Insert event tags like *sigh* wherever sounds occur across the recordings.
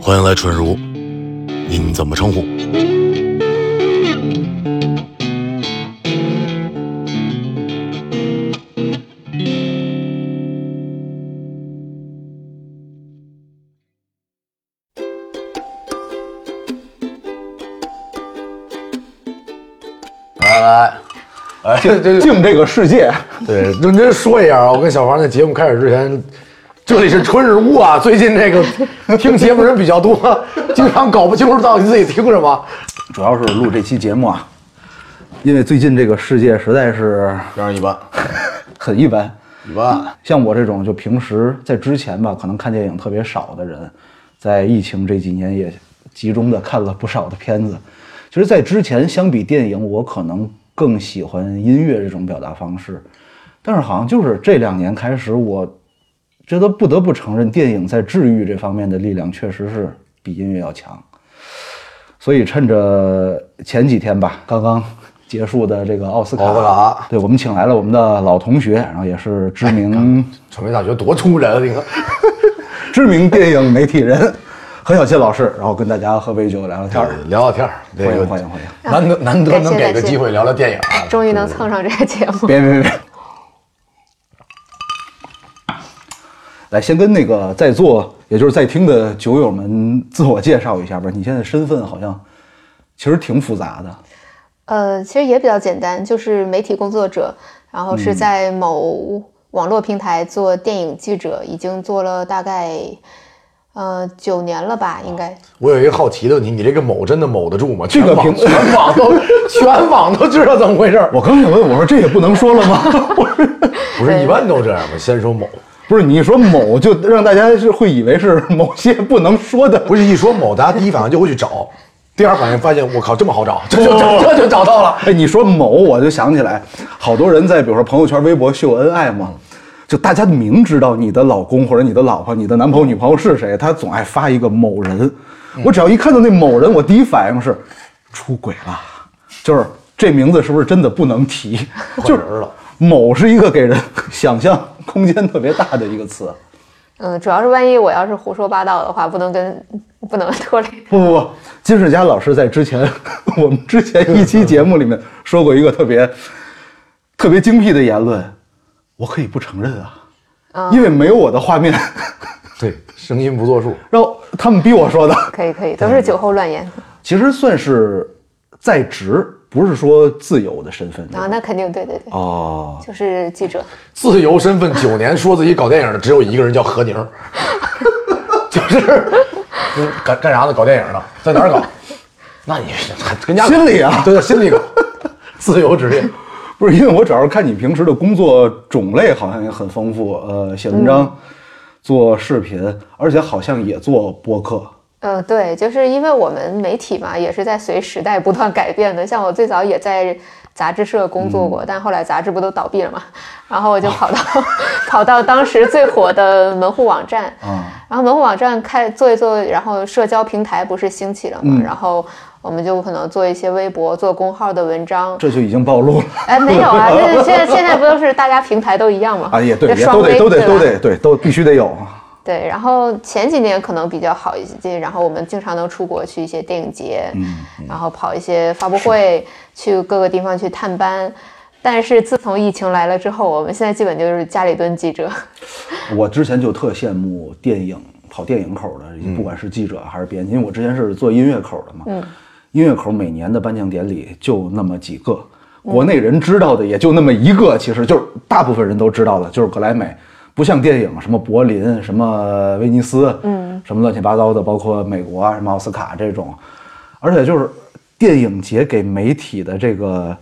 欢迎来春如，您怎么称呼？来来，这这敬这个世 *laughs* 界，对，认真说一下啊，我跟小王在节目开始之前，这里是春日屋啊，最近这个听节目人比较多，经常搞不清楚到底自己听什么。主要是录这期节目啊，因为最近这个世界实在是这样一般， *laughs* 很一般。一般，像我这种就平时在之前吧，可能看电影特别少的人，在疫情这几年也集中的看了不少的片子。其实，在之前相比电影，我可能更喜欢音乐这种表达方式，但是好像就是这两年开始，我觉得不得不承认，电影在治愈这方面的力量确实是比音乐要强。所以趁着前几天吧，刚刚结束的这个奥斯卡，奥斯卡对我们请来了我们的老同学，然后也是知 *laughs* 名传媒大学多出人，你看，知名电影媒体人何小倩老师，然后跟大家喝杯酒聊聊天儿。聊聊天儿，这欢个迎欢迎欢难迎！得难得啊感谢能给个感谢哎机会聊聊电影啊，终于能蹭上这个节目。 *laughs* 别别别！来，先跟那个在座，也就是在听的酒友们自我介绍一下吧。你现在身份好像其实挺复 *laughs* 杂的，呃，其实也比较简单，就是媒体工作者，然后是在某网络平台做电影记者，已经做了大概呃九年了吧，应该。我有一个好奇的问题，你这个某真的某得住吗？全个网评全网都全网都知道怎么回事 *laughs* 儿，我刚想问，我说这也不能说了吗？ *laughs* 不是一般都这样吗？先说某，不是，你说某就让大家是会以为是某些不能 *laughs* 说的。不是一说某，大家第一反应就会去找，第二反应发现我靠这么好找，这就这这就找到了。哎，你说某，我就想起来，好多人在比如说朋友圈、微博秀恩爱嘛，就大家明知道你的老公或者你的老婆、你的男朋友、女朋友是谁，他总爱发一个某人。我只要一看到那某人，我第一反应是出轨了，就是这名字是不是真的不能提？就是换人了某是一个给人想象空间特别大的一个词。嗯，主要是万一我要是胡说八道的话，不能跟不能 *laughs* 拖累。不不不，金世佳老师在之前 *laughs* 我们之前一期节目里面说过一个特别特别精辟的言论，我可以不承认啊，因为没有我的画面。 *laughs* 对，声音不作数，然后他们逼我说的，可以可以，都是酒后乱言其实算是在职，不是说自由的身份。啊，那肯定对对对，哦，就是记者。自由身份九年，说自己搞电影的只有一个人叫何宁， *laughs* 就是就是干干啥呢？搞电影呢，在哪儿搞？ *laughs* 那你还跟家搞心里啊对，心里搞， *laughs* 自由职业。不是，因为我主要是看你平时的工作种类好像也很丰富，呃，写文章，做视频，而且好像也做播客。嗯，对，就是因为我们媒体嘛，也是在随时代不断改变的。像我最早也在杂志社工作嗯过，但后来杂志不都倒闭了嘛，然后我就跑到、哦 *laughs* 跑到当时最火的门户网站，啊然后门户网站开做一做，然后社交平台不是兴起了嘛，嗯然后我们就可能做一些微博、做公号的文章。这就已经暴露了。哎，没有 *laughs* 啊，这现在现在不都是大家平台都一样嘛？啊，也对，就也双都得微都得对都吧得对，都必须得有。啊对，然后前几年可能比较好一些，然后我们经常能出国去一些电影节，然后跑一些发布会，去各个地方去探班。但是自从疫情来了之后，我们现在基本就是家里蹲记者。我之前就特羡慕电影跑电影口的，不管是记者还是编辑，因为我之前是做音乐口的嘛。嗯音乐口每年的颁奖典礼就那么几个，国内人知道的也就那么一个，其实就是大部分人都知道的，就是格莱美。不像电影什么柏林、什么威尼斯，嗯，什么乱七八糟的，包括美国啊，什么奥斯卡这种，而且就是电影节给媒体的这个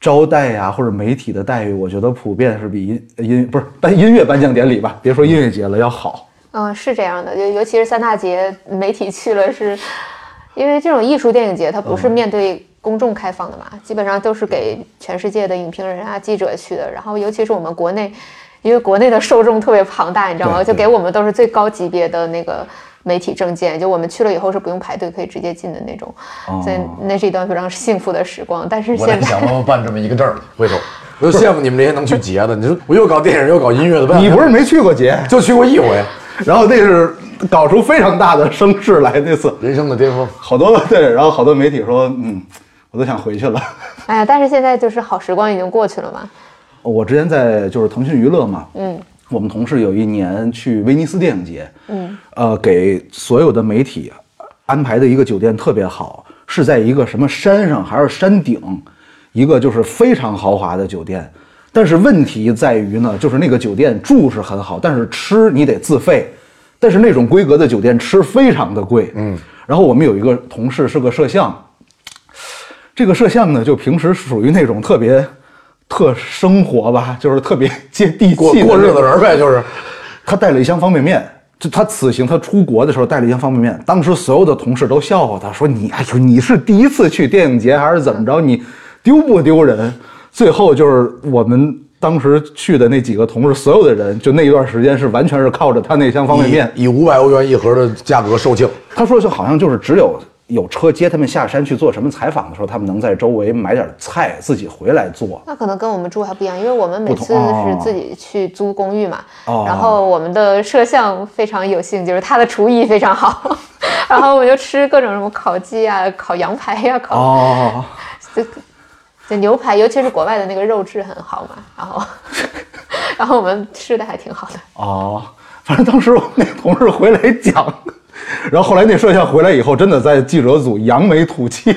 招待啊，或者媒体的待遇，我觉得普遍是比音音不是颁音乐颁奖典礼吧，别说音乐节了，要好。嗯，是这样的，就尤其是三大节，媒体去了是，因为这种艺术电影节它不是面对公众开放的嘛，基本上都是给全世界的影评人啊、记者去的。然后尤其是我们国内，因为国内的受众特别庞大，你知道吗？对就对给我们都是最高级别的那个媒体证件，就我们去了以后是不用排队可以直接进的那种，所以那是一段非常幸福的时光。但是我现在在想办法办这么一个证儿，回头我就羡慕你们这些能去节的。你说我又搞电影又搞音乐的，办你不是没去过节，就去过一回，然后那是搞出非常大的声势来那次，人生的巅峰，好多对，然后好多媒体说，嗯，我都想回去了。哎呀，但是现在就是好时光已经过去了嘛。我之前在就是腾讯娱乐嘛，嗯，我们同事有一年去威尼斯电影节，嗯，呃，给所有的媒体安排的一个酒店特别好，是在一个什么山上还是山顶，一个就是非常豪华的酒店。但是问题在于呢，就是那个酒店住是很好，但是吃你得自费，但是那种规格的酒店吃非常的贵，嗯。然后我们有一个同事是个摄像，这个摄像呢，就平时属于那种特别特生活吧，就是特别接地气过的过那日子种人呗，就是他带了一箱方便面。就他此行，他出国的时候带了一箱方便面，当时所有的同事都笑话他，说你，哎呦，你是第一次去电影节还是怎么着？你丢不丢人？最后就是我们当时去的那几个同事，所有的人就那一段时间是完全是靠着他那箱方便面。以以五百欧元一盒的价格售罄，他说就好像就是只有有车接他们下山去做什么采访的时候，他们能在周围买点菜自己回来做。那可能跟我们住还不一样，因为我们每不同次哦是自己去租公寓嘛，哦然后我们的摄像非常有幸，就是他的厨艺非常好， *laughs* 然后我就吃各种什么烤鸡啊、烤羊排呀、烤、哦，就就牛排，尤其是国外的那个肉质很好嘛，然后 *laughs* 然后我们吃的还挺好的。哦，反正当时我那同事回来讲，然后后来那摄像回来以后，真的在记者组扬眉吐气。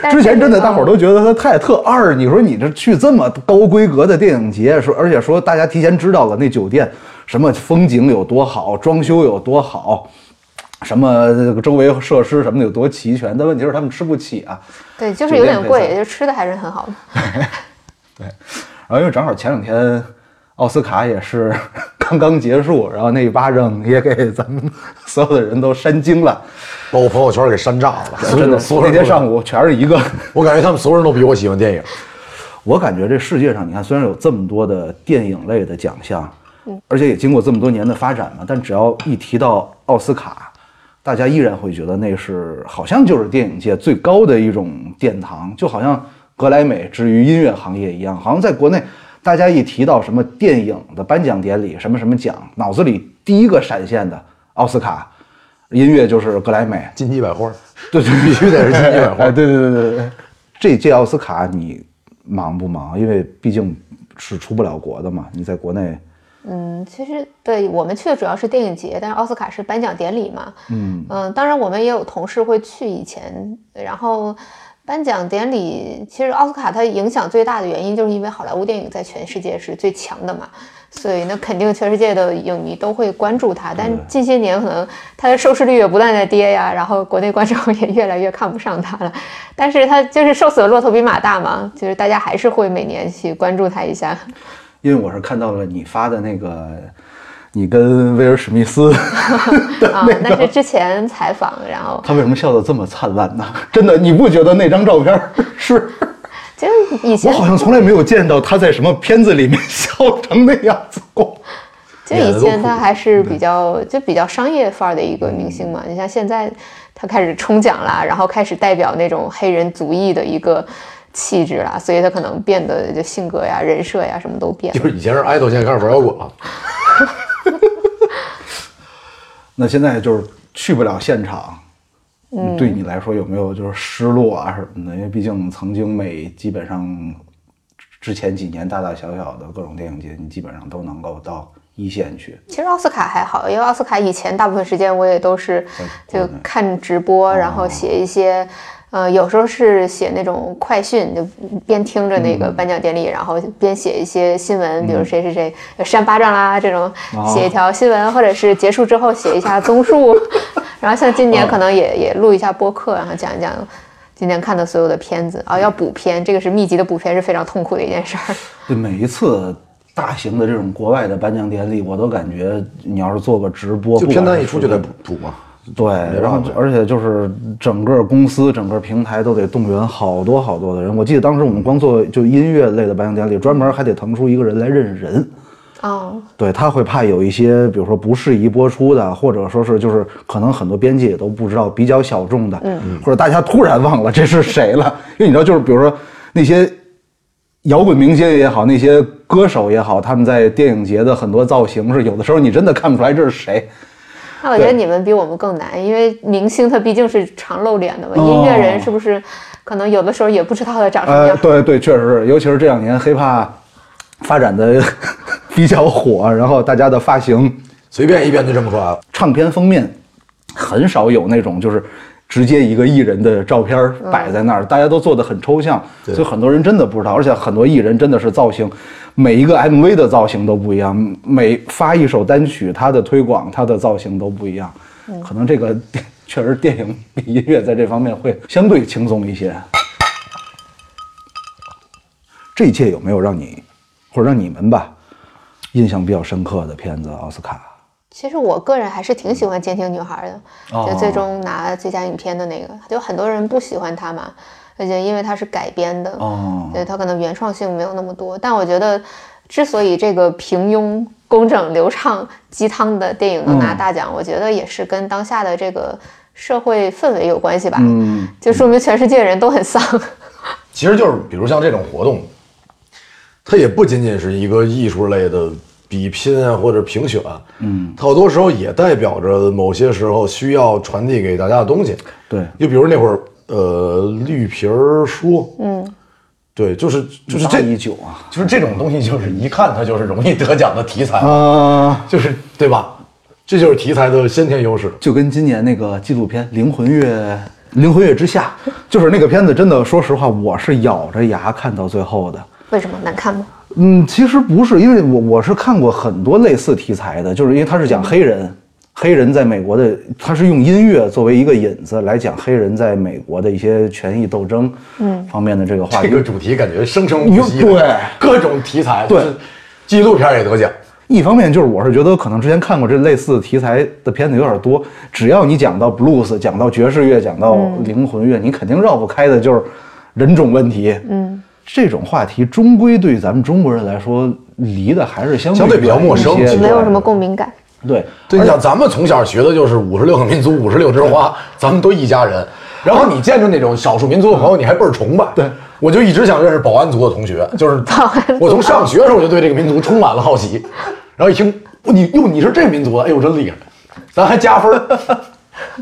但是之前真的大伙儿嗯都觉得他太特二，你说你这去这么高规格的电影节，说而且说大家提前知道了那酒店什么风景有多好，装修有多好。什么这个周围设施什么的有多齐全，但问题是他们吃不起啊。对，就是酒有店配点菜贵，就吃的还是很好的。然后因为正好前两天奥斯卡也是 *laughs* 刚刚结束，然后那一巴掌也给咱们 *laughs* 所有的人都扇惊了，把我朋友圈给山炸了，所有真的人所有那人天都上午全是一个。我感觉他们所有人都比我喜欢电影，我感觉这世界上，你看，虽然有这么多的电影类的奖项，而且也经过这么多年的发展嘛，但只要一提到奥斯卡，大家依然会觉得那是好像就是电影界最高的一种殿堂，就好像格莱美之于音乐行业一样，好像在国内。大家一提到什么电影的颁奖典礼，什么什么奖，脑子里第一个闪现的奥斯卡，音乐就是格莱美，金鸡百花，对对，必须 *laughs* 得是金鸡百花哎，。对对对对对，这届奥斯卡你忙不忙？因为毕竟是出不了国的嘛，你在国内嗯，其实对我们去的主要是电影节，但是奥斯卡是颁奖典礼嘛。嗯当然我们也有同事会去以前，然后颁奖典礼其实奥斯卡它影响最大的原因，就是因为好莱坞电影在全世界是最强的嘛，所以那肯定全世界的影迷都会关注它。但近些年可能它的收视率也不断在跌呀，然后国内观众也越来越看不上它了。但是它就是瘦死的骆驼比马大嘛，就是大家还是会每年去关注它一下。因为我是看到了你发的那个，你跟威尔史密斯的啊那，那个，是之前采访，然后他为什么笑得这么灿烂呢？ *laughs* 真的，你不觉得那张照片是？其实以我前好像从来没有见到他在什么片子里面 *laughs* 笑成那样子过。就以前他还是比较嗯就比较商业范儿的一个明星嘛。你像现在他开始冲奖啦，然后开始代表那种黑人族裔的一个气质啦，所以他可能变得就性格呀、人设呀什么都变就了。是以前是 idol，现在开始玩摇滚了。那现在就是去不了现场，对你来说有没有就是失落啊什么的？因为毕竟曾经每基本上之前几年大大小小的各种电影节，你基本上都能够到一线去。其实奥斯卡还好，因为奥斯卡以前大部分时间我也都是就看直播，然后写一些，呃，有时候是写那种快讯，就边听着那个颁奖典礼，然后边写一些新闻，比如谁谁谁扇巴掌啦这种，写一条新闻，或者是结束之后写一下综述，然后像今年可能也也录一下播客，然后讲一讲。今年看的所有的片子啊、要补片，这个是密集的补片是非常痛苦的一件事儿。对每一次大型的这种国外的颁奖典礼，我都感觉你要是做个直播，就不管片单是一出就得补补嘛。对，然后就而且就是整个公司、整个平台都得动员好多好多的人。我记得当时我们光做就音乐类的颁奖典礼，专门还得腾出一个人来认人。哦，对他会怕有一些，比如说不适宜播出的，或者说是就是可能很多编辑也都不知道比较小众的，或者大家突然忘了这是谁了，因为你知道，就是比如说那些摇滚明星也好，那些歌手也好，他们在电影节的很多造型是有的时候你真的看不出来这是谁，那我觉得对你们比我们更难，因为明星他毕竟是常露脸的嘛，哦音乐人是不是可能有的时候也不知道他长什么呃，样？对对，确实是，尤其是这两年 hiphop 发展的 *laughs* 比较火，然后大家的发型、随便一遍就这么出来了。唱片封面很少有那种就是直接一个艺人的照片儿摆在那儿，大家都做的很抽象，所以很多人真的不知道，而且很多艺人真的是造型，每一个 MV 的造型都不一样，每发一首单曲，它的推广、它的造型都不一样，可能这个 *laughs* 确实电影比音乐在这方面会相对轻松一些。这一届有没有让你，或者让你们吧，印象比较深刻的片子？奥斯卡？其实我个人还是挺喜欢《监听女孩》哦的，就最终拿最佳影片的那个，有很多人不喜欢她嘛，而且因为她是改编的，哦对它可能原创性没有那么多。但我觉得，之所以这个平庸、工整、流畅、鸡汤的电影能拿大奖，我觉得也是跟当下的这个社会氛围有关系吧。嗯，就说明全世界人都很丧。其实就是，比如像这种活动，它也不仅仅是一个艺术类的比拼啊，或者评选，嗯，它好多时候也代表着某些时候需要传递给大家的东西。对，就比如那会儿，呃，绿皮儿书，嗯，对，就是就是这一九啊就是这种东西，就是一看它就是容易得奖的题材， *laughs* 啊，就是对吧？这就是题材的先天优势。就跟今年那个纪录片《灵魂乐》。灵魂乐之下，就是那个片子，真的，说实话，我是咬着牙看到最后的。为什么难看吗？嗯，其实不是，因为我我是看过很多类似题材的，就是因为他是讲黑人，黑人在美国的，他是用音乐作为一个引子来讲黑人在美国的一些权益斗争，嗯，方面的这个话题。这个主题感觉生生不息，哟对，各种题材，对，纪录片也得奖。一方面就是我是觉得可能之前看过这类似题材的片子有点多，只要你讲到 blues，讲到爵士乐，讲到嗯灵魂乐，你肯定绕不开的就是人种问题。嗯，这种话题终归对咱们中国人来说离得还是相相对比较陌生远一其些实没有对什么共鸣感。 *laughs* 对。对，你想咱们从小学的就是五十六个民族，五十六枝花，咱们都一家人。然后你见着那种少数民族的朋友，你还倍儿崇拜。对，我就一直想认识保安族的同学，就是我从上学的时候我就对这个民族充满了好奇。然后一听你哟，你是这民族的，哎呦真厉害，咱还加分儿。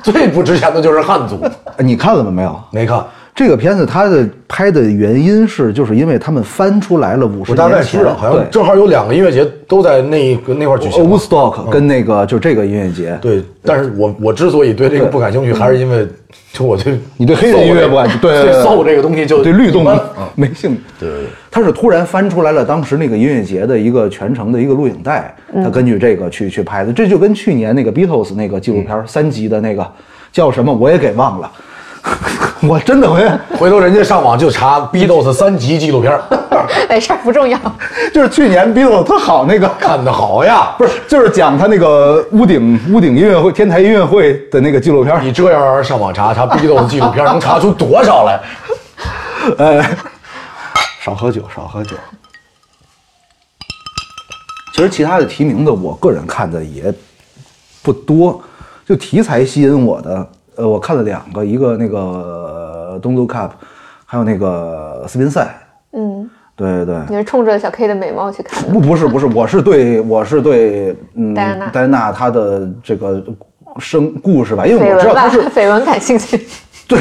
最不值钱的就是汉族，你看了吗？没有。没看，这个片子它的拍的原因是，就是因为他们翻出来了五十我大年概前，知道，好对像正好有两个音乐节都在那一个那块儿举行。 Woodstock 跟那个就这个音乐节，对，但是我我之所以对这个不感兴趣，还是因为就我对你对黑人音乐不感兴趣对对对对搜这个东西就对律动一般没兴趣。对对对他是突然翻出来了当时那个音乐节的一个全程的一个录影带，他根据这个去去拍的，这就跟去年那个 Beatles 那个纪录片儿三集的那个叫什么我也给忘了， *laughs* 我真的回回头人家上网就查 Beatles 三级纪录片儿， *laughs* 没哎事儿，*laughs* 不重要。就是去年 Beatles 特好那个。看的好呀！不是，就是讲他那个屋顶屋顶音乐会、天台音乐会的那个纪录片儿，你这样上网查查 Beatles 纪录片儿，能查出多少来？ *laughs* 少喝酒，少喝酒。其实其他的提名的，我个人看的也不多，就题材吸引我的，呃，我看了两个，一个那个《Don't Look Up》，还有那个《斯宾塞》。嗯，对对对，你是冲着小 K 的美貌去看的。不不是不是，我是对我是对嗯戴安娜戴安娜她的这个生故事吧，因为 *laughs* 绯我知道闻她吧，是 *laughs* 绯闻感兴趣。 *laughs* 对，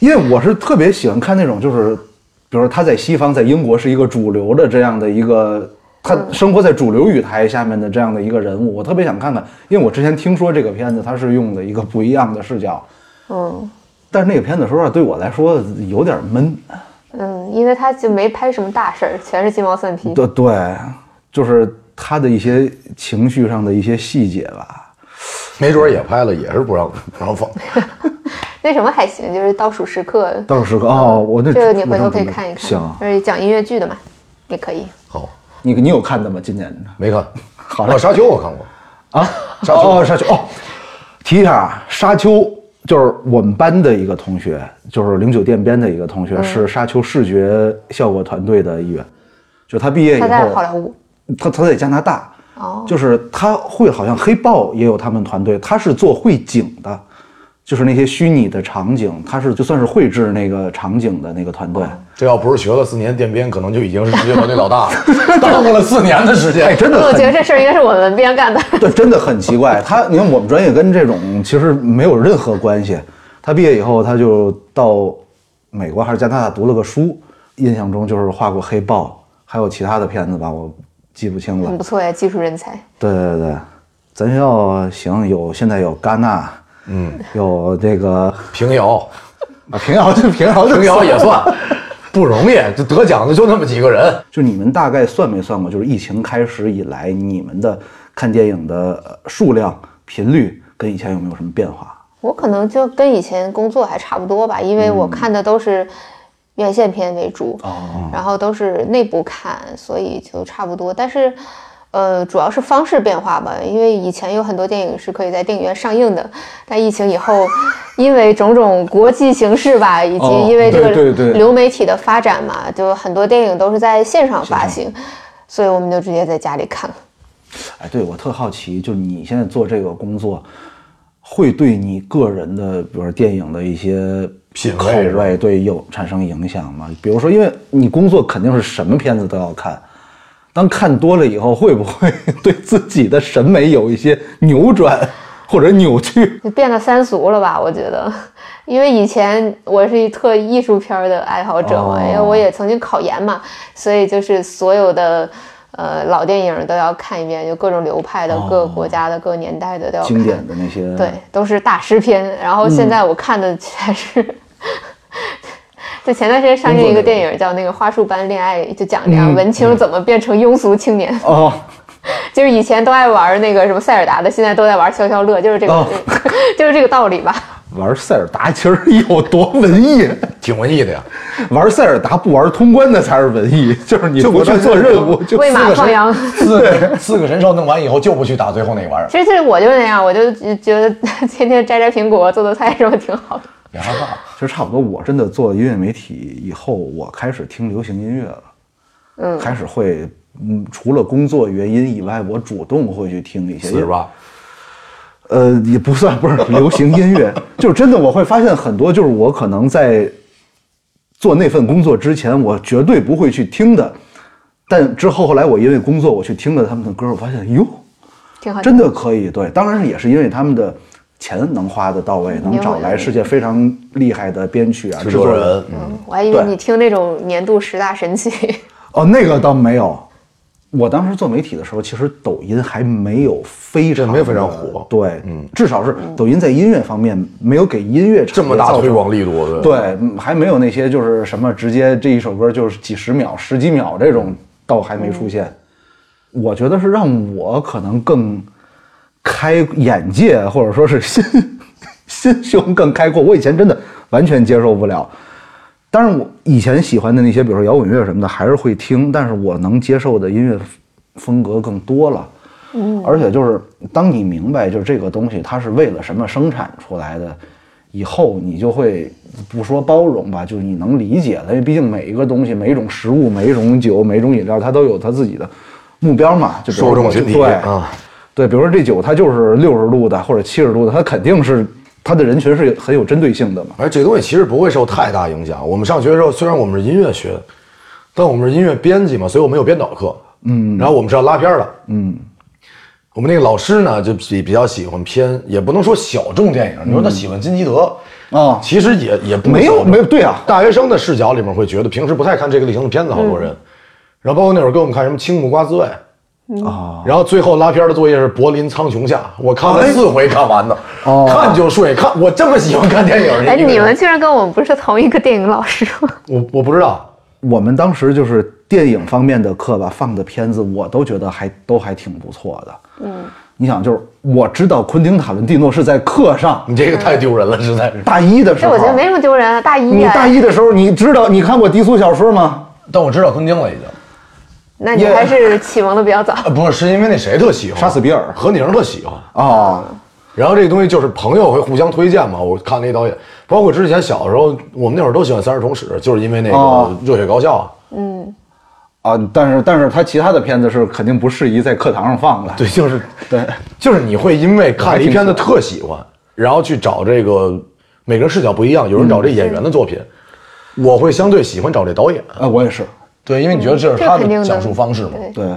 因为我是特别喜欢看那种，就是比如说他在西方，在英国是一个主流的这样的一个，他嗯生活在主流语台下面的这样的一个人物，我特别想看看，因为我之前听说这个片子，它是用的一个不一样的视角，嗯但是那个片子说实话对我来说有点闷，嗯，因为他就没拍什么大事儿，全是鸡毛蒜皮。对对，就是他的一些情绪上的一些细节吧，没准儿也拍了，也是不让不让放。那什么还行，就是倒数时刻。倒是个哦，我那这个你我回头正可以准备看一看。行，就是讲音乐剧的嘛，也可以。好，你你有看的吗？今年的？没看。好嘞哦，沙丘我看过，啊，沙丘哦，沙丘哦，提一下啊，沙丘就是我们班的一个同学，就是零九电编的一个嗯同学，是沙丘视觉效果团队的一员。就他毕业以他后，在好莱坞。他他在加拿大，哦就是他会好像黑豹也有他们团队，他是做绘景的，就是那些虚拟的场景，它是就算是绘制那个场景的那个团队。哦这要不是学了四年电编，可能就已经是职业团队老大了，耽误了四年的时间。哎，真的我很觉得这事儿应该是我们文编干的。 *laughs* *laughs* 对，真的很奇怪。他，你看我们专业跟这种其实没有任何关系。他毕业以后，他就到美国还是加拿大读了个书，印象中就是画过《黑豹》，还有其他的片子吧，我记不清了很。不错呀，技术人才。对对对，咱学校行有现在有戛纳，嗯，有这个平遥，啊平遥就平遥就平遥也算，不容易，就得奖的就那么几个人。 *laughs* 就你们大概算没算过，就是疫情开始以来，你们的看电影的呃数量、频率跟以前有没有什么变化？我可能就跟以前工作还差不多吧，因为嗯我看的都是院线片为主，哦然后都是内部看，所以就差不多。但是，呃，主要是方式变化吧，因为以前有很多电影是可以在电影院上映的，但疫情以后，因为种种国际形势吧，以及哦因为这个对对对流媒体的发展嘛，就很多电影都是在线上发行，所以我们就直接在家里看了。哎，对我特好奇，就是你现在做这个工作，会对你个人的，比如说电影的一些品口味是吧味，对有产生影响吗？比如说，因为你工作肯定是什么片子都要看，当看多了以后，会不会 *laughs* 对自己的审美有一些扭转或者扭曲？就变得三俗了吧？我觉得，因为以前我是一特艺术片儿的爱好者嘛，哦因为我也曾经考研嘛，所以就是所有的呃老电影都要看一遍，就各种流派的、各个国家的、各个年代的都要看。哦经典的嗯那些，对，都是大师片。然后现在我看的全是、就前段时间上映一个电影叫那个《花束般恋爱》，就讲嗯这样文青怎么变成庸俗青年。哦，就是以前都爱玩那个什么塞尔达的，现在都在玩消消乐，就是这个，哦 *laughs* 就是这个道理吧。玩塞尔达其实有多文艺，挺文艺的呀，玩塞尔达不玩通关的才是文艺，就是你就不我去就做任务就喂马四个放神羊。四个四个神兽弄完以后就不去打最后那玩意儿， *laughs* 其实这我就是那样，我就觉得 *laughs* 天天摘摘苹果、做做菜什么挺好的。也害怕。其实差不多，我真的做音乐媒体以后，我开始听流行音乐了，嗯，开始会，嗯，除了工作原因以外，我主动会去听一些，四十八，呃，也不算不是流行音乐，就是真的我会发现很多，就是我可能在做那份工作之前，我绝对不会去听的，但之后后来我因为工作我去听了他们的歌，我发现哟，挺好，真的可以，对，当然也是因为他们的钱能花的到位，能找来世界非常厉害的编曲啊、制制作作人。人，嗯我还以为对你听那种年度十大神哎曲，哦，那个倒没有。我当时做媒体的时候，其实抖音还没有非常对没有非常地火对，嗯，至少是抖音在音乐方面没有给音乐这产业么大造成推广力度，对对，嗯还没有那些就是什么直接这一首歌就是几十秒、十几秒这种，倒还没出现。我觉得是让我可能更开眼界，或者说是心心胸更开阔。我以前真的完全接受不了。当然，我以前喜欢的那些，比如说摇滚乐什么的，还是会听，但是我能接受的音乐风格更多了。嗯，而且就是当你明白，就是这个东西它是为了什么生产出来的，以后你就会不说包容吧，就是你能理解的，因为毕竟每一个东西、每一种食物、每一种酒、每一种饮料，它都有它自己的目标嘛，就比如受说众我就群体对啊，对，比如说这酒它就是六十度的或者七十度的，它肯定是它的人群是很有针对性的嘛。而这东西其实不会受太大影响。我们上学的时候，虽然我们是音乐学的，但我们是音乐编辑嘛，所以我们有编导课。嗯，然后我们是要拉片儿的。嗯，我们那个老师呢，就比比较喜欢偏，也不能说小众电影。你说他喜欢金基德哦其实也也不没有小众没有对啊大学生的视角里面会觉得，平时不太看这个类型的片子，好多人。然后包括那会儿给我们看什么《青木瓜之味》。嗯啊，然后最后拉片儿的作业是《柏林苍穹下》，我看了四回看完的，*laughs* 哦看就睡，看我这么喜欢看电影。哎，一个人你们居然跟我们不是同一个电影老师吗？我我不知道，我们当时就是电影方面的课吧，放的片子我都觉得还都还挺不错的。嗯，你想，就是我知道昆汀塔伦蒂诺是在课上你这个太丢人了，实在是。大一的时这候，哎 *laughs* 我觉得没什么丢人啊，大一你呀、大一的时候，你知道你看过低俗小说吗？ *laughs* 但我知道昆汀了已经，那你也还是启蒙的比较 *laughs* 早。啊，不是，是因为那谁特喜欢杀死比尔何宁特喜欢。哦，然后这个东西就是朋友会互相推荐嘛。我看那导演，包括之前小时候，我们那会儿都喜欢《三十重史》，就是因为那哦个热血高校啊。啊，但是但是他其他的片子是肯定不适宜在课堂上放的。对，就是对，就是你会因为看了一片子特喜欢，然后去找这个每个人视角不一样，有人找这演员的作品，我会相对喜欢找这导演，哎，我也是，对，因为你觉得这是这他肯的定的讲述方式嘛。对对。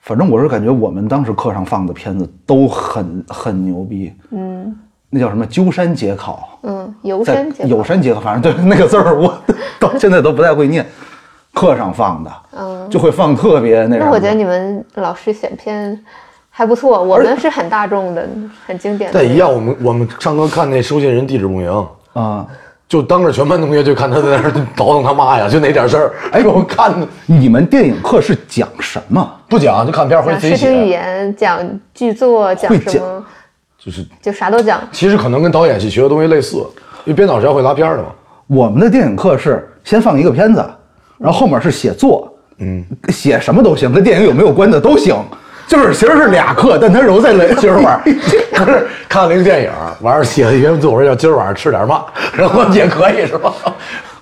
反正我是感觉我们当时课上放的片子都很很牛逼，嗯，那叫什么鸠山解考，嗯，游在山解有山结合，反正对那个字儿我 *laughs* 到现在都不太会念，课上放的，就会放特别那什嗯那么我觉得你们老师选片还不错，我们是很大众的，很经典但的。一样，我们我们上课看那收信人地址不明，啊、就当着全班同学就看他在那儿倒腾他妈呀，就那点事 *laughs* 儿，哎，我看你们电影课是讲什么？不讲就看片儿回讲去自视己听语写，言，讲剧作，讲会什讲么，就是就啥都讲。其实可能跟导演系学的东西类似，因为编导是要会拉片儿的嘛。我们的电影课是先放一个片子，然后后面是写作，嗯，写什么都行，跟电影有没有关的都行，就是其实是俩课，但它揉在了一起玩 *laughs* 儿。不是看了一个电影，完事儿写了一篇作文，叫今儿晚上吃点嘛，然后也可以是吧？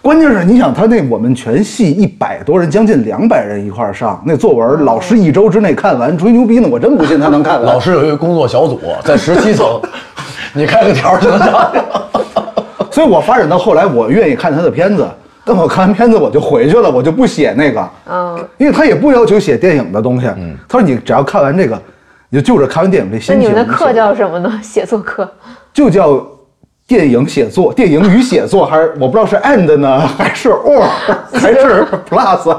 关键是，你想他那我们全系一百多人，将近两百人一块儿上那作文，老师一周之内看完，吹牛逼呢，我真不信他能看完。 *laughs* 老师有一个工作小组在十七 *laughs* 层，你开个条儿就能上去了。 *laughs* 所以我发展到后来，我愿意看他的片子，但我看完片子我就回去了，我就不写那个，嗯，因为他也不要求写电影的东西。嗯，他说你只要看完这个，你就就着看完电影这那心你情，们的写课叫什么呢？ *laughs* 写作课。就叫电影写作，电影与写作，还是我不知道是 and 呢，还是 *laughs* or，还是 plus，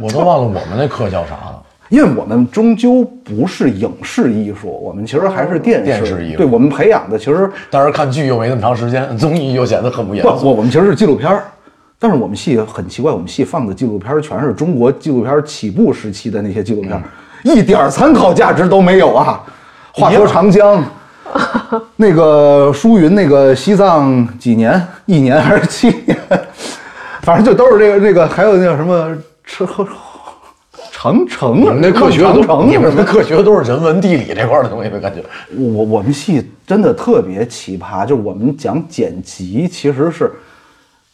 我都忘了我们那课叫啥了。因为我们终究不是影视艺术，我们其实还是电视电视艺术对我们培养的其实当时看剧又没那么长时间，综艺又显得很不严不，肃。我我们其实是纪录片儿，但是我们系很奇怪，我们系放的纪录片儿全是中国纪录片儿起步时期的那些纪录片儿，嗯一点儿参考价值都没有啊！话说长江，那个舒云那个西藏几年，一年还是七年，反正就都是这个这个，还有那个什么吃喝。长城，你们那课学的长都，城，你们那课学的都是人文地理这块儿的东西，我感觉。我我们系真的特别奇葩，就是我们讲剪辑其实是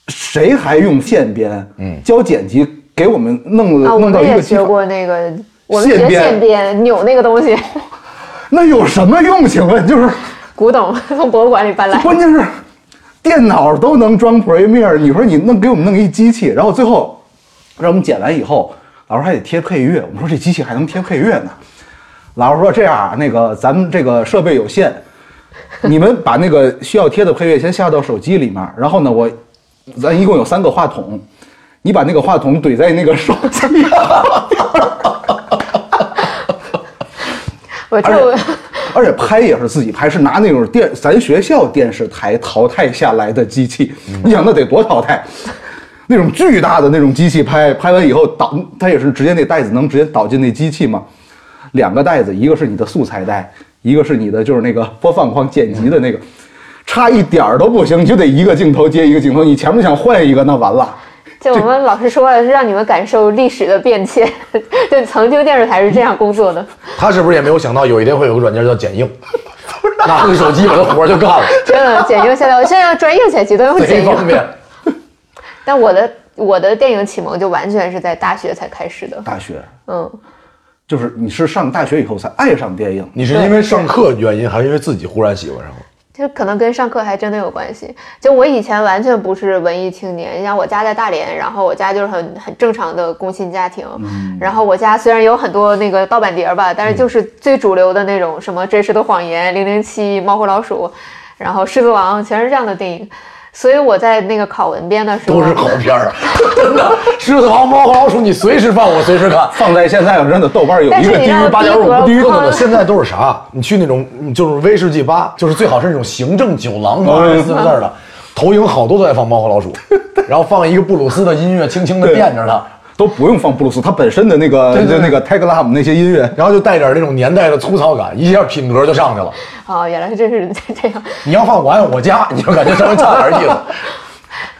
谁还用线编？嗯，教剪辑给我们弄了、啊，呃我弄到们一也个基学础，过那个，我们线学编线编扭那个东西，那有什么用？请问，就是古董从博物馆里搬来。 *laughs* 关键是电脑都能装 Premiere，你说你弄给我们弄一机器，然后最后让我们剪完以后，老师还得贴配乐。我们说这机器还能贴配乐呢？老师说这样啊，那个咱们这个设备有限，你们把那个需要贴的配乐先下到手机里面，然后呢，我咱一共有三个话筒，你把那个话筒怼在那个手机上。我而就且 *laughs* 而且拍也是自己拍，是拿那种电咱学校电视台淘汰下来的机器，你想那得多淘汰？那种巨大的那种机器拍，拍完以后导，它也是直接那袋子能直接导进那机器吗？两个袋子，一个是你的素材袋，一个是你的就是那个播放框剪辑的那个，差一点儿都不行，你就得一个镜头接一个镜头，你前面想换一个那完了。就我们老师说了，是让你们感受历史的变迁。 *laughs* 就曾经电视台是这样工作的，他是不是也没有想到有一天会有个软件叫剪 *laughs* 映？拿个手机把他活儿就干了，真的剪映现在，我现在要专业剪辑都用贼剪方映。便。但我的我的电影启蒙就完全是在大学才开始的，大学嗯，就是你是上大学以后才爱上电影，你是因为上课原因，还是因为自己忽然喜欢上了？就可能跟上课还真的有关系。就我以前完全不是文艺青年，你像我家在大连，然后我家就是很很正常的工薪家庭，嗯然后我家虽然有很多那个盗版碟儿吧，但是就是最主流的那种什么《真实的谎言》《零零七》《猫和老鼠》，然后《狮子王》，全是这样的电影。所以我在那个考文编的时候，都是好片儿啊，真的。狮子王、猫和老鼠，你随时放，我随时看。放在现在真的豆瓣有但一是个你低于让八逼点五格不低于不高不，现在都是啥？你去那种嗯就是威士忌吧，就是最好是那种行政酒廊吧，嗯四个字儿的，投影好多都在放《猫和老鼠》，然后放一个布鲁斯的音乐，轻轻的对垫着它，都不用放布鲁斯，他本身的那个对对就那个 tag lam 那些音乐，然后就带点那种年代的粗糙感，一下品格就上去了。哦，原来这是这样。你要放《我爱我家》，你就感觉稍微差点意思。*laughs*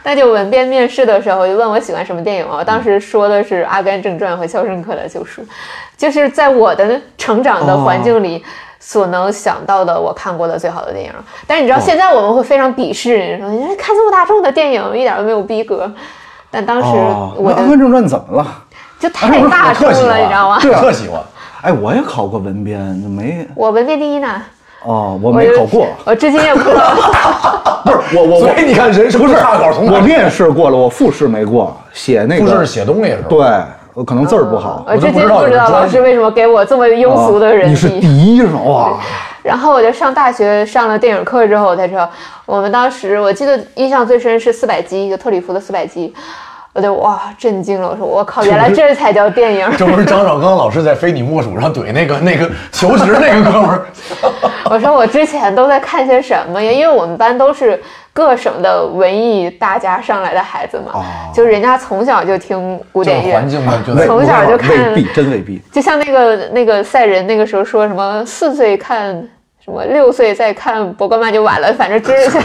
那就文编面试的时候，就问我喜欢什么电影嘛，我当嗯时说的是《阿甘正传》和《肖申克的救赎》，就是在我的成长的环境里。所能想到的我看过的最好的电影，但是你知道现在我们会非常鄙视人，说你这看这么大众的电影一点都没有逼格，但当时我啊哦那《阿甘就正传》怎么了？就太大我众特喜了，欢，你知道吗？对，特喜欢。哎，我也考过文编，就没我文编第一呢，哦，我没就考 *laughs* 过，我至今也不知道。 *laughs* 不是我我所我以你看，人生不不是差考同我班，面试过了，我复试没过，写那个不是写东西是吧？对，我可能字儿不好。啊我都至不今知道不有知人道专老师为什么给我这么庸哦俗的人哦你是力。第一是吧？哇，然后我就上大学上了电影课之后，我才知道，我们当时我记得印象最深是四百集，一个特里弗的四百集，我就哇震惊了，我说我靠，原来这才叫电影。 *laughs* 这不是张绍刚老师在《非你莫属》上怼那个那个求职那个哥 *laughs* 们儿，我说我之前都在看些什么呀？因为我们班都是各省的文艺大家上来的孩子嘛，就是人家从小就听古这典个乐，环境嘛，哦就未在从小就看未必，真未必。就像那个那个赛人那个时候说什么四岁看什么六岁再看伯格曼就晚了，反正就是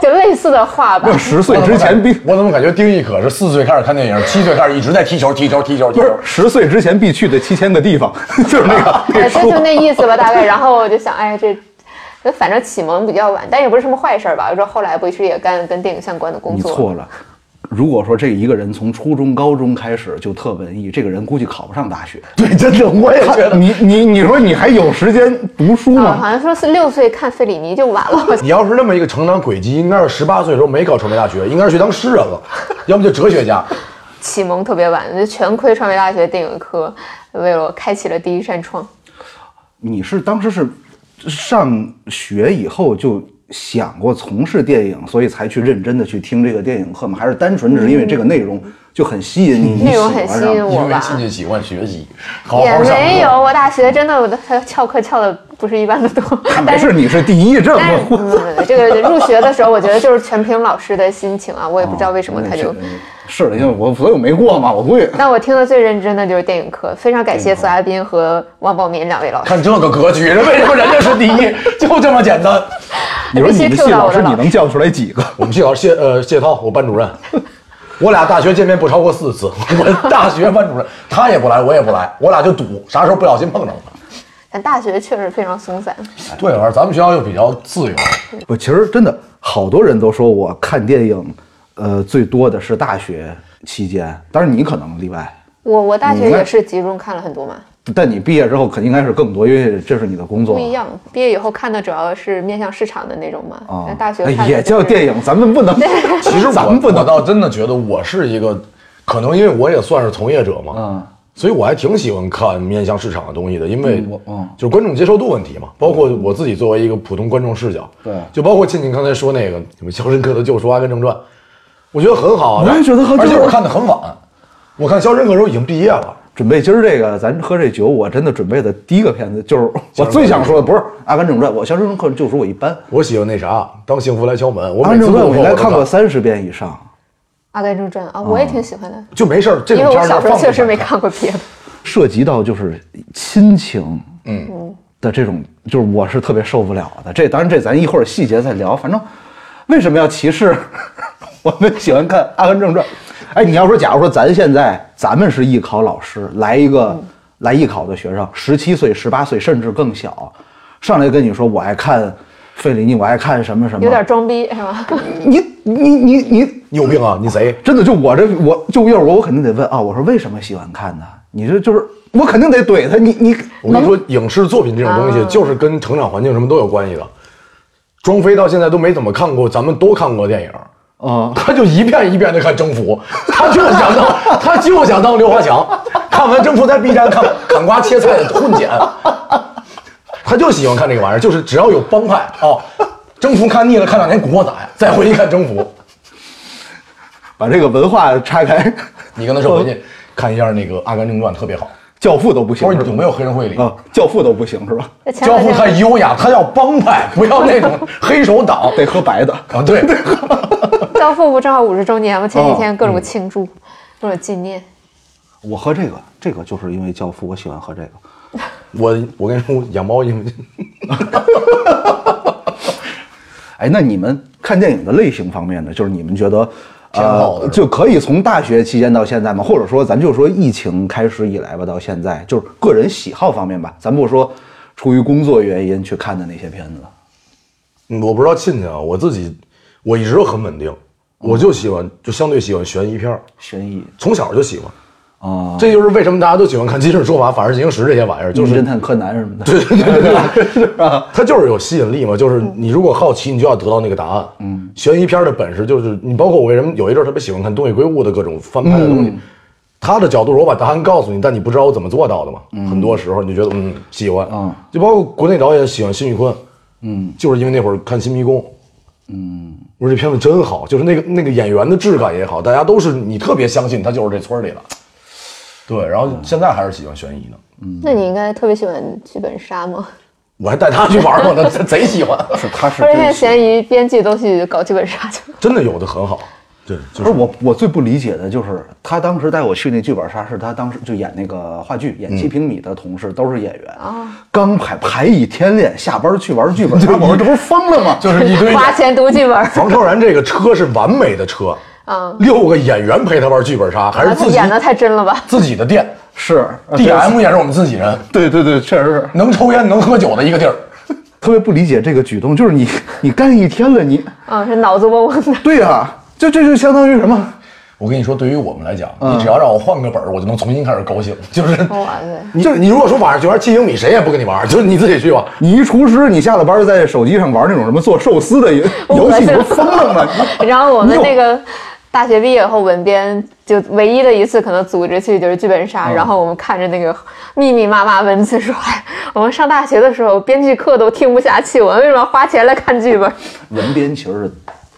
就 *laughs* 类似的话吧 *laughs* 没有。十 *laughs* 岁之前必我怎么感觉丁一可是四岁开始看电影，七岁开始一直在踢球踢球踢球踢不是球？十岁之前必去的七千个地方， *laughs* 就是那个那哎， *laughs* 个就书就。那意思吧，大概。然后我就想，哎，这这反正启蒙比较晚，但也不是什么坏事儿吧。我说后来不是也干跟电影相关的工你作？错了。如果说这一个人从初中、高中开始就特文艺，这个人估计考不上大学。对，真的我也觉得。哎你你你说你还有时间读书啊，吗？好像说是六岁看费里尼就晚了，好 *laughs* 像你要是那么一个成长轨迹，应该是十八岁的时候没考传媒大学，应该是去当诗人了，要么就哲学家。启蒙特别晚，就全亏传媒大学电影科为我开启了第一扇窗。你是当时是上学以后就想过从事电影，所以才去认真的去听这个电影课吗？还是单纯只是因为这个内容就很吸引你？你内容喜欢很吸上引我因为吧兴趣喜欢学习，好也好上没有，课。我大学真的我的他翘课翘的不是一般 *laughs* 的多，没但是事，你是第一，这 *laughs* 但是不嗯，这个入学的时候，我觉得就是全凭老师的心情啊，我也不知道为什哦么他就。哎是的，因为我所以我没过嘛，我估计但我听的最认真的就是电影课，非常感谢索亚斌和王宝民两 *laughs* 位老师。看这个格局，人为什么人家是第一？就这么简单。你说你们系老师必须 cue 到我的老师你能叫出来几个？我们系老师谢呃谢涛，我班主任，我俩大学见面不超过四次。我大学班主任他也不来，我也不来，我俩就赌啥时候不小心碰上了。但大学确实非常松散，对，而咱们学校又比较自由，不，其实真的好多人都说我看电影，呃，最多的是大学期间，当然你可能例外，我我大学明白也是集中看了很多嘛，但你毕业之后肯应该是更多，因为这是你的工作不。一样。毕业以后看的主要是面向市场的那种嘛，那大学哎看的也就叫是电影，咱们不能，其实 *laughs* 咱我们不我能。倒真的觉得我是一个，可能因为我也算是从业者嘛，嗯，所以我还挺喜欢看面向市场的东西的，因为我嗯就是观众接受度问题嘛，包括我自己作为一个普通观众视角，对就包括倩倩刚才说那个什么《肖申克的救赎》啊《阿甘正传》，我觉得很好啊，我也觉得很而且好我看的很晚，我看《肖申克》的时候已经毕业了，准备今儿这个，咱喝这酒，我真的准备的第一个片子就是我最想说的，不是《阿甘正传》，我《肖申克救赎》我一般，《我喜欢那啥，《当幸福来敲门》，我阿每甘次正路传》过我应该都看过看，三十遍以上。 《阿甘正传》啊，我也挺喜欢的，就没事儿，这因种为片儿我小时候放确着实没看看过别的。涉及到就是亲情，嗯的这种，就是我是特别受不了的。这当然，这咱一会儿细节再聊。反正为什么要歧视 *laughs* 我们喜欢看《阿甘正传》？哎，你要说，假如说咱现在咱们是艺考老师，来一个、嗯来艺考的学生，十七岁、十八岁，甚至更小，上来跟你说我爱看费里尼，我爱看什么什么，有点装逼是吧？你你你你你有病啊，你贼。真的就我这我就要是我我肯定得问啊，我说为什么喜欢看呢？你这就是我肯定得怼他，你你我跟你说，影视作品这种啊东西就是跟成长环境什么都有关系的。庄飞到现在都没怎么看过，咱们都看过电影，啊、他就一遍一遍的看《征服》，他就想当，他就想当刘华强。看完《征服》在 B 站看砍瓜切菜的混剪，他就喜欢看这个玩意儿，就是只要有帮派啊，征服》看腻了，看两年《古惑仔》，再回去看《征服》。把这个文化拆开，《你跟他说回去看一下那个《阿甘正传》，特别好。教父》都不行不是是嗯吧？有没有黑社会里？啊，《教父》都不行是吧？那前教两父天太优雅，他要帮派，不要那 *laughs* 种黑手党。得喝白的。啊，对，教父不正好五十周年吗？前几天各种庆祝，各种纪念。我喝这个，这个就是因为《教父》，我喜欢喝这个。 *laughs* 我我跟你说，养猫因为哎，那你们看电影的类型方面呢？就是你们觉得，偏好的呃，是吧就可以从大学期间到现在吗？或者说，咱就说疫情开始以来吧，到现在，就是个人喜好方面吧，咱不说出于工作原因去看的那些片子。我不知道亲戚啊，我自己我一直都很稳定，我就喜欢就相对喜欢悬疑片儿，悬疑从小就喜欢。啊，这就是为什么大家都喜欢看《今日说法》《法制进行时》这些玩意儿，就名是侦探柯南什么的，对对它就是有吸引力嘛，就是你如果好奇，你就要得到那个答案。嗯，悬疑片的本事就是你，包括我为什么有一阵儿特别喜欢看东野圭吾的各种翻拍的东西，他的角度是我把答案告诉你，但你不知道我怎么做到的嘛。很多时候你就觉得嗯喜欢，嗯就包括国内导演喜欢辛宇坤，嗯，就是因为那会儿看《新迷宫》。嗯，我说这片子真好，就是那个那个演员的质感也好，大家都是你特别相信他就是这村儿里的，对，然后现在还是喜欢悬疑呢，那你应该特别喜欢剧本杀吗？我还带他去玩过呢，他 *laughs* 贼喜欢，是 *laughs* 他是而且现真在喜咸鱼编剧都去搞剧本杀去了。真的有的很好，对，就不是我，我最不理解的就是他当时带我去那剧本杀，是他当时就演那个话剧，嗯演《七平米》的同事都是演员，哦刚排排一天练，下班去玩剧本杀，我说这不是疯了吗？ *laughs* 就是一堆花钱读剧本 *laughs* 儿，房超然这个车是完美的车，嗯，六个演员陪他玩剧本杀，还是啊他自己演的太真了 *laughs* 吧？自己的店是呃，DM 也是我们自己人，啊对对对，确实是能抽烟能喝酒的一个地儿。特别不理解这个举动，就是你你干一天了，你嗯，是脑子嗡嗡的。对呀、就这就相当于什么？我跟你说，对于我们来讲，嗯你只要让我换个本儿，我就能重新开始高兴。就是， *laughs* 哇塞！你就是你如果说晚上去玩七英米，谁也不跟你玩，就是你自己去吧。你一厨师，你下了班在手机上玩那种什么做寿司的游哦游戏，你不是疯了吗？ *laughs* 然后我们你有那个大学毕业后，文编就唯一的一次可能组织去就是剧本杀，然后我们看着那个密密麻麻文字说，哎，我们上大学的时候编剧课都听不下去，我们为什么要花钱来看剧本？文编其实是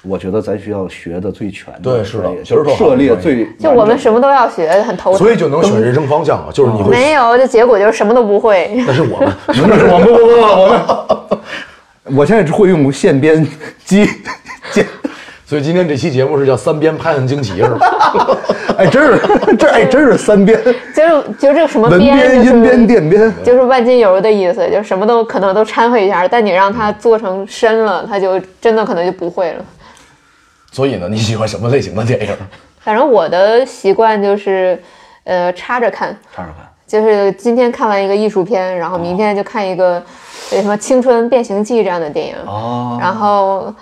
我觉得咱需要学的最全的，对是的专业其实就是都好涉猎最就我们什么都要学，很哦头疼所。以就能选人生方向啊，就是你会。哦没有，这结果就是什么都不会。那是我 *laughs* 们，不是我们不不不我们，我现在只会用线编机， *laughs* 剪 *laughs* 所以今天这期节目是叫三边拍案惊奇是吧？ *laughs* 哎，真是这哎真是三编，就是就是这个什么文编，编、就是音编、电编，就是万金油的意思，就是什么都可能都掺和一下，但你让它做成深了，它就真的可能就不会了。所以呢，你喜欢什么类型的电影？ *laughs* 反正我的习惯就是，呃，插着看，看着看，就是今天看完一个艺术片，然后明天就看一个，呃，什么《青春变形记》这样的电影，哦然后，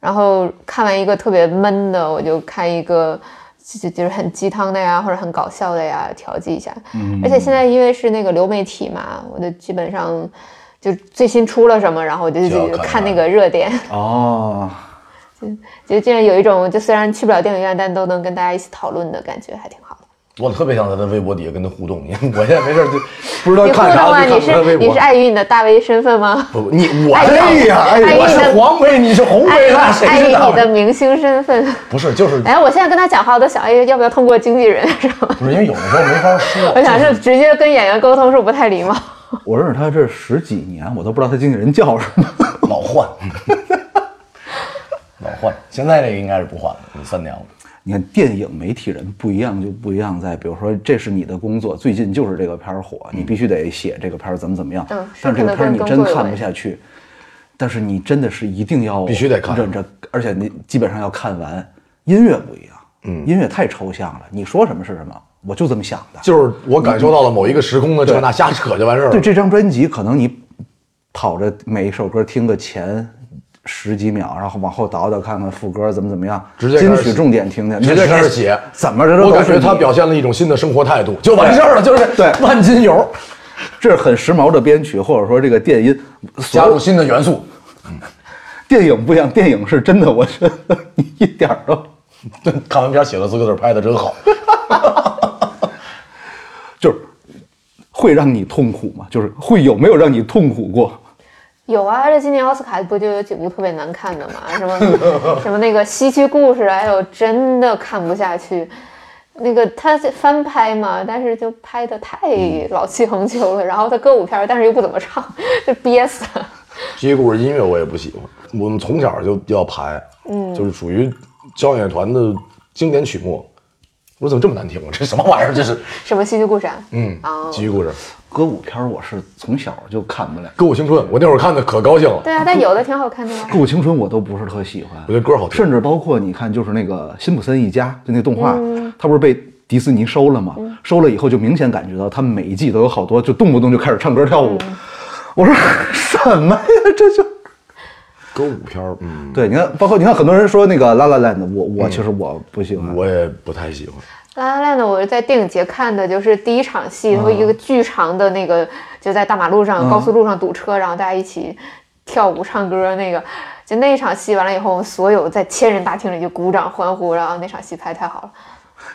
然后看完一个特别闷的，我就看一个。就就就是很鸡汤的呀，或者很搞笑的呀，调剂一下。而且现在因为是那个流媒体嘛，我就基本上就最新出了什么，然后我就就要就看看它那个热点， *laughs* 哦，就这样有一种就虽然去不了电影院，但都能跟大家一起讨论的感觉，还挺好的。我特别想在他微博底下跟他互动，你 *laughs* 我现在没事儿就不知道你互看动啥，啊？就你看他微是博。你是碍于你的大 V 身份吗？不，你我哎这呀，哎哎，我是哎你的黄杯，你是红碍杯，那于谁碍知于道嗯你？的明星身份。不是，就是哎，我现在跟他讲话，我都想，哎，要不要通过经纪人？是吧？不是，因为有的时候没法说。 *laughs* 我想就是直接跟演员沟通是不太礼貌。我认识他这十几年，我都不知道他经纪人叫什么，老换， *laughs* 老换，现在这个应该是不换了，你三年了。你看电影媒体人不一样就不一样在，比如说这是你的工作，最近就是这个片儿火，你必须得写这个片儿怎么怎么样。嗯嗯是但是这个片儿你可能真跟工作有看不关系下去，但是你真的是一定要必须得看忍着，而且你基本上要看完。音乐不一样，嗯，音乐太抽象了，你说什么是什么，我就这么想的。就是我感受到了某一个时空的这那瞎扯就完事儿对了。这张专辑，可能你跑着每一首歌听个前十几秒，然后往后倒倒看看副歌怎么怎么样，直接开金始曲重点听听，直接开始写，怎么着都我感都觉是他你表现了一种新的生活态度，就完事儿了，就是对万金油这是很时髦的编曲，或者说这个电音，所加有入新的元素， *laughs* 电影不一样，电影是真的，我觉得你一点儿都对，看完片儿写了四个字儿，拍的真好。就是会让你痛苦吗？就是会有没有让你痛苦过？ *laughs* 有啊，这今年奥斯卡不就有几部特别难看的嘛？*laughs* 什么什么那个《西区故事》，哎呦，真的看不下去。那个他翻拍嘛，但是就拍的太嗯老气横秋了。然后他歌舞片儿，但是又不怎么唱， *laughs* 就憋死了。第一故事音乐我也不喜欢，我们从小就要排，嗯，就是属于交响乐团的经典曲目。我怎么这么难听啊？这什么玩意儿？这是什么《西区故事》啊？嗯哦，奇遇故事，歌舞片儿我是从小就看不了，歌舞青春，我那会儿看的可高兴了，对啊，但有的挺好看的呀。歌舞青春我都不是特喜欢我觉。得歌好听。甚至包括你看，就是那个辛普森一家，就那动画，它不是被迪士尼收了吗？收了以后就明显感觉到他们每一季都有好多，就动不动就开始唱歌跳舞。我说什么呀，这就歌舞片儿，嗯，对，你看，包括你看很多人说那个《La La Land》，我我其实我不喜欢，我也不太喜欢。 La La Land》呢，我是在电影节看的，就是第一场戏，它一个巨长的那个，就在大马路上、高速路上堵车，然后大家一起跳舞、唱歌那个。就那一场戏完了以后，所有在千人大厅里就鼓掌欢呼，然后那场戏拍得太好了，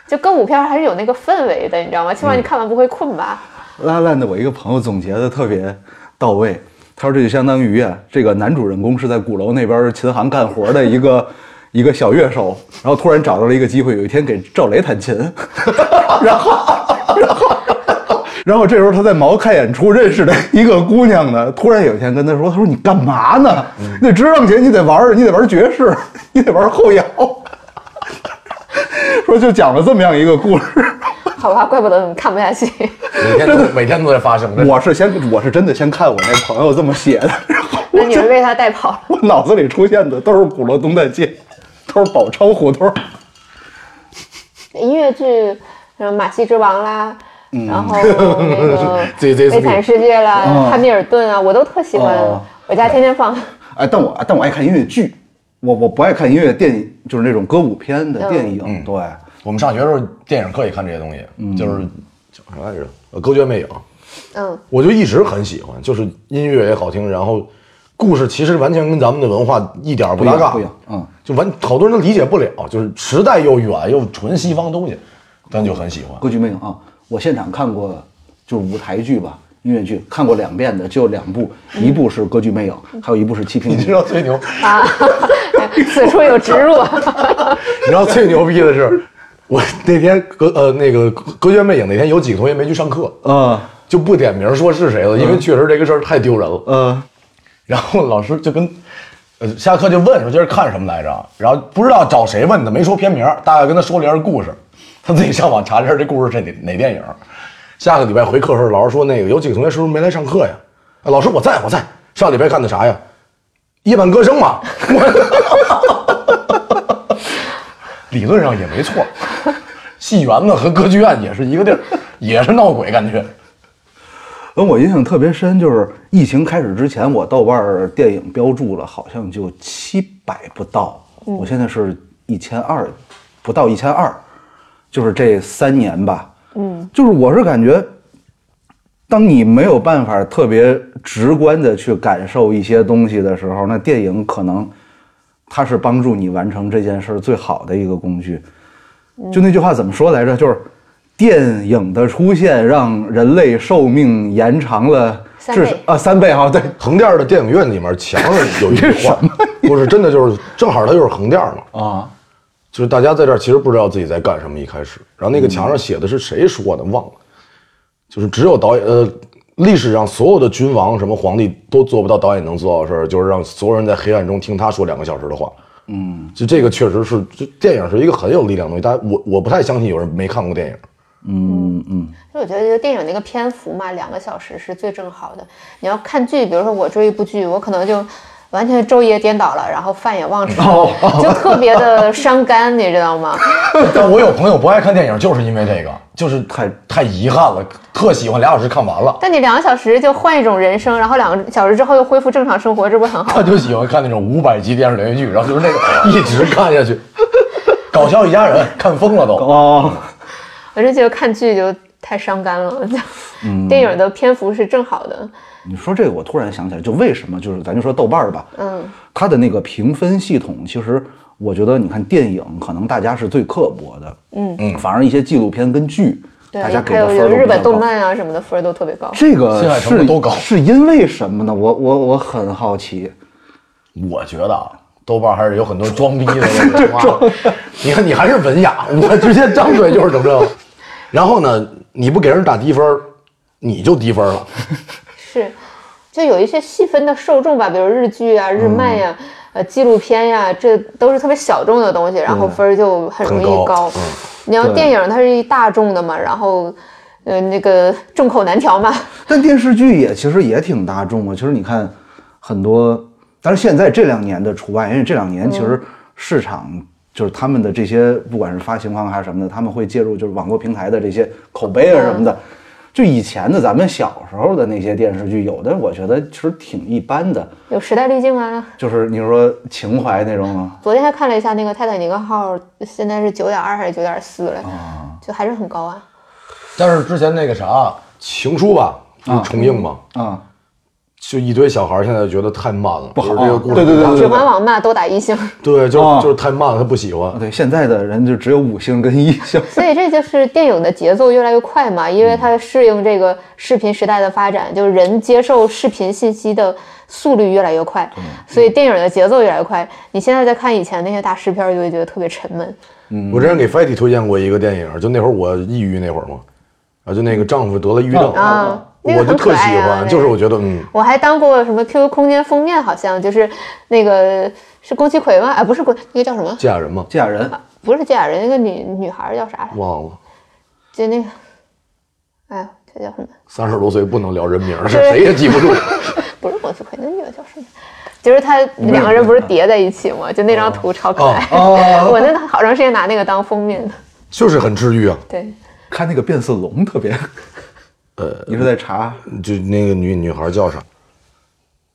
就歌舞片还是有那个氛围的，你知道吗？起码你看完不会困吧？拉烂的，我一个朋友总结的特别到位。他说这就相当于啊，这个男主人公是在鼓楼那边琴行干活的一个 *laughs* 一个小乐手，然后突然找到了一个机会，有一天给赵雷弹琴， *laughs* 然后 *laughs* 然后然后这时候他在毛看演出认识的一个姑娘呢，突然有一天跟他说，他说你干嘛呢？那直上琴你得玩儿，你得玩爵士， *laughs* 你得玩后摇。 *laughs* 说就讲了这么样一个故事。好吧，怪不得你看不下去。每天都每天都在发生。真是我是先，我是真的先看我那朋友这么写的，然后那你是被他带跑了。我脑子里出现的都是鼓楼东大街，都是宝钞胡同。音乐剧，什么《马戏之王》啦，然后那个 Z- Z- 《悲惨世界》啦，《汉密尔顿》啊，我都特喜欢哦，我家天天放。哎，但我但我爱看音乐剧，我我不爱看音乐电影，就是那种歌舞片的电影。对，我们上学的时候，电影课也看这些东西，就是叫啥来着？呃，歌诀魅影，嗯，我就一直很喜欢，就是音乐也好听，然后故事其实完全跟咱们的文化一点儿不搭嘎，不一样不一样嗯，就完好多人都理解不了，就是时代又远又纯西方东西，但就很喜 *laughs* 欢。歌剧魅影啊，我现场看过，就是舞台剧吧，音乐剧看过两遍的就两部，一部是歌剧魅影，还有一部是七你品知女。道最牛，啊 *laughs* 此处有植入。你知道最牛逼的是，我那天歌呃那个歌诀魅影那天有几个同学没去上课，呃就不点名说是谁了，因为嗯确实这个事儿太丢人了。呃，然后老师就跟，呃，下课就问说今儿看什么来着，然后不知道找谁问的，没说片名，大概跟他说了一下故事， *laughs* 他自己上网查了一下这故事是哪哪电影。下个礼拜回课时候，老师说那个有几个同学是不是没来上课呀？啊老师我在我在，上礼拜看的啥呀？夜半歌声嘛。理论上也没错，戏园子和歌剧院也是一个地儿，也是闹鬼感觉。嗯，我印象特别深，就是疫情开始之前，我豆瓣儿电影标注了好像就七百不到，我现在是一千二，不到一千二，就是这三年吧。嗯，就是我是感觉，当你没有办法特别直观的去感受一些东西的时候，那电影可能它是帮助你完成这件事儿最好的一个工具。嗯就那句话怎么说来着？就是电影的出现让人类寿命延长了三至倍少啊三倍哈、对，横店儿的电影院里面墙上有一句话，不是真的，就是正好它就是横店儿嘛，啊，就是大家在这儿其实不知道自己在干什么，一开始，然后那个墙上写的是谁说的忘了，就是只有导演呃，历史上所有的君王什么皇帝都做不到导演能做到的事儿，就是让所有人在黑暗中听他说两个小时的话。嗯，就这个确实是，这电影是一个很有力量的东西，大家我我不太相信有人没看过电影。我觉得电影那个篇幅嘛，两个小时是最正好的。你要看剧，比如说我追一部剧，我可能就完全昼夜颠倒了，然后饭也忘吃哦了，就特别的伤肝，你知道吗？ *laughs* 但我有朋友不爱看电影，就是因为这个，就是太太遗憾了，特喜欢俩小时看完了。但你两个小时就换一种人生，然后两个小时之后又恢复正常生活，这不是很好？ *laughs* 他就喜欢看那种五百集电视连续剧，然后就是那个一直看下去，搞笑一家人看疯了都。哦，我就觉得看剧就太伤肝了，就嗯电影的篇幅是正好的。你说这个，我突然想起来，就为什么就是咱就说豆瓣儿吧，嗯，它的那个评分系统，其实我觉得你看电影，可能大家是最刻薄的，嗯嗯，反而一些纪录片跟剧，对，大家给的还有分有儿都日比较本动高漫啊什么的分儿都特别高。这个现在成本是都高是因为什么呢？我我我很好奇，我觉得啊，豆瓣还是有很多装逼的那种啊。你看你还是文雅，我直接张嘴就是整这。然后呢，你不给人打低分儿，你就低分了。是，就有一些细分的受众吧，比如日剧嗯啊、日漫呀、呃纪录片呀、这都是特别小众的东西，然后分儿就很容易很高嗯你要对电影，它是一大众的嘛，然后呃那个众口难调嘛。但电视剧也其实也挺大众啊。其实你看很多，但是现在这两年的除外，因为这两年其实市场就是他们的这些，不管是发行方还是什么的，他们会介入就是网络平台的这些口碑啊什么的。就以前的咱们小时候的那些电视剧，有的我觉得其实挺一般的，有时代滤镜啊。就是你说情怀那种啊，昨天还看了一下那个泰坦尼克号，现在是九点二还是九点四了，就就还是很高啊。但是之前那个啥《情书》吧，就是重映嘛，啊，就一堆小孩儿现在觉得太慢了，不好啊这个故事对对对对指环王嘛，都打一星，对，就是、啊就是太慢了，他不喜欢。对，现在的人就只有五星跟一星，所以这就是电影的节奏越来越快嘛，因为它适应这个视频时代的发展，就是人接受视频信息的速率越来越快，所以电影的节奏越来越快。你现在再看以前那些大师片儿，就会觉得特别沉闷。我之前给 Fatty 推荐过一个电影，就那会儿我抑郁那会儿嘛，啊，就那个丈夫得了抑郁症，啊那个我就很特喜可爱啊那欢，个就是我觉得嗯，我还当过什么 QQ 空间封面，好像就是那个是宫崎葵吗？啊，不是宫，那个叫什么？嫁人嘛，嫁人不是嫁人，那个女女孩儿叫啥来？忘了。就那个，哎呦，这叫什么？三十多岁不能聊人名儿，是对谁也记不住。不是宫崎葵，那女的叫什么？就是他两个人不是叠在一起吗？就那张图超可爱。 *laughs* 我那好长时间拿那个当封面的。就是很治愈啊。对，看那个变色龙特别，呃，你是在查就那个女女孩叫啥？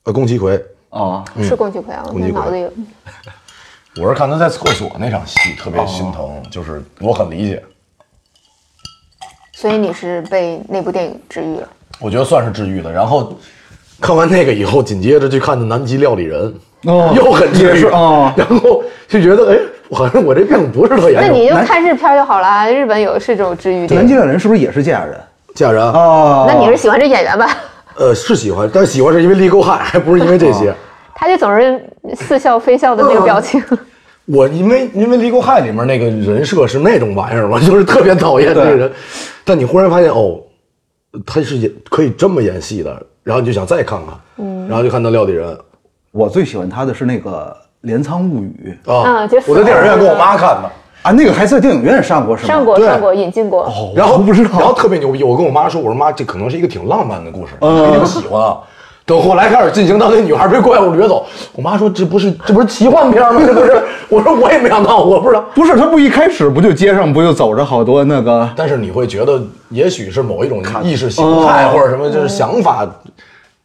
呃，宫崎葵。啊？是宫崎葵啊，我宫崎那葵脑子有。我是看她在厕所那场戏特别心疼，就是我很理解，所以你是被那部电影治愈了。我觉得算是治愈的。然后看完那个以后，紧接着去看的《南极料理人》，哦 *laughs* 又很治也愈是哦 *laughs* 然后就觉得，哎，好像我这病不是特那严重。你就看日片就好啦，日本有是这种治愈电南极影。恋人是不是也是嫁人嫁人，啊？那你是喜欢这演员吧？ *laughs* 呃，是喜欢，但是喜欢是因为立沟汉，还不是因为这些。他就总是似笑非笑的那个表情。我因为因为《离沟害》里面那个人设是那种玩意儿，我就是特别讨厌这个人。但你忽然发现哦，他是演可以这么演戏的，然后你就想再看看，嗯，然后就看到料理人我最喜欢他的是那个《镰仓物语啊，啊就死我在电影院跟我妈看的，》啊，那个还在电影院上过是吗？上过对哦上过引进过，然后哦我不知道然后特别牛逼，我跟我妈说，我说妈，这可能是一个挺浪漫的故事，嗯我一定喜欢啊。等后来开始进行到那女孩被怪物掠走，我妈说这不是这不是奇幻片吗？这不是？我说我也没想到，我不知道。不是，他不一开始不就街上不就走着好多那个但是你会觉得，也许是某一种意识形态哦或者什么，就是想法。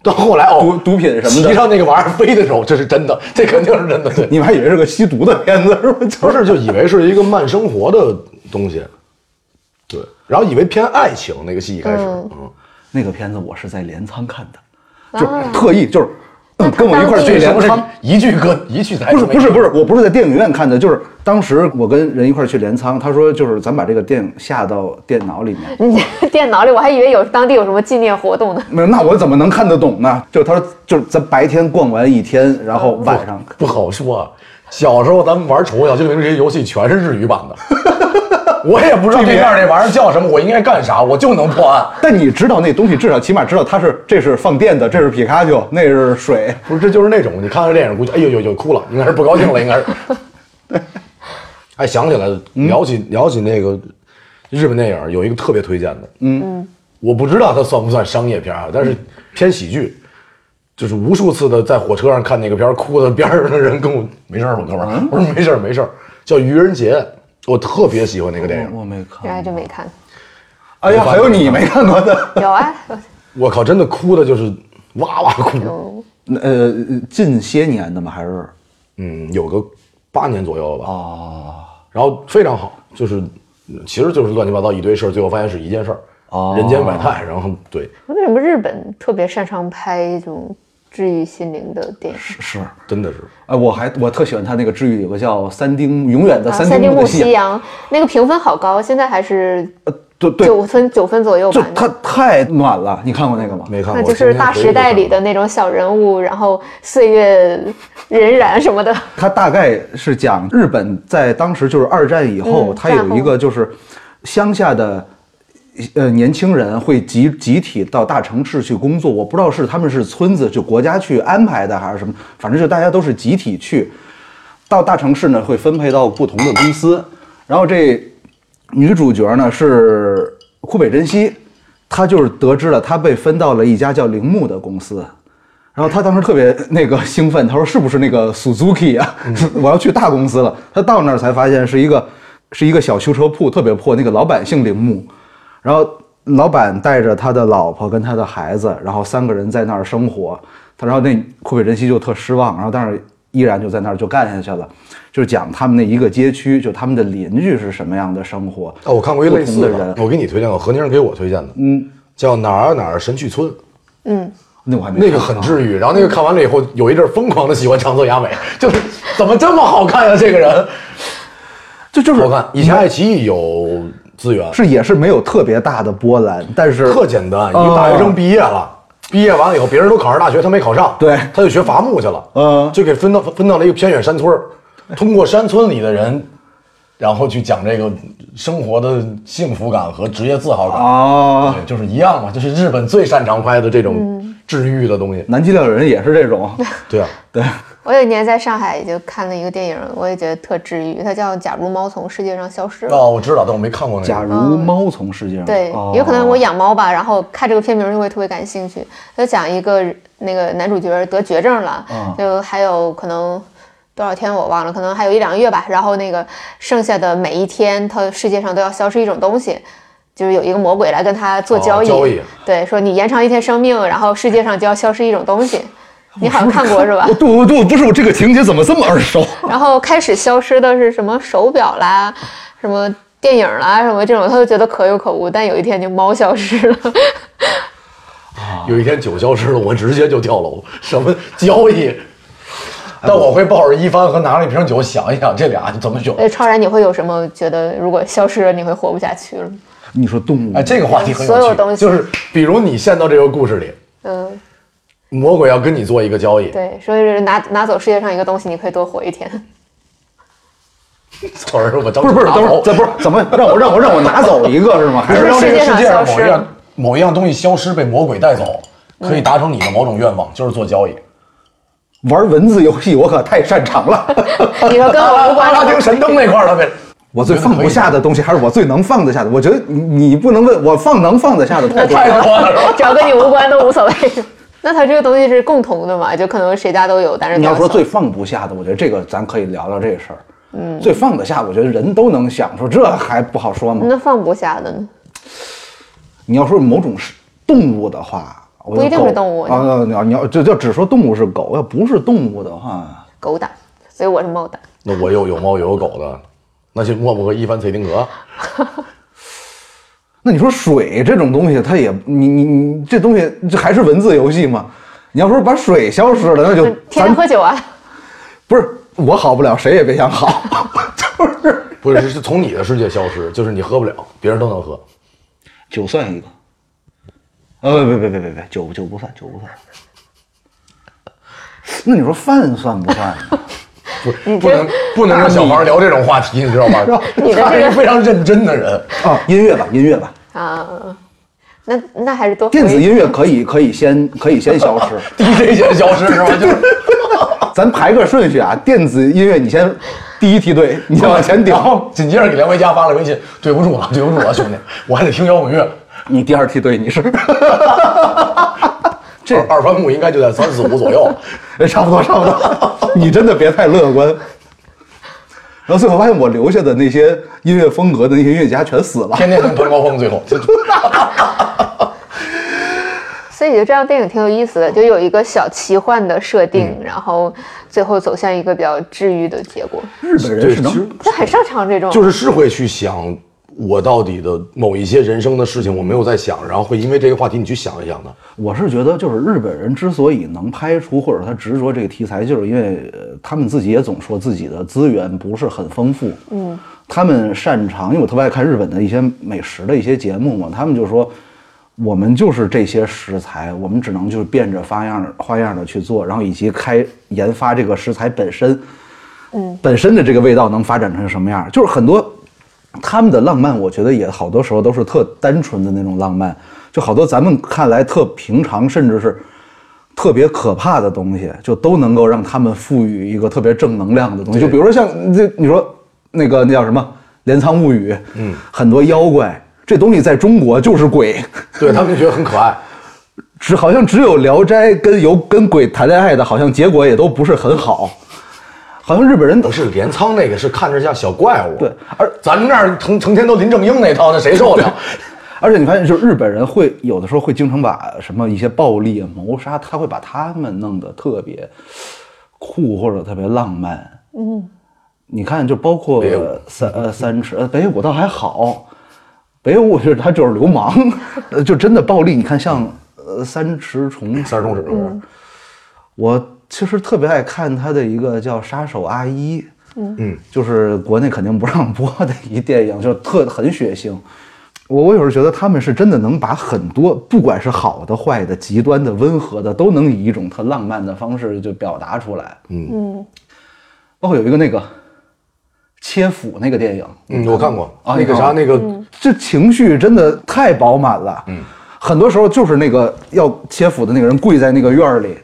到后来哦，毒毒品什么的骑上那个玩意儿飞的时候，这是真的，这肯定是真的。对，你们还以为是个吸毒的片子 *laughs* 是吧？就不是就以为是一个慢生活的东西，对，然后以为偏爱情那个戏一开始，嗯，那个片子，我是在镰仓看的，就是特意就是、嗯跟我一块儿啊那去这是镰不是仓。一句歌一句台不是词没不是不是，我不是在电影院看的，就是当时我跟人一块儿去镰仓，他说就是咱把这个电影下到电脑里面，你这电脑里我还以为有当地有什么纪念活动呢。那那我怎么能看得懂呢？就他说就是咱白天逛完一天，然后晚上不好说。啊小时候咱们玩《宠物小精灵》这些游戏全是日语版的， *laughs* 我也不知道对面这玩意儿叫什么，我应该干啥，我就能破案。但你知道那东西，至少起码知道它是这是放电的，这是皮卡丘，那是水。不是，这就是那种你看了电影，估计哎呦呦呦哭了，应该是不高兴了，应该是。 *laughs* 哎，想起来了，聊起聊起那个日本电影，有一个特别推荐的，嗯我不知道它算不算商业片啊，但是偏喜剧，就是无数次的在火车上看那个片儿，哭的边上的人跟我没事儿吧，哥们儿，我说没事儿没事儿，叫《愚人节》，我特别喜欢那个电影，我没原看。来就没看。哎呀，还有你没看过的？有啊，我靠，真的哭的就是哇哇哭，有 *laughs* 呃，近些年的吗？还是嗯，有个八年左右了吧，哦然后非常好，就是嗯其实就是乱七八糟一堆事儿，最后发现是一件事儿，哦人间百态。然后对，为什么日本特别擅长拍这种治愈心灵的电影？是。真的是哎，我还我特喜欢他那个治愈，有个叫三丁永远的啊三三丁丁目目的夕戏，阳那个评分好高，现在还是对对，九分九分左右就吧。他太暖了。你看过那个吗？没看那过，就是大时代里的那种小人物，然后岁月荏苒什么的。他大概是讲日本在当时就是二战以后，嗯他有一个就是乡下的。呃，年轻人会集集体到大城市去工作，我不知道是他们是村子就国家去安排的还是什么，反正就大家都是集体去。到大城市呢，会分配到不同的公司。然后这女主角呢是库北真希，她就是得知了她被分到了一家叫铃木的公司。然后她当时特别那个兴奋，她说：“是不是那个 Suzuki 啊？ *laughs* 我要去大公司了。”她到那儿才发现是一个是一个小修车铺，特别破。那个老板姓铃木，然后老板带着他的老婆跟他的孩子，然后三个人在那儿生活。他然后那库北真希就特失望，然后但是依然就在那儿就干下去了，就是讲他们那一个街区，就他们的邻居是什么样的生活。哦，我看过一类似不同的人我给你推荐过，何宁给我推荐的，嗯，叫哪儿哪儿神去村，那我还没那个看很啊治愈。然后那个看完了以后，有一阵儿疯狂的喜欢长泽雅美， *laughs* 就是怎么这么好看呀、这个人，就就是好看。以前爱奇艺有资源，是也是没有特别大的波澜，但是特简单，一哦个大学生毕业了。毕业完了以后，别人都考上大学，他没考上，对他就学伐木去了，嗯就给分到分到了一个偏远山村儿，通过山村里的人，然后去讲这个生活的幸福感和职业自豪感，啊，对，就是一样嘛，就是日本最擅长拍的这种治愈的东西。南极料理人也是这 *laughs* 种，对啊，对，我有一年在上海就看了一个电影，我也觉得特治愈，它叫《假如猫从世界上消失了》。哦，我知道，但我没看过那假个。如猫从世界上，嗯对，哦有可能我养猫吧，然后看这个片名就会特别感兴趣。就讲一个那个男主角得绝症了，嗯就还有可能多少天我忘了，可能还有一两个月吧。然后那个剩下的每一天，他世界上都要消失一种东西，就是有一个魔鬼来跟他做哦交易，交易对，说你延长一天生命，然后世界上就要消失一种东西。你好像看过是哦吧我？对我对我不是我这个情节怎么这么耳熟？然后开始消失的是什么手表啦，什么电影啦，什么这种，他就觉得可有可无。但有一天就猫消失了，有一天酒消失了，我直接就跳楼，什么交易？但我会抱着一番和拿着一瓶酒想一想这俩怎么选。呃，超然，你会有什么觉得如果消失了你会活不下去了吗？ *laughs* 你说动物哎，这个话题很有趣，所有东西就是比如你陷到这个故事里，嗯，魔鬼要跟你做一个交易，对，所以是拿拿走世界上一个东西，你可以多活一天。 *laughs* 或者是我不是不是，等会儿，这哎不是怎么让我让我让我拿走一个是吗？还还是是让这个世界上世某一界上消失样某一样东西消失，被魔鬼带走，可以达成你的某种愿望，就是做交易。玩文字游戏我可太擅长 *laughs* 了。你说跟我无阿拉关，丁神灯那块儿了呗。我最放不下的东西，还是我最能放得下的。我觉得你你不能问我放能放得下的哎太多了。太多了，是吧？只要跟你无关都无所谓。 *laughs* 那它这个东西是共同的嘛？就可能谁家都有，但是你要都说走最放不下的，我觉得这个咱可以聊聊这事儿。嗯，最放得下，我觉得人都能想出，这还不好说吗？那放不下的呢？你要说某种是动物的话，我觉得不一定狗是动物啊！你要你要就就只说动物是狗，要不是动物的话，狗胆，所以我是猫胆。那我又有猫又有狗的，那就默默和伊凡崔丁格。那你说水这种东西，它也你你你这东西这还是文字游戏吗？你要说把水消失了，那就嗯天天咱喝酒啊，不是我好不了，谁也别想 *laughs* 好，就是不是，是从你的世界消失，就是你喝不了，别人都能喝。酒算一个。呃，别别别别别，酒酒不算，酒不算。那你说饭算不算呢？不，不能不能跟小孩聊这种话题，你知道吗？你的他这是个一个非常认真的人。啊，音乐吧，音乐吧，啊，那那还是多电子回音乐可以可以先可以先消失， DJ 先消失是吧？就是咱排个顺序啊，电子音乐你先第一梯 *laughs* 队，你先往前顶然，后紧接着给梁维嘉发了微信：“对不住了，对不住了，兄弟，我还得听摇滚乐。 *laughs* 你第二梯队你是，这二番木应该就在三四五左右。哎 *laughs* 差不多差不 *laughs* 多，你真的别太乐观。然后最后发现我留下的那些音乐风格的那些音乐家全死 *laughs* 了，天天能弹高峰，最 *laughs* 后所以就这样电影挺有意思的，就有一个小奇幻的设定，嗯然后最后走向一个比较治愈的结果。日本人是能这很擅长这种，就是是会去想。”我到底的某一些人生的事情，我没有在想，然后会因为这个话题你去想一想的。我是觉得，就是日本人之所以能拍出或者他执着这个题材，就是因为呃他们自己也总说自己的资源不是很丰富。嗯，他们擅长，因为我特别爱看日本的一些美食的一些节目嘛，他们就说我们就是这些食材，我们只能就是变着花样花样的去做，然后以及开研发这个食材本身，嗯，本身的这个味道能发展成什么样，就是很多他们的浪漫，我觉得也好多时候都是特单纯的那种浪漫，就好多咱们看来特平常，甚至是特别可怕的东西，就都能够让他们赋予一个特别正能量的东西。就比如说像这，你说那个那叫什么《镰仓物语》，嗯，很多妖怪这东西在中国就是鬼， *laughs* 对他们就觉得很可 *laughs* 爱，只好像只有《聊斋》跟有跟鬼谈恋爱的，好像结果也都不是很好，好像日本人不是镰仓那个是看着像小怪物，对而咱们这儿成成天都林正英那套，那谁受得了？而且你发现，就是日本人会有的时候会经常把什么一些暴力啊、谋杀，他会把他们弄得特别酷或者特别浪漫。嗯，你看，就包括北舞三呃三尺，呃北野武倒还好，北野武我觉得他就是流氓， *laughs* 呃就真的暴力。你看像呃三池崇三十公尺，我其实特别爱看他的一个叫《杀手阿一》，嗯，就是国内肯定不让播的一电影，就是特很血腥。我我有时候觉得他们是真的能把很多，不管是好的、坏的、极端的、温和的，都能以一种特浪漫的方式就表达出来。嗯包括有一个那个切腹那个电影，嗯，我看过啊那个你看过啥那个这情绪真的太饱满了。嗯，很多时候就是那个要切腹的那个人跪在那个院儿里，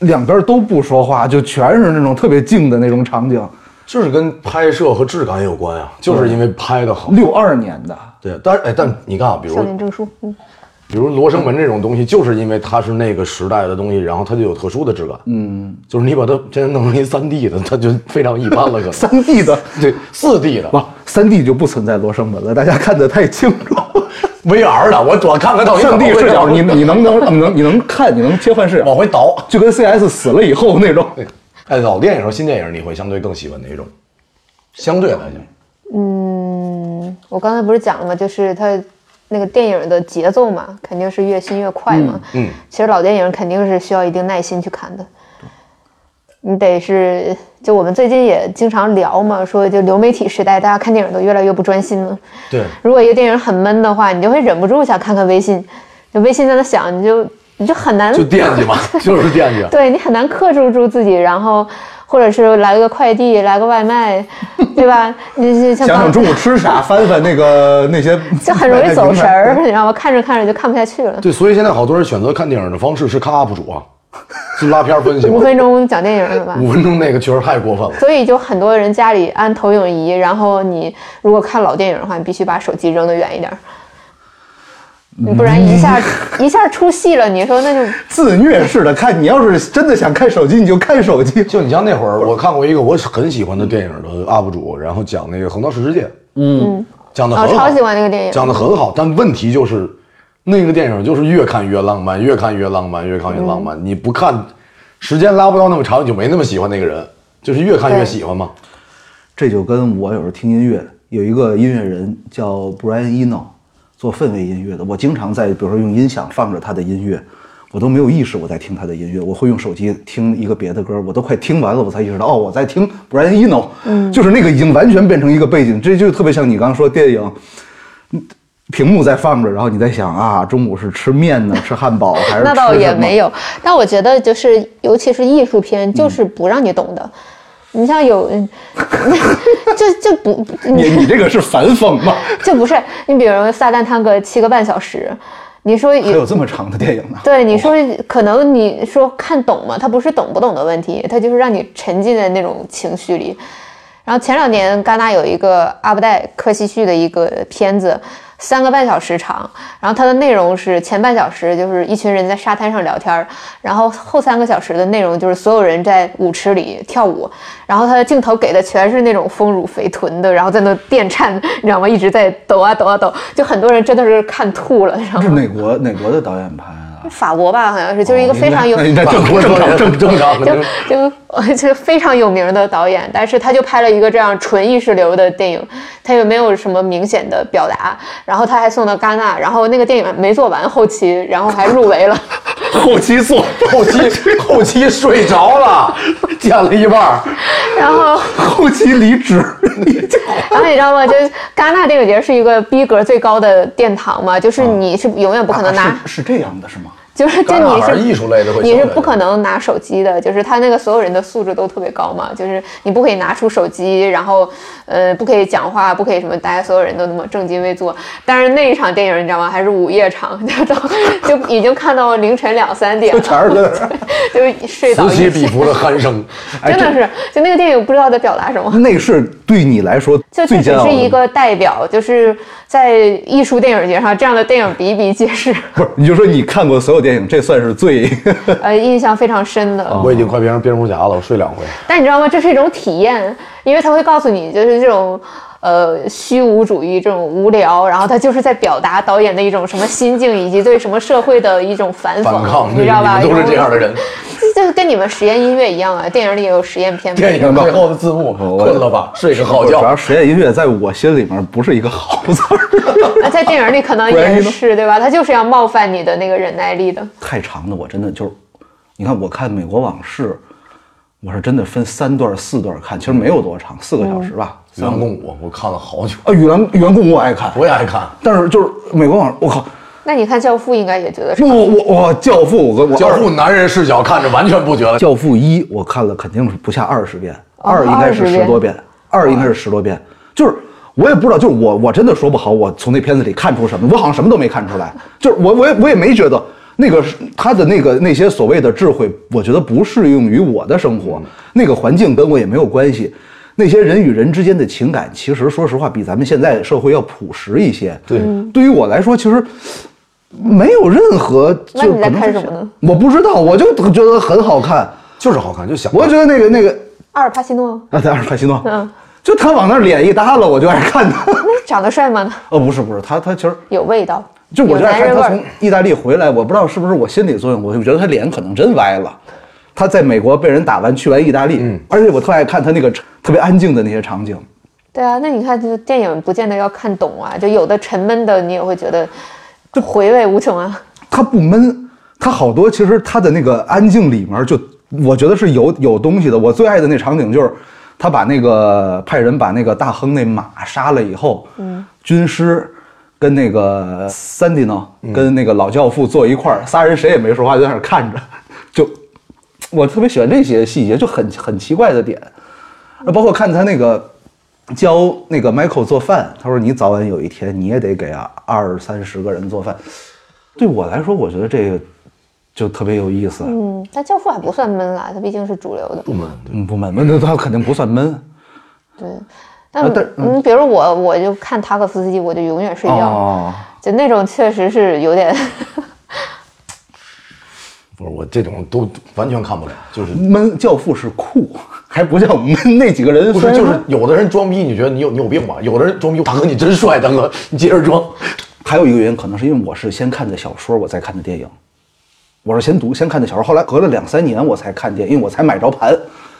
两边都不说话，就全是那种特别静的那种场景。就是跟拍摄和质感有关呀，啊就是因为拍的好。六二年的，对，但是哎，但你看啊，比如少年证书，嗯，比如罗生门这种东西，就是因为它是那个时代的东西，然后它就有特殊的质感。嗯，就是你把它真弄成一三 D 的，它就非常一般了，可能。三 D 的 *laughs* 对，四 D 的 *laughs* 不，三 D 就不存在罗生门了，大家看得太清楚。 VR 的，我主要看看 *laughs* 到底上帝怎么视回事角，儿你你能能你能你能看，你能切换视往角，回倒。就跟 CS 死了以后那种。对，哎，老电影和新电影，你会相对更喜欢哪一种？相对来讲，嗯我刚才不是讲了吗？就是它那个电影的节奏嘛，肯定是越新越快嘛。嗯嗯其实老电影肯定是需要一定耐心去看的。你得是，就我们最近也经常聊嘛，说就流媒体时代，大家看电影都越来越不专心了。对，如果一个电影很闷的话，你就会忍不住想看看微信，就微信在那响，你就你就很难就惦 *laughs* 记嘛，就是惦记。对你很难克制住自己，然后或者是来个快递，来个外卖，对吧？你你像想刚想中午吃啥，翻翻那个那些， *laughs* 就很容易走神儿， *laughs* 你知道吗？看着看着就看不下去了。对，所以现在好多人选择看电影的方式是看 UP 主啊，是拉片分析嘛五。分钟讲电影是吧？五分钟那个确实太过分了。所以就很多人家里安投影仪，然后你如果看老电影的话，你必须把手机扔得远一点儿，你不然一下、一下出戏了，你说那就自虐式的看。你要是真的想看手机，你就看手机。就你像那会儿，我看过一个我很喜欢的电影的 UP 主，然后讲那个《横刀世世界》，嗯，讲的 *laughs* 啊、很好，超喜欢那个电影。讲的很好，但问题就是，那个电影就是越看越浪漫，越看越浪漫，越看越浪嗯漫。你不看，时间拉不到那么长，你就没那么喜欢那个人，就是越看越对喜欢嘛。这就跟我有时候听音乐，有一个音乐人叫 Brian Eno，做氛围音乐的。我经常在，比如说用音响放着他的音乐，我都没有意识我在听他的音乐，我会用手机听一个别的歌，我都快听完了，我才意识到哦，我在听 Brian Eno，、就是嗯那个已经完全变成一个背景，这就特别像你刚刚说电影。屏幕在放着，然后你在想啊，中午是吃面呢，吃汉堡还是 *laughs* 那倒吃也什么没有，但我觉得就是，尤其是艺术片，就是不让你懂的。你像有， *laughs* 嗯就就不，你你这个是反讽吗？就不是你，比如《撒旦探戈》七个半小时，你说还 *laughs* 有有这么长的电 *laughs* 影呢？对，你说可能你说看懂吗？它不是懂不懂的问题，它就是让你沉浸在那种情绪里。然后前两年戛纳有一个阿布代科西旭的一个片子，三个半小时长，然后它的内容是前半小时就是一群人在沙滩上聊天儿，然后后三个小时的内容就是所有人在舞池里跳舞，然后它的镜头给的全是那种丰乳肥臀的，然后在那电颤，你知道吗？一直在抖啊抖啊抖，就很多人真的是看吐了，你知道吗是？哪国哪国的导演拍的？法国吧，好像是，就是一个非常有，哦那应该正我正常哎正正常，就就就是 *laughs* 非常有名的导演，但是他就拍了一个这样纯意识流的电影，他也没有什么明显的表达，然后他还送到戛纳，然后那个电影没做完后期，然后还入围了， *laughs* 后期做 *laughs* 后期后期睡着了，剪了一半儿，然后后期离职，然后你知道吗？就是戛纳电影节是一个逼格最高的殿堂嘛，就是你是永远不可能拿，啊是是这样的，是 *laughs* 吗？就是就戛纳你反是正艺术类的会你是相对不可能拿手机的，就是他那个所有人的素质都特别高嘛，就是你不可以拿出手机，然后呃不可以讲话，不可以什么，大家所有人都那么正襟危坐。但是那一场电影你知道吗？还是午夜场， *laughs* 就都就已经看到凌晨两三点就了， *laughs* 全是在就睡倒此起一彼起。伏的哎鼾声。真的是，就那个电影不知道在表达什么那。 *laughs* 那是对你来说就这最煎只熬是的一个代表，就是在艺术电影节上，这样的电影比比皆是，不是？你就说你看过所有电影，这算是 *laughs* 最呃，印象非常深的。我已经快变成蝙蝠侠了，我睡两回。但你知道吗？这是一种体验，因为他会告诉你，就是这种呃虚无主义、这种无聊，然后他就是在表达导演的一种什么心境，以及对什么社会的一种反讽，反抗，你知道吧？你们都是这样的人。就跟你们实验音乐一样啊，电影里也有实验 *laughs* 片嘛。电影最啊后的字幕，困了吧，睡个好主要觉。实验音乐在我心里面不是一个好字儿， *laughs* 啊，在电影 *laughs* 里可能不然也呢是对吧？他就是要冒犯你的那个忍耐力的。太长的我真的就是，你看我看《美国往事》，我是真的分三段四段看，其实没有多长，四个小时吧。嗯元共我我看了好久，啊，《雨兰缘故》我爱看， *laughs* 我也爱看。但是就是《美国往事》，我靠，那你看《教父》应该也觉得是我我我《教父》，我我教父男人视角看着完全不觉《得，教父一》我看了肯定是不下二十遍，哦二应该是20遍十多遍，二应该是十多遍，就是。我也不知道，就是我，我真的说不好，我从那片子里看出什么，我好像什么都没看出来。就是我，我也我也没觉得那个是他的那个那些所谓的智慧，我觉得不适用于我的生嗯活，那个环境跟我也没有关系。那些人与人之间的情感，其实说实话，比咱们现在社会要朴实一些。对，对于我来说，其实没有任何。就那你在可能看是什么呢？我不知道，我就觉得很好看。就是好看，就想我觉得那个那个阿尔帕西诺，啊，对，阿尔帕西诺，嗯，就他往那儿脸一耷拉，我就爱看他。 *laughs* 那哎长得帅吗？哦，不是不是，他他其实有味道，就我有就爱男看人味他儿从。意大利回来，我不知道是不是我心理作用，我就觉得他脸可能真歪了。他在美国被人打完，去完意大利，而且我特爱看他那个特别安静的那些场景。对啊，那你看，就是电影不见得要看懂啊，就有的沉闷的，你也会觉得回味无穷啊。它不闷，它好多其实它的那个安静里面就我觉得是有有东西的。我最爱的那场景就是他把那个派人把那个大亨那马杀了以后，嗯，军师。跟那个三弟呢，跟那个老教父坐一块儿，仨人谁也没说话，就在那儿看着，就我特别喜欢这些细节，就很很奇怪的点。那包括看他那个教那个 Michael 做饭，他说你早晚有一天你也得给啊二三十个人做饭。对我来说，我觉得这个就特别有意思。嗯，但《教父》还不算闷啦，它毕竟是主流的。不闷，嗯，不闷，闷那他肯定不算闷。对，但啊但嗯，比如我，我就看塔可夫斯基，我就永远睡觉，哦，就那种确实是有点不是我这种都完全看不了， *laughs* 就是闷教父是酷，还不叫闷。那几个人不虽是然就是有的人装逼，你觉得你有你有病吧？有的人装逼，大哥你真帅，大哥你接着装。还有一个原因，可能是因为我是先看的小说，我再看的电影。我是先读先看的小说，后来隔了两三年我才看电影，因为我才买着盘。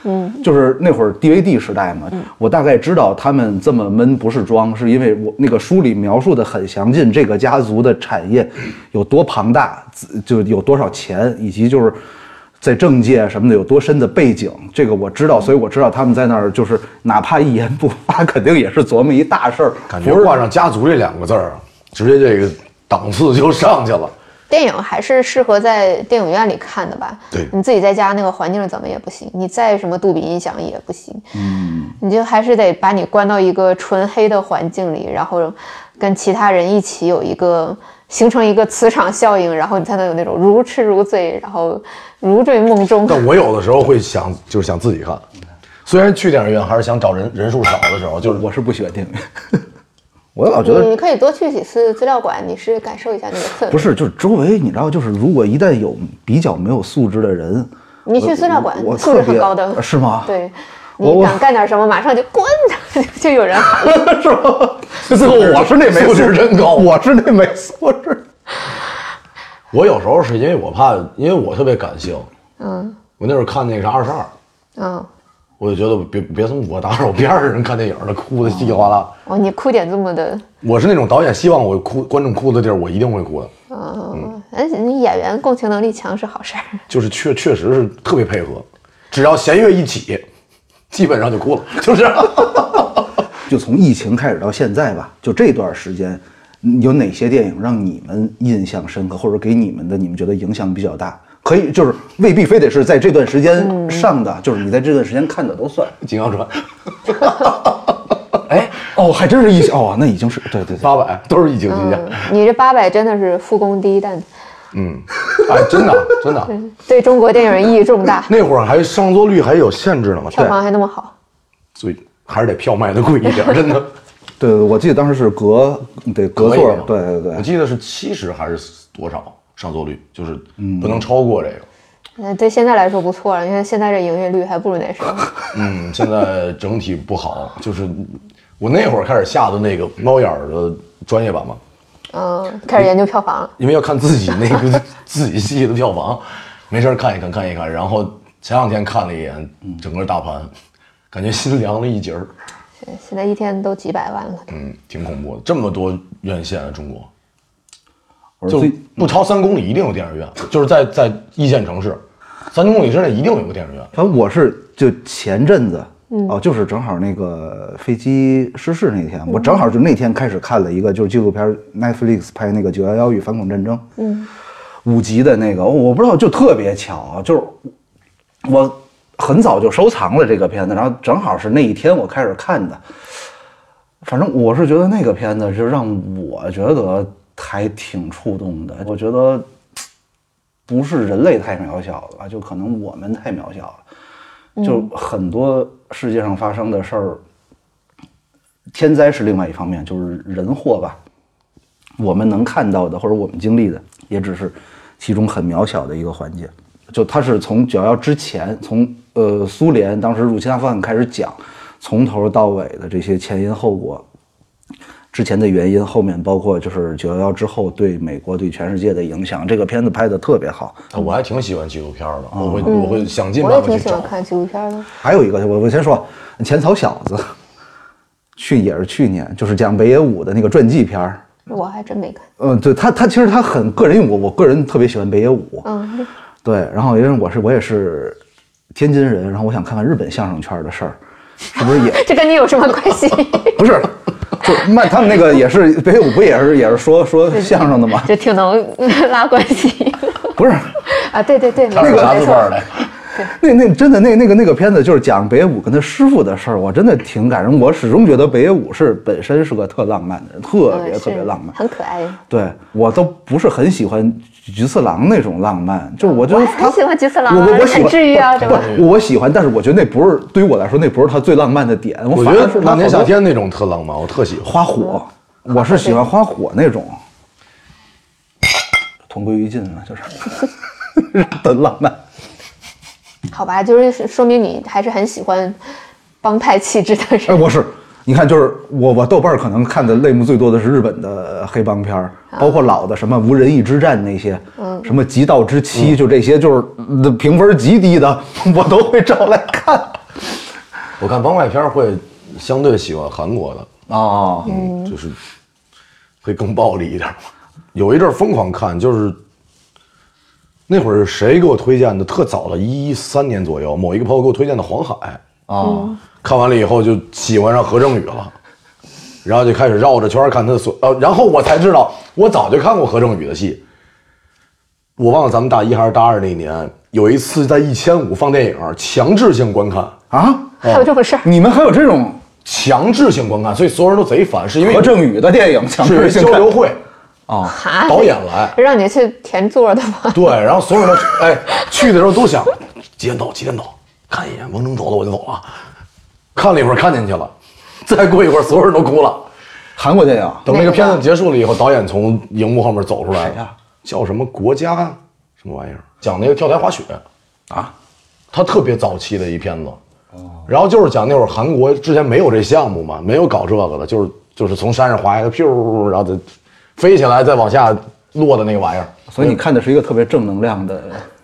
嗯，就是那会儿 DVD 时代嘛，我大概知道他们这么闷不是装，是因为我那个书里描述的很详尽，这个家族的产业有多庞大，自就有多少钱，以及就是在政界什么的有多深的背景，这个我知道，所以我知道他们在那儿就是哪怕一言不发， *laughs* 肯定也是琢磨一大事儿， *laughs* 感觉不是挂上家族这两个字儿啊，直接这个档次就上去了。电影还是适合在电影院里看的吧？对你自己在家那个环境怎么也不行，你再什么杜比音响也不行，嗯，你就还是得把你关到一个纯黑的环境里，然后跟其他人一起有一个形成一个磁场效应，然后你才能有那种如痴如醉，然后如坠梦中。但我有的时候会想，就是想自己看，虽然去电影院还是想找人人数少的时候，就是我是不喜欢电影 *laughs* 院，我老觉你得你可以多去几次资料馆，你是感受一下那个氛围。不，是，就是周围你知道，就是如果一旦有比较没有素质的人，呃你去资料馆我，我素质特很别高的，是吗？， *laughs* 对，我你我敢干点什么，马上就滚， *laughs* 就有人喊。是吗？ *laughs* 最后我是那没素质真高我是那没素质。 *laughs* 我有时候是因为我怕，因为我特别感性，嗯我那会儿看那个啥二十二，嗯，我就觉得别别从我打扰边上人看电影了，哭的稀里哗啦。哦，你哭点这么的，我是那种导演希望我哭，观众哭的地儿，我一定会哭的。嗯，而且你演员共情能力强是好事儿。就是确确实是特别配合，只要弦乐一起，基本上就哭了，就是 *laughs* 就从疫情开始到现在吧，就这段时间，嗯有哪些电影让你们印象深刻，或者给你们的你们觉得影响比较大？可以，就是未必非得是在这段时嗯间上的，就是你在这段时间看的都算。 《金刚川》。 *laughs* 哎，哦，还真是一哦，那已经是对对对，八百都是疫情期间嗯，， *laughs* 你这八百真的是复工第一弹，哎，真的真的，，对中国电影意义重 *laughs* 大那会儿还上座率还有限制呢嘛，票房还那么好。所以还是得票卖的贵一 *laughs* 点，真的。对对，我记得当时是隔得隔可以座吗，对对对我，记得是七十还是多少上座率，就是不能超过这个。那呃对现在来说不错了，因为现在这营业率还不如那 *laughs* 时候。嗯，现在整体不好，就是我那会儿开始下的那个猫眼儿的专业版嘛，嗯，开始研究票房了。 *laughs* 因为要看自己那个自己戏的票房，没事儿看一看看一看，然后前两天看了一眼整个大盘，感觉心凉了一截儿，对现在一天都几百万了，嗯，挺恐怖的。这么多院线啊，中国我说就最不超三公里一定有电影院，就是在在一线城市，三公里之内一定有个电影院。反正我是就前阵子，哦，就是正好那个飞机失事那天，我正好就那天开始看了一个就是纪录片儿，Netflix 拍那个《九幺幺与反恐战争》，嗯，五集的那个，哦我我不知道，就特别巧啊，就是我很早就收藏了这个片子，然后正好是那一天我开始看的，反正我是觉得那个片子就让我觉得还挺触动的，我觉得不是人类太渺小了吧，就可能我们太渺小了，就很多世界上发生的事儿，天灾是另外一方面，就是人祸吧，我们能看到的或者我们经历的，也只是其中很渺小的一个环节。就它是从九幺之前，从呃苏联当时入侵阿富汗开始讲，从头到尾的这些前因后果，之前的原因，后面包括就是九幺幺之后对美国对全世界的影响。这个片子拍的特别好。啊我还挺喜欢纪录片的，我会我会想尽我也办法挺去喜欢找。看纪录片的。还有一个，我我先说浅草小子，去也是去年，就是讲北野武的那个传记片儿。我还真没看，嗯，对他，他其实他很个人，因为我我个人特别喜欢北野武，嗯，对，然后因为我是我也是天津人，然后我想看看日本相声圈的事儿，是不是也这 *laughs* 跟你有什么关 *laughs* 系？不是，就卖他们那个也是北野武不也是也是说说相声的吗？这挺能拉关 *laughs* 系不是，啊！对对对，没他错是啥字没辈错儿，的？那那真的那那个那个片子就是讲北野武跟他师傅的事儿，我真的挺感人。我始终觉得北野武是本身是个特浪漫的人，特嗯别特别是浪漫。很可爱。对我都不是很喜欢菊次郎那种浪漫，就是我觉得我还他很喜欢菊次郎啊我我我喜很欢治愈啊不对吧不我喜欢，但是我觉得那不是对于我来说，那不是他最浪漫的点。我我觉反而得是那他年夏好多天那种特浪漫，我特喜欢。花火，嗯我是喜欢花火那种，同归于尽了，就是 *laughs* 很浪漫。好吧，就是说明你还是很喜欢帮派气质的哎，人。我是，你看，就是我我豆瓣儿可能看的类目最多的是日本的黑帮片儿，包括老的什么《无人义之战》那些，什么《极道之妻》，就这些，就是呃评分极低的，我都会照来看。我看帮派片儿会相对喜欢韩国的，哦，嗯，就是会更暴力一点儿。有一阵儿疯狂看，就是那会儿谁给我推荐的？特早了，一三年左右，某一个朋友给我推荐的《黄海》哦，看完了以后就喜欢上何正宇了，然后就开始绕着圈儿看他的所呃，然后我才知道我早就看过何正宇的戏，我忘了咱们大一还是大二那年，有一次在一千五放电影，强制性观看，啊，嗯还有这种事儿？你们还有这种强制性观看，所以所有人都贼烦，是因为何正宇的电影强是有制一性交流会，啊？哈，导演来，让你去填座的吗？ *laughs* 对，然后所有人都哎去的时候都想几点走几点走，看一眼王铮走了我就走了，看了一会儿看进去了，再过一会儿所有人都哭了。韩国电影等那个片子结束了以后，导演从荧幕后面走出来，谁呀叫什么国家什么玩意儿，讲那个跳台滑雪，啊，他特别早期的一片子。然后就是讲那会儿韩国之前没有这项目嘛，没有搞这个的，就是就是从山上滑下来，咻，然后再飞起来，再往下落的那个玩意儿。所以你看的是一个特别正能量的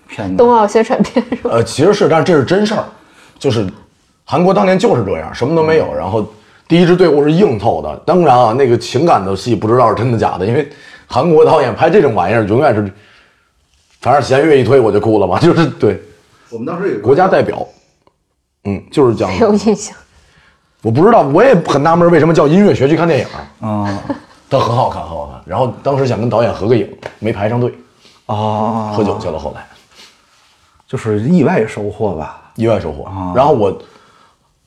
片子冬奥宣传片是吧？呃，其实是，但是这是真事儿，就是韩国当年就是这样，什么都没有，然后第一支队伍是硬凑的。当然啊，那个情感的戏不知道是真的假的，因为韩国导演拍这种玩意儿永远是，反正弦乐一推我就哭了嘛， *laughs* 就是对我们当时有国家代表，嗯，就是讲没， *laughs* 有印象。我不知道，我也很纳闷为什么叫音乐学去看电影，啊但很好看，很好看。然后当时想跟导演合个影，没排上队，啊，喝酒去了，后来。就是意外收获吧？意外收获。哦然后我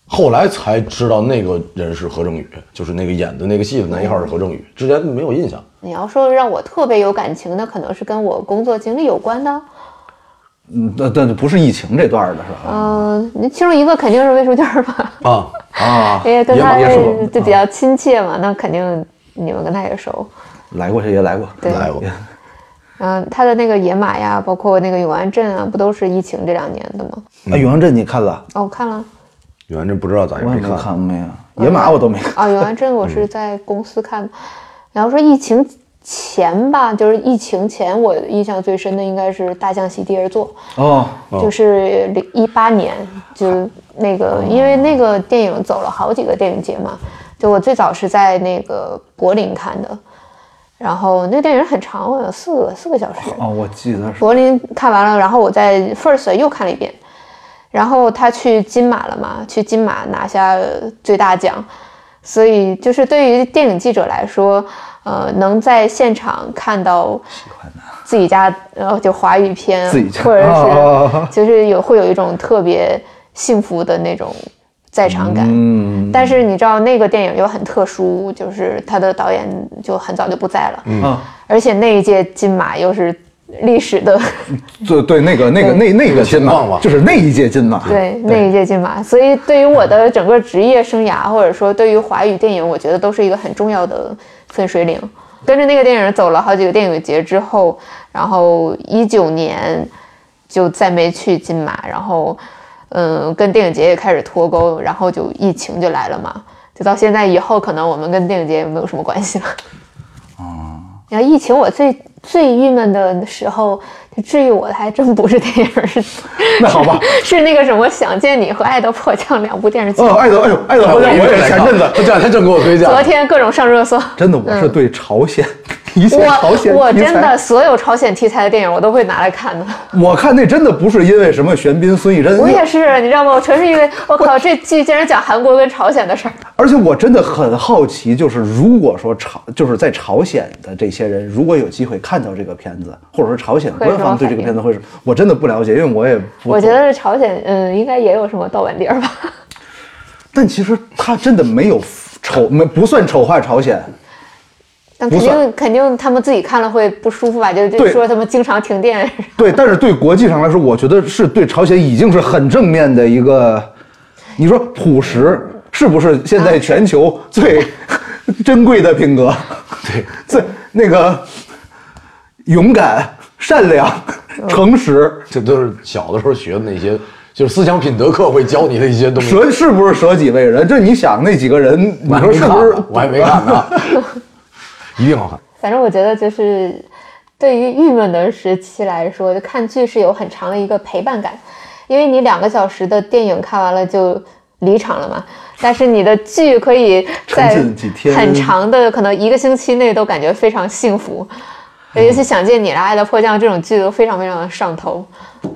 后来才知道那个人是何正宇，就是那个演的那个戏的男一号是何正宇，之前没有印象。你要说让我特别有感情的，可能是跟我工作经历有关的。嗯，但但不是疫情这段儿的是吧？嗯，你其中一个肯定是魏书娟儿吧？啊，啊，因为 *laughs* 跟也他也是嗯我们就比较亲切嘛，那肯定你们跟他也熟。来过这也来过，对来过，嗯，他的那个野马呀，包括那个永安镇啊，不都是疫情这两年的吗？哎，永安镇你看了？哦，我看了原真不知道咋我样也没没看。看没有，野马我都没看。啊，永安镇我是在公司看的。然后说疫情前吧，就是疫情前，我印象最深的应该是《大象席地而坐》。哦，就是一八年，就那个，因为那个电影走了好几个电影节嘛，就我最早是在那个柏林看的，然后那电影很长，我有四个四个小时，哦，我记得是柏林看完了，然后我在 First 又看了一遍，然后他去金马了嘛，去金马拿下最大奖，所以就是对于电影记者来说，呃，能在现场看到自己家呃就华语 *laughs* 片，自己家或者啊是啊啊啊就是有会有一种特别幸福的那种在场感。嗯，但是你知道那个电影又很特殊，就是他的导演就很早就不在了，啊，而且那一届金马又是历史的。对对，那个那个那那个金情况马吧就是那一届金马，对那一届金马，所以对于我嗯的整个职业生涯，或者说对于华语电影，我觉得都是一个很重要的分水岭。跟着那个电影走了好几个电影节之后，然后一九年就再没去金马，然后嗯，跟电影节也开始脱钩，然后就疫情就来了嘛，就到现在以后，可能我们跟电影节也没有什么关系了。哦然后疫情，我最最郁闷的时候，就治愈我的还真不是电影，是 *laughs* 那好吧， *laughs* 是那个什么《想见你》和《爱的迫降》两部电视剧。哦，艾德，哎呦，艾德， *laughs* 我我也也是前阵子，他这两天正给我推荐，昨天各种上热搜，真的，我是对朝鲜 *laughs* 一切朝鲜我我题材真的所有朝鲜题材的电影我都会拿来 *laughs* 看的。我看那真的不是因为什么玄彬、孙艺珍，我也是，你知道吗？我全是 *laughs* 因为我靠，这剧竟然讲韩国跟朝鲜的事儿。而且我真的很好奇，就是如果说朝就是在朝鲜的这些人，如果有机会看到这个片子，或者说朝鲜官方对这个片子会是，我真的不了解，因为我也不我觉，得朝鲜，嗯，应该也有什么盗版碟儿吧？但其实他真的没有丑，没不算丑化朝鲜，但不肯算定肯定他们自己看了会不舒服吧？就就对说他们经常停电。对，但是对国际上来说，我觉得是对朝鲜已经是很正面的一个，你说朴实是不是现在全球最珍贵的品格？对，最那个勇敢、善良、嗯诚实。这都是小的时候学的那些，就是思想品德课会教你的一些东西。舍是不是舍己为人？这你想那几个人，你我还说没是看不是呢？我还没看 *laughs* 呢，一定好看。反正我觉得就是对于郁闷的时期来说，就看剧是有很长的一个陪伴感，因为你两个小时的电影看完了就离场了嘛，但是你的剧可以在沉浸几天很长的可能一个星期内都感觉非常幸福。嗯尤其想见你啦，《爱的迫降》这种剧都非常非常的上头。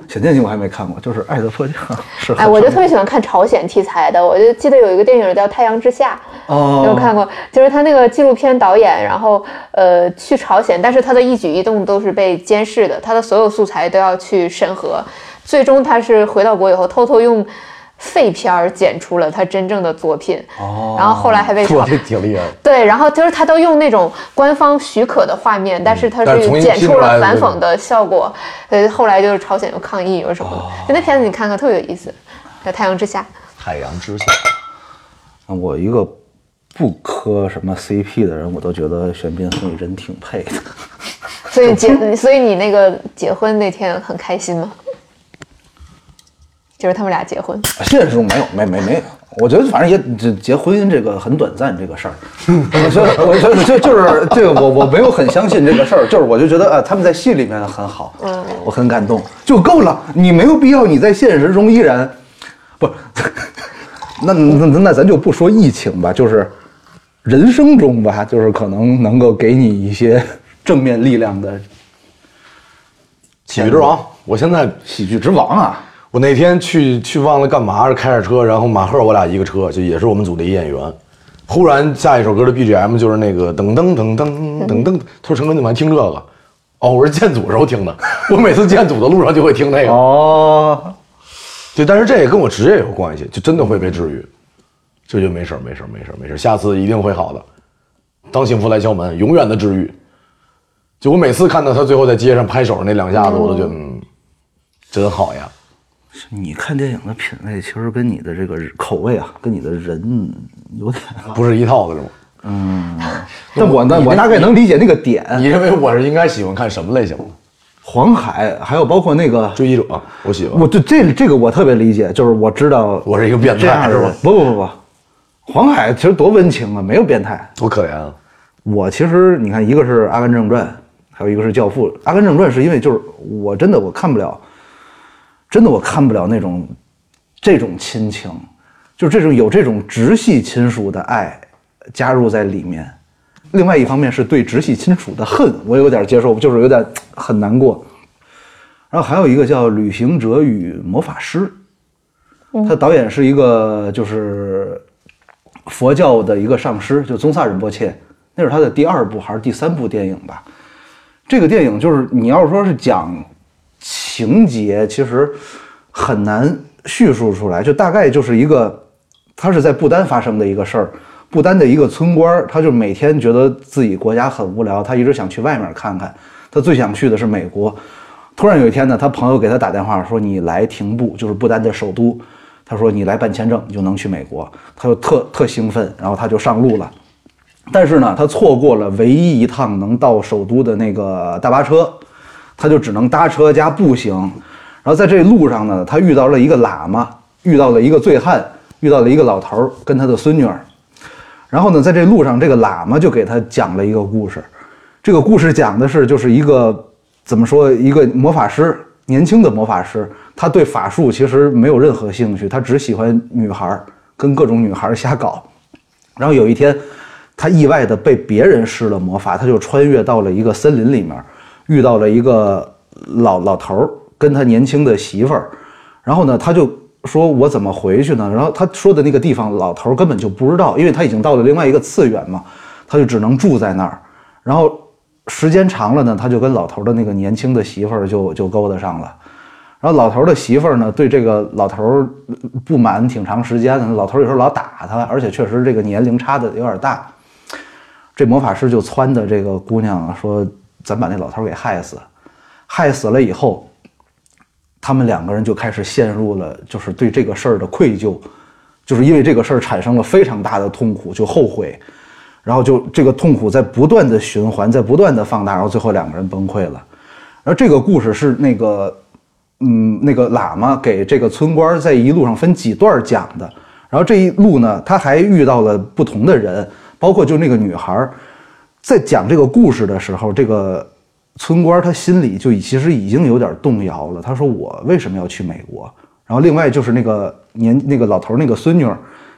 浅见你我还没看过，就是《爱的迫降》是很哎，我就长特别喜欢看朝鲜题材的。我就记得有一个电影叫《太阳之下》，哦，有看过，就是他那个纪录片导演，然后呃去朝鲜，但是他的一举一动都是被监视的，他的所有素材都要去审核，最终他是回到国以后偷偷用废片儿剪出了他真正的作品，哦然后后来还被我朝这挺厉害的，对，然后就是他都用那种官方许可的画面，但是他但是重新剪拼出出来了的反那种讽的效果，呃，后来就是朝鲜有抗议有什么的，哦就那片子你看看特别有意思，叫《太阳之下》。太阳之下，哦我一个不磕什么 CP 的人，我都觉得玄彬、宋雨珍挺配的。所 *laughs* 以结，所以你那个结婚那天很开心吗？就是他们俩结婚，现实中没有，没没没有。我觉得反正也这结婚这个很短暂这个事儿，我觉得我觉得就就是这个我我没有很相信这个事儿，就是我就觉得啊他们在戏里面很好，我很感动就够了，你没有必要你在现实中依然不是，那那那那咱就不说疫情吧，就是人生中吧，就是可能能够给你一些正面力量的喜剧之王。我现在喜剧之王啊，我那天去去忘了干嘛，是开着车，然后马赫我俩一个车，就也是我们组的一演员。忽然下一首歌的 BGM 就是那个噔噔噔噔噔噔，他说陈哥你怎么还听这个？哦，我是建组时候听的，我每次建组的路上就会听那个。哦，对，但是这也跟我职业有关系，就真的会被治愈。这就没事儿，没事儿，没事儿，没事儿，下次一定会好的。当幸福来敲门，永远的治愈。就我每次看到他最后在街上拍手那两下子，我都觉得嗯，真好呀。你看电影的品味，其实跟你的这个口味啊，跟你的人有点…… *laughs* 不是一套的是吗？但我呢，我大概能理解那个点。 *laughs* 你认为我是应该喜欢看什么类型的？黄海，还有包括那个，追忆者，我喜欢。我对这这个我特别理解，就是我知道我是一个变态这样的人是吧不不不不，黄海其实多温情啊，没有变态。多可怜啊！我其实你看，一个是《阿甘正传》，还有一个是《教父》。《阿甘正传》是因为就是我真的我看不了，真的我看不了那种这种亲情，就是这种有这种直系亲属的爱加入在里面。另外一方面是对直系亲属的恨，我有点接受，就是有点很难过。然后还有一个叫《旅行者与魔法师》，他导演是一个就是佛教的一个上师，就宗萨仁波切，那是他的第二部还是第三部电影吧？这个电影就是你要说是讲情节，其实很难叙述出来，就大概就是一个，它是在不丹发生的一个事儿。不丹的一个村官儿，他就每天觉得自己国家很无聊，他一直想去外面看看。他最想去的是美国。突然有一天呢，他朋友给他打电话说：“你来廷布，就是不丹的首都。”他说：“你来办签证，你就能去美国。”他就特特兴奋，然后他就上路了。但是呢，他错过了唯一一趟能到首都的那个大巴车，他就只能搭车加步行。然后在这路上呢，他遇到了一个喇嘛，遇到了一个醉汉，遇到了一个老头儿跟他的孙女儿。然后呢，在这路上，这个喇嘛就给他讲了一个故事。这个故事讲的是，就是一个怎么说，一个魔法师，年轻的魔法师，他对法术其实没有任何兴趣，他只喜欢女孩儿，跟各种女孩儿瞎搞。然后有一天，他意外的被别人施了魔法，他就穿越到了一个森林里面，遇到了一个老老头儿跟他年轻的媳妇儿，然后呢，他就说我怎么回去呢？然后他说的那个地方，老头儿根本就不知道，因为他已经到了另外一个次元嘛，他就只能住在那儿。然后时间长了呢，他就跟老头儿的那个年轻的媳妇儿就就勾搭上了。然后老头儿的媳妇儿呢，对这个老头儿呃不满挺长时间的，老头儿有时候老打他，而且确实这个年龄差的有点大。这魔法师就撺掇这个姑娘啊说：“咱把那老头儿给害死，害死了以后，他们两个人就开始陷入了就是对这个事儿的愧疚，就是因为这个事儿产生了非常大的痛苦，就后悔，然后就这个痛苦在不断的循环，在不断的放大，然后最后两个人崩溃了。然后这个故事是那个，嗯，那个喇嘛给这个村官在一路上分几段讲的。然后这一路呢，他还遇到了不同的人，包括就那个女孩儿，在讲这个故事的时候，这个村官他心里就已其实已经有点动摇了。他说：“我为什么要去美国？”然后另外就是那个年那个老头儿那个孙女儿，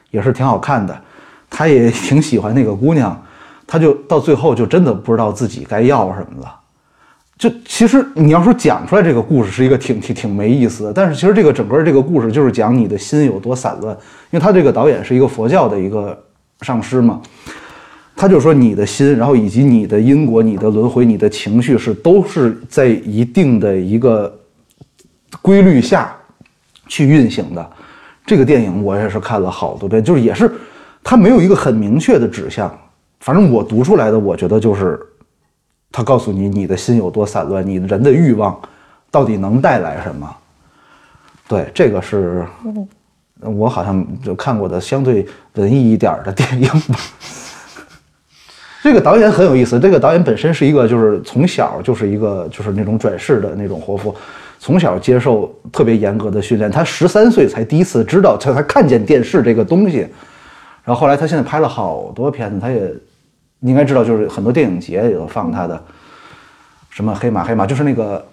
也是挺好看的，他也挺喜欢那个姑娘，他就到最后就真的不知道自己该要什么了。就其实你要说讲出来这个故事是一个挺挺挺没意思的，但是其实这个整个这个故事就是讲你的心有多散乱，因为他这个导演是一个佛教的一个上师嘛，他就说你的心，然后以及你的因果、你的轮回、你的情绪是都是在一定的一个规律下去运行的。这个电影我也是看了好多遍，就是也是它没有一个很明确的指向，反正我读出来的，我觉得就是他告诉你你的心有多散乱，你人的欲望到底能带来什么。对，这个是我好像就看过的相对文艺一点儿的电影吧。 *laughs* 这个导演很有意思，这个导演本身是一个就是从小就是一个就是那种转世的那种活佛，从小接受特别严格的训练，他十三岁才第一次知道，才才看见电视这个东西。然后后来他现在拍了好多片子，他也你应该知道，就是很多电影节也都放他的，什么黑马黑马，就是那个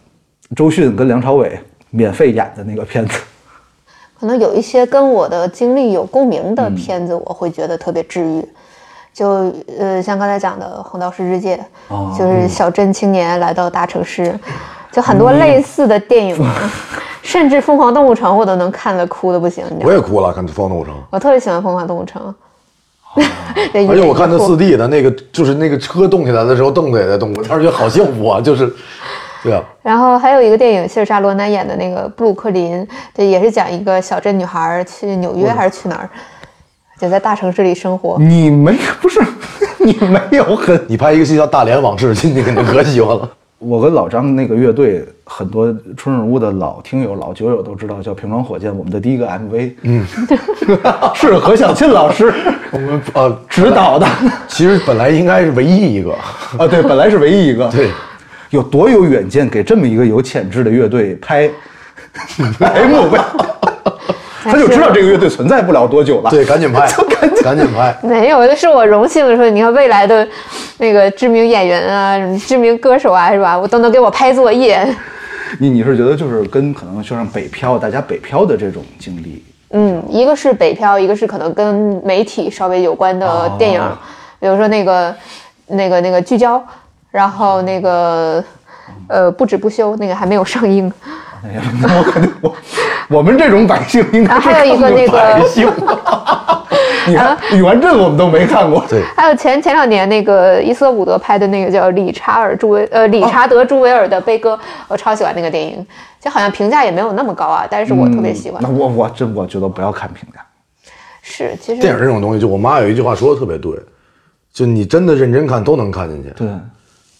周迅跟梁朝伟免费演的那个片子。可能有一些跟我的经历有共鸣的片子，我会觉得特别治愈。就呃，像刚才讲的《红道十之界》哦就是嗯小镇青年来到大城市，就很多类似的电影，啊嗯 *laughs* 甚至《疯狂动物城》我都能看得哭的不行。你知我道吗？也哭了，看《疯狂动物城》，我特别喜欢《疯狂动物城》 *laughs* 对，哦而且我看他他四 D 的那个，就是那个车动起来的时候，凳子也在动，我当时觉得好幸福啊，就是， *laughs* 对啊，然后还有一个电影，谢尔莎罗南演的那个《布鲁克林》，这也是讲一个小镇女孩儿去纽约还是去哪儿，就在大城市里生活。你没不是你没有很你拍一个戏叫《大连往事》，今天肯定可喜欢了。 *laughs* 我跟老张那个乐队，很多春日屋的老听友、老酒友都知道，叫《平壤火箭》，我们的第一个 MV，嗯， *laughs* 是何小沁老师我们呃，指导的其实本来应该是唯一 *laughs* 一个，啊，对，本来是唯一一个，对，有多有远见，给这么一个有潜质的乐队拍 *laughs* *laughs* MV，他就知道这个乐队存在不了多久 *laughs* 了，对，赶紧拍，就赶紧赶紧拍。没有，那是我荣幸的说，你看未来的那个知名演员啊、什么知名歌手啊，是吧？我都能给我拍作业。你你是觉得就是跟可能就像北漂，大家北漂的这种经历，嗯，一个是北漂，一个是可能跟媒体稍微有关的电影，哦比如说那个、那个、那个聚焦，然后那个呃不止不休，那个还没有上映，哎呀，我肯定我我们这种百姓应该啊是 *laughs* 还有一个看不那个呃百姓，你 *laughs* 看《宇文镇》我们都没看过，对还有前前两年那个伊瑟伍德拍的那个叫理查尔朱维呃理哦查德朱维尔的悲歌，我超喜欢那个电影，就好像评价也没有那么高啊，但是我嗯特别喜嗯欢。那我我真我觉得不要看评价，是，其实电影这种东西，就我妈有一句话说的特别对，就你真的认真看都能看进去。对，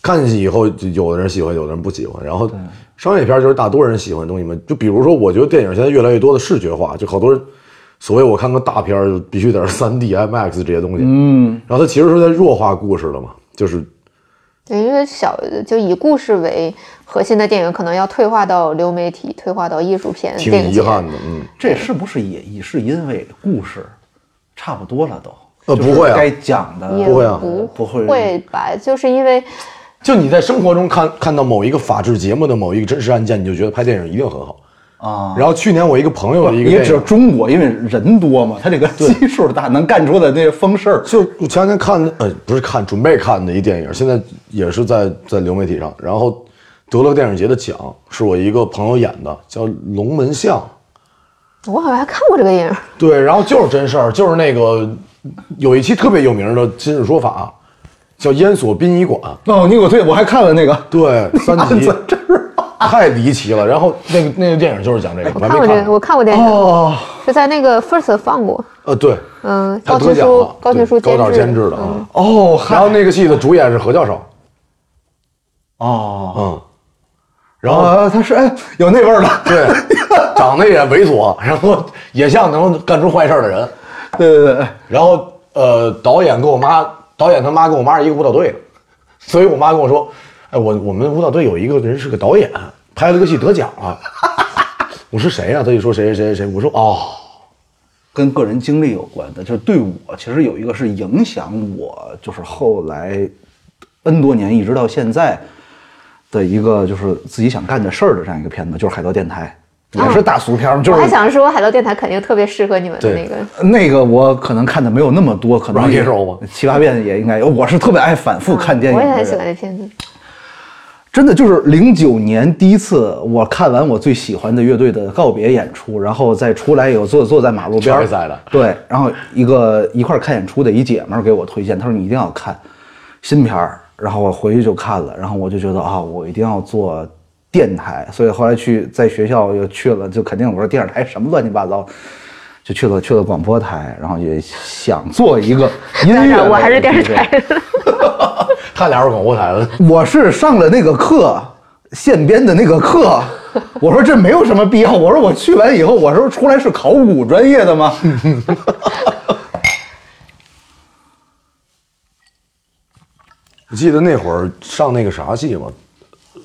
看进去以后，就有的人喜欢，有的人不喜欢。然后商业片就是大多人喜欢的东西嘛。就比如说，我觉得电影现在越来越多的视觉化，就好多人所谓我看个大片儿就必须得是三 D、IMAX 这些东西。嗯，然后它其实是在弱化故事了嘛，就是对，因为小就以故事为核心的电影，可能要退化到流媒体，退化到艺术片、挺电影遗节。憾的。嗯，这是不是也也是因为故事差不多了都？呃就是不会啊该讲的也不会啊不不会吧？就是因为就你在生活中看看到某一个法制节目的某一个真实案件，你就觉得拍电影一定很好。啊。然后去年我一个朋友的一个也电只有影，中国，因为人多嘛，他这个基数大，能干出的那些疯事儿，就我前两天看，呃，不是看，准备看的一电影，现在也是在在流媒体上，然后得了个电影节的奖，是我一个朋友演的，叫《龙门巷我好像还看过这个电影，》。对，然后就是真事儿，就是那个有一期特别有名的《今日说法》，叫《烟锁殡仪馆》。哦，你给我推，我还看了那 *laughs* 个，对，三案 *laughs* 集子，真是太离奇了。然后那个那个电影就是讲这个，我还哎看过没这个，我过。看过电影，哦，是在那个 First 放过。呃，对，嗯，他高得群奖书了，，高群书对监高制导监制的嗯啊。哦，然后那个戏的主演是何教授，哦，嗯，然然后后他是哎，有那味儿了， *laughs* *laughs* 对，长得也猥琐，然后也像能干出坏事儿的人。对对对，然后呃，导演跟我妈，导演他妈跟我妈是一个舞蹈队的，所以我妈跟我说，哎，我我们舞蹈队有一个人是个导演，拍了个戏得奖了。 *laughs* 我说谁呀、他一说谁谁谁谁，我说哦， *laughs* 跟个人经历有关的，就是对我其实有一个是影响我，就是后来 N 多年一直到现在的一个就是自己想干的事儿的这样一个片子，就是《海盗电台》，也是大俗片儿，就啊我是还想说，海盗电台肯定特别适合你们的那个。那个我可能看的没有那么多，可能也软件肉吗七八遍也应该有。我是特别爱反复看电影啊嗯我的也人，很喜欢那片子。真的就是零九年第一次我看完我最喜欢的乐队的告别演出，然后再出来有坐坐在马路边圈儿儿赛的对，然后一个一块儿看演出的一姐们儿给我推荐，她说你一定要看新片儿，然后我回去就看了，然后我就觉得啊，我一定要做电台，所以后来去在学校又去了，就肯定我说电视台什么乱七八糟。就去了去了广播台，然后也想做一个音乐类的 DJ。我还是电视台 *laughs* 的。看俩人广播台的，我是上了那个课，现编的那 *laughs* 个课。我说这没有什么必要。我说我去完以后，我说出来是考古专业 *laughs* 的吗？我记得那会儿上那个啥戏嘛，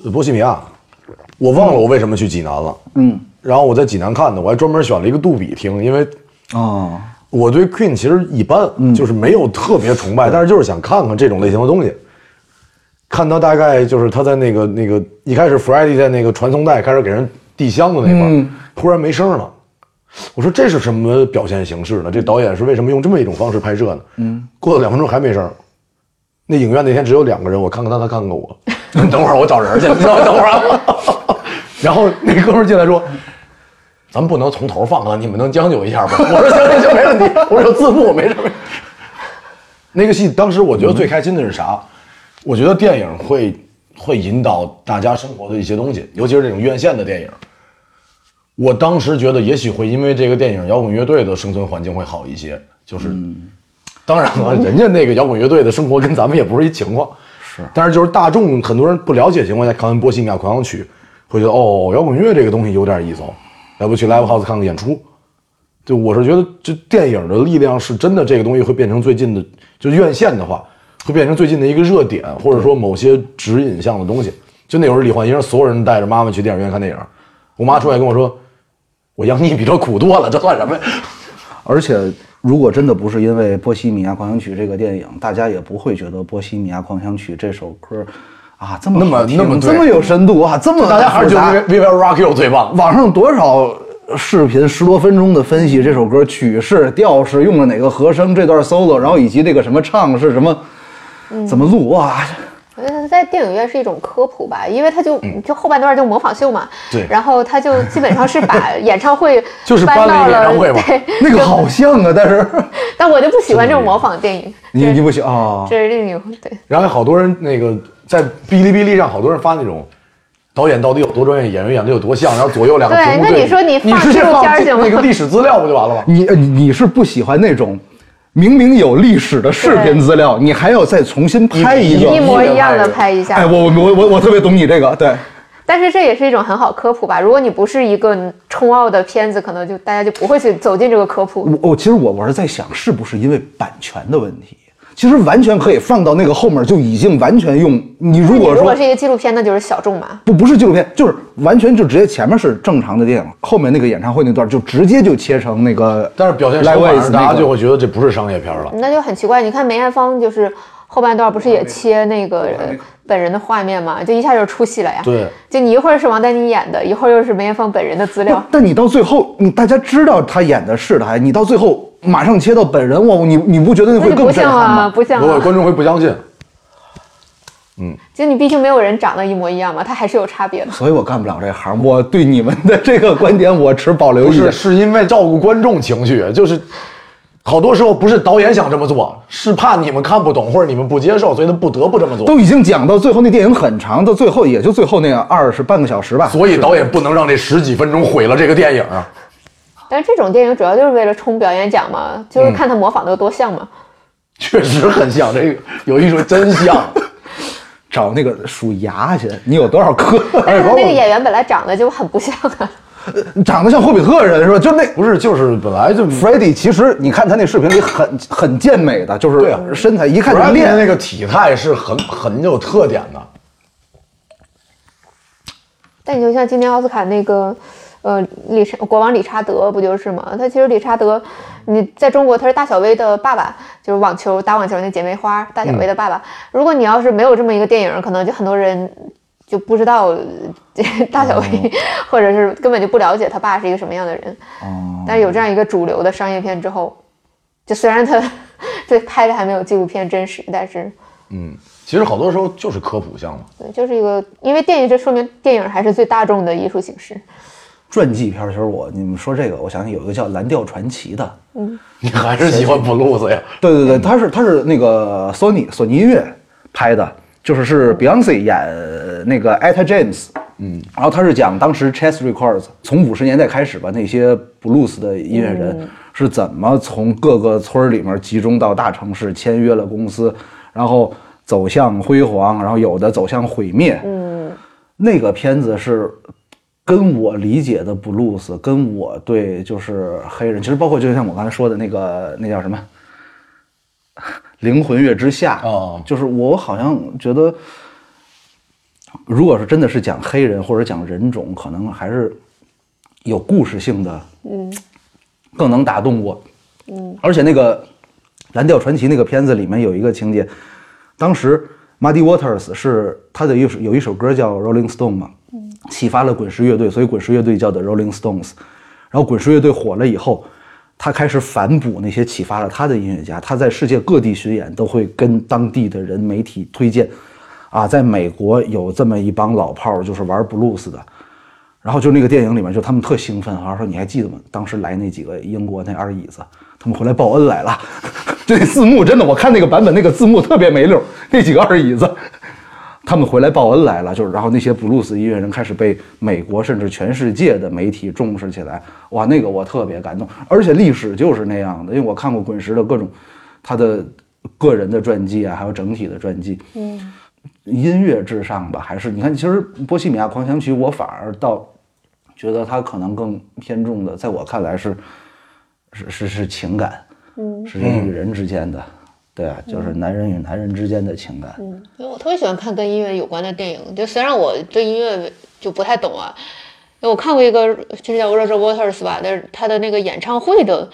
呃《波西米亚》，我忘了我为什么去济南了。嗯，然后我在济南看的，我还专门选了一个杜比听，因为哦，我对 Queen 其实一般，就是没有特别崇拜，但是就是想看看这种类型的东西。看到大概就是他在那个那个一开始 Freddie 在那个传送带开始给人递箱子那块儿，忽然没声了。我说这是什么表现形式呢？这导演是为什么用这么一种方式拍摄呢？嗯，过了两分钟还没声儿。那影院那天只有两个人，我看看他，他看看我。 *laughs* 等会儿我找人去，你知道吗？等会儿啊。 *laughs* 然后那哥们儿进来说：“咱们不能从头放啊，你们能将就一下吗？” *laughs* 我说：“行行行，没问题。” *laughs* 我说：“有字幕，没事没事。”那个戏当时我觉得最开心的是啥？我觉得电影会会引导大家生活的一些东西，尤其是这种院线的电影。我当时觉得，也许会因为这个电影，摇滚乐队的生存环境会好一些。就是，当然 *laughs* 了，人家那个摇滚乐队的生活跟咱们也不是一情况。是，但是就是大众很多人不了解的情况下，看完《波西米亚狂想曲》，会觉得哦，摇滚乐这个东西有点意思，哦，要不去 live house 看看演出。就我是觉得，这电影的力量是真的，这个东西会变成最近的，就院线的话，会变成最近的一个热点，或者说某些指引向的东西。就那会儿，李焕英所有人带着妈妈去电影院看电影， *laughs* 我妈出来跟我说：“我养你比这苦多了，这算什么呀而且如果真的不是因为《波西米亚狂想曲》这个电影，大家也不会觉得《波西米亚狂想曲》这首歌啊这么那么好听那么对这么有深度啊，这么大家还是觉复杂得 We Will Rock You 最棒。网上多少视频十多分钟的分析这首歌曲式、调式，用了哪个和声，这段 solo，然后以及这个什么唱是什么，嗯怎么录哇？我觉嗯得在电影院是一种科普吧，因为他就就后半段就模仿秀嘛，对然后他就基本上是把演唱会就是搬搬了一个到演了唱会嘛对， *laughs* 那个好像啊，但 *laughs* 是但我就不喜欢这种模仿电影，你你不行啊，这是另一回对。然后好多人那个在哔哩哔哩上，好多人发那种导演到底有多专业，演员演的有多像，然后左右两个对屏幕那对比。你说你你放直接纪录放片儿这 *laughs* 行吗那个历史资料不就完了吗？你呃你是不喜欢那种。明明有历史的视频资料，你还要再重新拍一一一个。模一样的拍一下。哎，我我我我我特别懂你这个，对，但是这也是一种很好科普吧。如果你不是一个冲奥的片子，可能就大家就不会去走进这个科普。我我其实我我是在想，是不是因为版权的问题？其实完全可以放到那个后面，就已经完全用你如果如说果是一个纪录片，那就是小众嘛。不不是纪录片，就是完全就直接前面是正常的电影，后面那个演唱会那段就直接就切成那个 Live Aid 那个。但是表现手法上，大家就会会觉得这不是商业片了。那就很奇怪。你看梅艳芳就是后半段不是也切那个呃本人的画面嘛，就一下就出戏了呀。对，就你一会儿是王丹妮演的，一会儿又是梅艳芳本人的资料。但你到最后，你大家知道他演的是他，你到最后马上切到本人，我你你不觉得那 *laughs* 那会就更不震像撼啊，吗？不像不会，啊！观众会不相信。就你毕竟没有人长得一模一样嘛，他还是有差别的。所以我干不了这行，我对你们的这个观点我持保留不意见是，。是因为照顾观众情绪，就是好多时候不是导演想这么做，是怕你们看不懂或者你们不接受，所以他不得不这么做。都已经讲到最后，那电影很长，到最后也就最后那样二十半个小时吧。所以导演不能让这十几分钟毁了这个电影啊！但是这种电影主要就是为了冲表演奖嘛，就是看他模仿的有多像嘛。确实很像这个，有一说真像。找那个数牙去，你有多少 *laughs* 颗？但是哎那个演员本来长得就很不像啊。 *laughs* 长得像霍比特人是吧？就那不是，就是本来就 Freddy，其实你看他那视频里很很健美的，就对啊是身材一看看人就家练。那个体态是很很有特点的。但你就像今年奥斯卡那个，呃，理查国王理查德不就是吗？他其实理查德，你在中国他是大小威的爸爸，就是网球打网球那姐妹花大小威的爸爸。如果你要是没有这么一个电影，可能就很多人就不知道呃 *laughs* 大小威，或者是根本就不了解他爸是一个什么样的人。但是有这样一个主流的商业片之后，就虽然他 *laughs* 对拍的还没有纪录片真实，但是。其实好多时候就是科普项目。对，就是一个，因为电影，这说明电影还是最大众的艺术形式。传记片儿，其实我你们说这个，我想起有一个叫《蓝调传奇》的， *laughs* 你还是喜欢 blues 呀？对对对，他是他是那个索尼索尼音乐拍的，就是是 Beyonce 演那个 Etta James，嗯，然后他是讲当时 Chess Records 从五十年代开始吧，那些 blues 的音乐人是怎么从各个村儿里面集中到大城市，签约了公司，然后走向辉煌，然后有的走向毁灭，嗯，那个片子是。跟我理解的 blues，跟我对就是黑人，其实包括就像我刚才说的那个那叫什么灵魂乐之下，哦就是我好像觉得，如果是真的是讲黑人或者讲人种，可能还是有故事性的，嗯，更能打动我，嗯，而且那个《蓝调传奇》那个片子里面有一个情节，当时 Muddy Waters 是他的一首有一首歌叫《Rolling Stone》嘛，启发了滚石乐队，所以滚石乐队叫的 Rolling Stones。然后滚石乐队火了以后，他开始反哺那些启发了他的音乐家，他在世界各地巡演都会跟当地的人、媒体推荐，啊，在美国有这么一帮老炮儿，就是玩 blues 的。然后就那个电影里面，就他们特兴奋，好像说你还记得吗？当时来那几个英国那二椅子，他们回来报恩来了。 *laughs* 这字幕真的，我看那个版本那个字幕特别没溜儿， *laughs* 那几个二椅子。 *laughs* 他们回来报恩来了，就是然后那些布鲁斯音乐人开始被美国甚至全世界的媒体重视起来，哇，那个我特别感动，而且历史就是那样的，因为我看过滚石的各种他的个人的传记啊，还有整体的传记，嗯，音乐至上吧，还是你看，其实《波西米亚狂想曲》，我反而倒觉得它可能更偏重的，在我看来是是是是情感，嗯，是人与人之间的，对啊，就是男人与男人之间的情感，因为我特别喜欢看跟音乐有关的电影，就虽然我对音乐就不太懂啊，因为我看过一个就是叫 Roger Waters 吧，但是他的那个演唱会的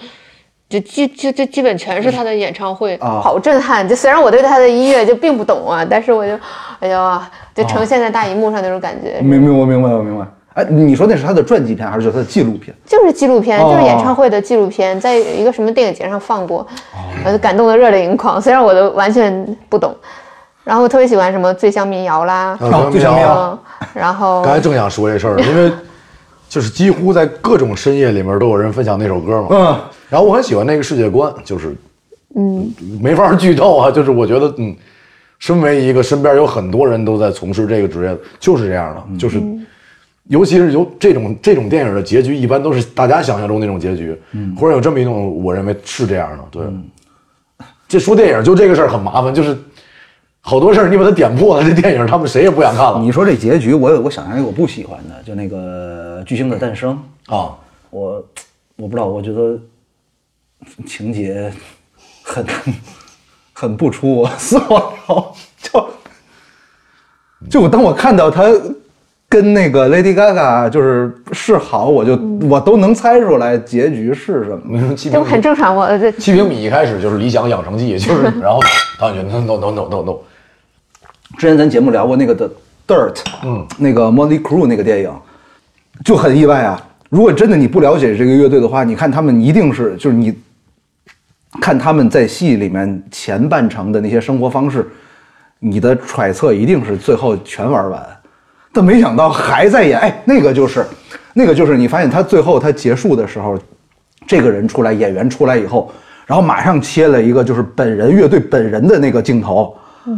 就基就就基本全是他的演唱嗯会，啊好震撼！就虽然我对他的音乐就并不懂啊，但是我就，哎啊呀，就呈现在大荧幕上那种感觉，嗯明明我明白我明白。哎，你说那是他的传记片还是叫他的纪录片？就是纪录片，哦就是演啊唱会的纪录片，在一个什么电影节上放过，啊我就感动得热泪盈眶。虽然我都完全不懂，然后我特别喜欢什么最香民谣啦，啊最想要嗯，然后刚才正想说这事儿，因为就是几乎在各种深夜里面都有人分享那首歌嘛。嗯，然后我很喜欢那个世界观，就是嗯，没法剧透啊，就是我觉得嗯，身为一个身边有很多人都在从事这个职业，就是这样的，就是。尤其是有这种这种电影的结局，一般都是大家想象中那种结局，嗯，或者有这么一种，我认为是这样的，对。这说电影就这个事儿很麻烦，就是好多事儿你把它点破了，这电影他们谁也不想看了你说这结局，我有个想象一个我不喜欢的，就那个《巨星的诞生》啊。我我不知道，我觉得情节很很不出我所料，就就我当我看到他跟那个 Lady Gaga 就是示好，我就、我都能猜出来结局是什么。七这不很正常吗？呃这七平米一开始就是理想养成记，就是然后导演觉得 no no no no no，之前咱节目聊过那个的 Dirt，嗯，那个 Molly Crew 那个电影，就很意外啊。如果真的你不了解这个乐队的话，你看他们一定是就是你看他们在戏里面前半程的那些生活方式，你的揣测一定是最后全玩完，但没想到还在演。哎，那个就是，那个就是你发现他最后他结束的时候，这个人出来，演员出来以后，然后马上切了一个就是本人乐队本人的那个镜头，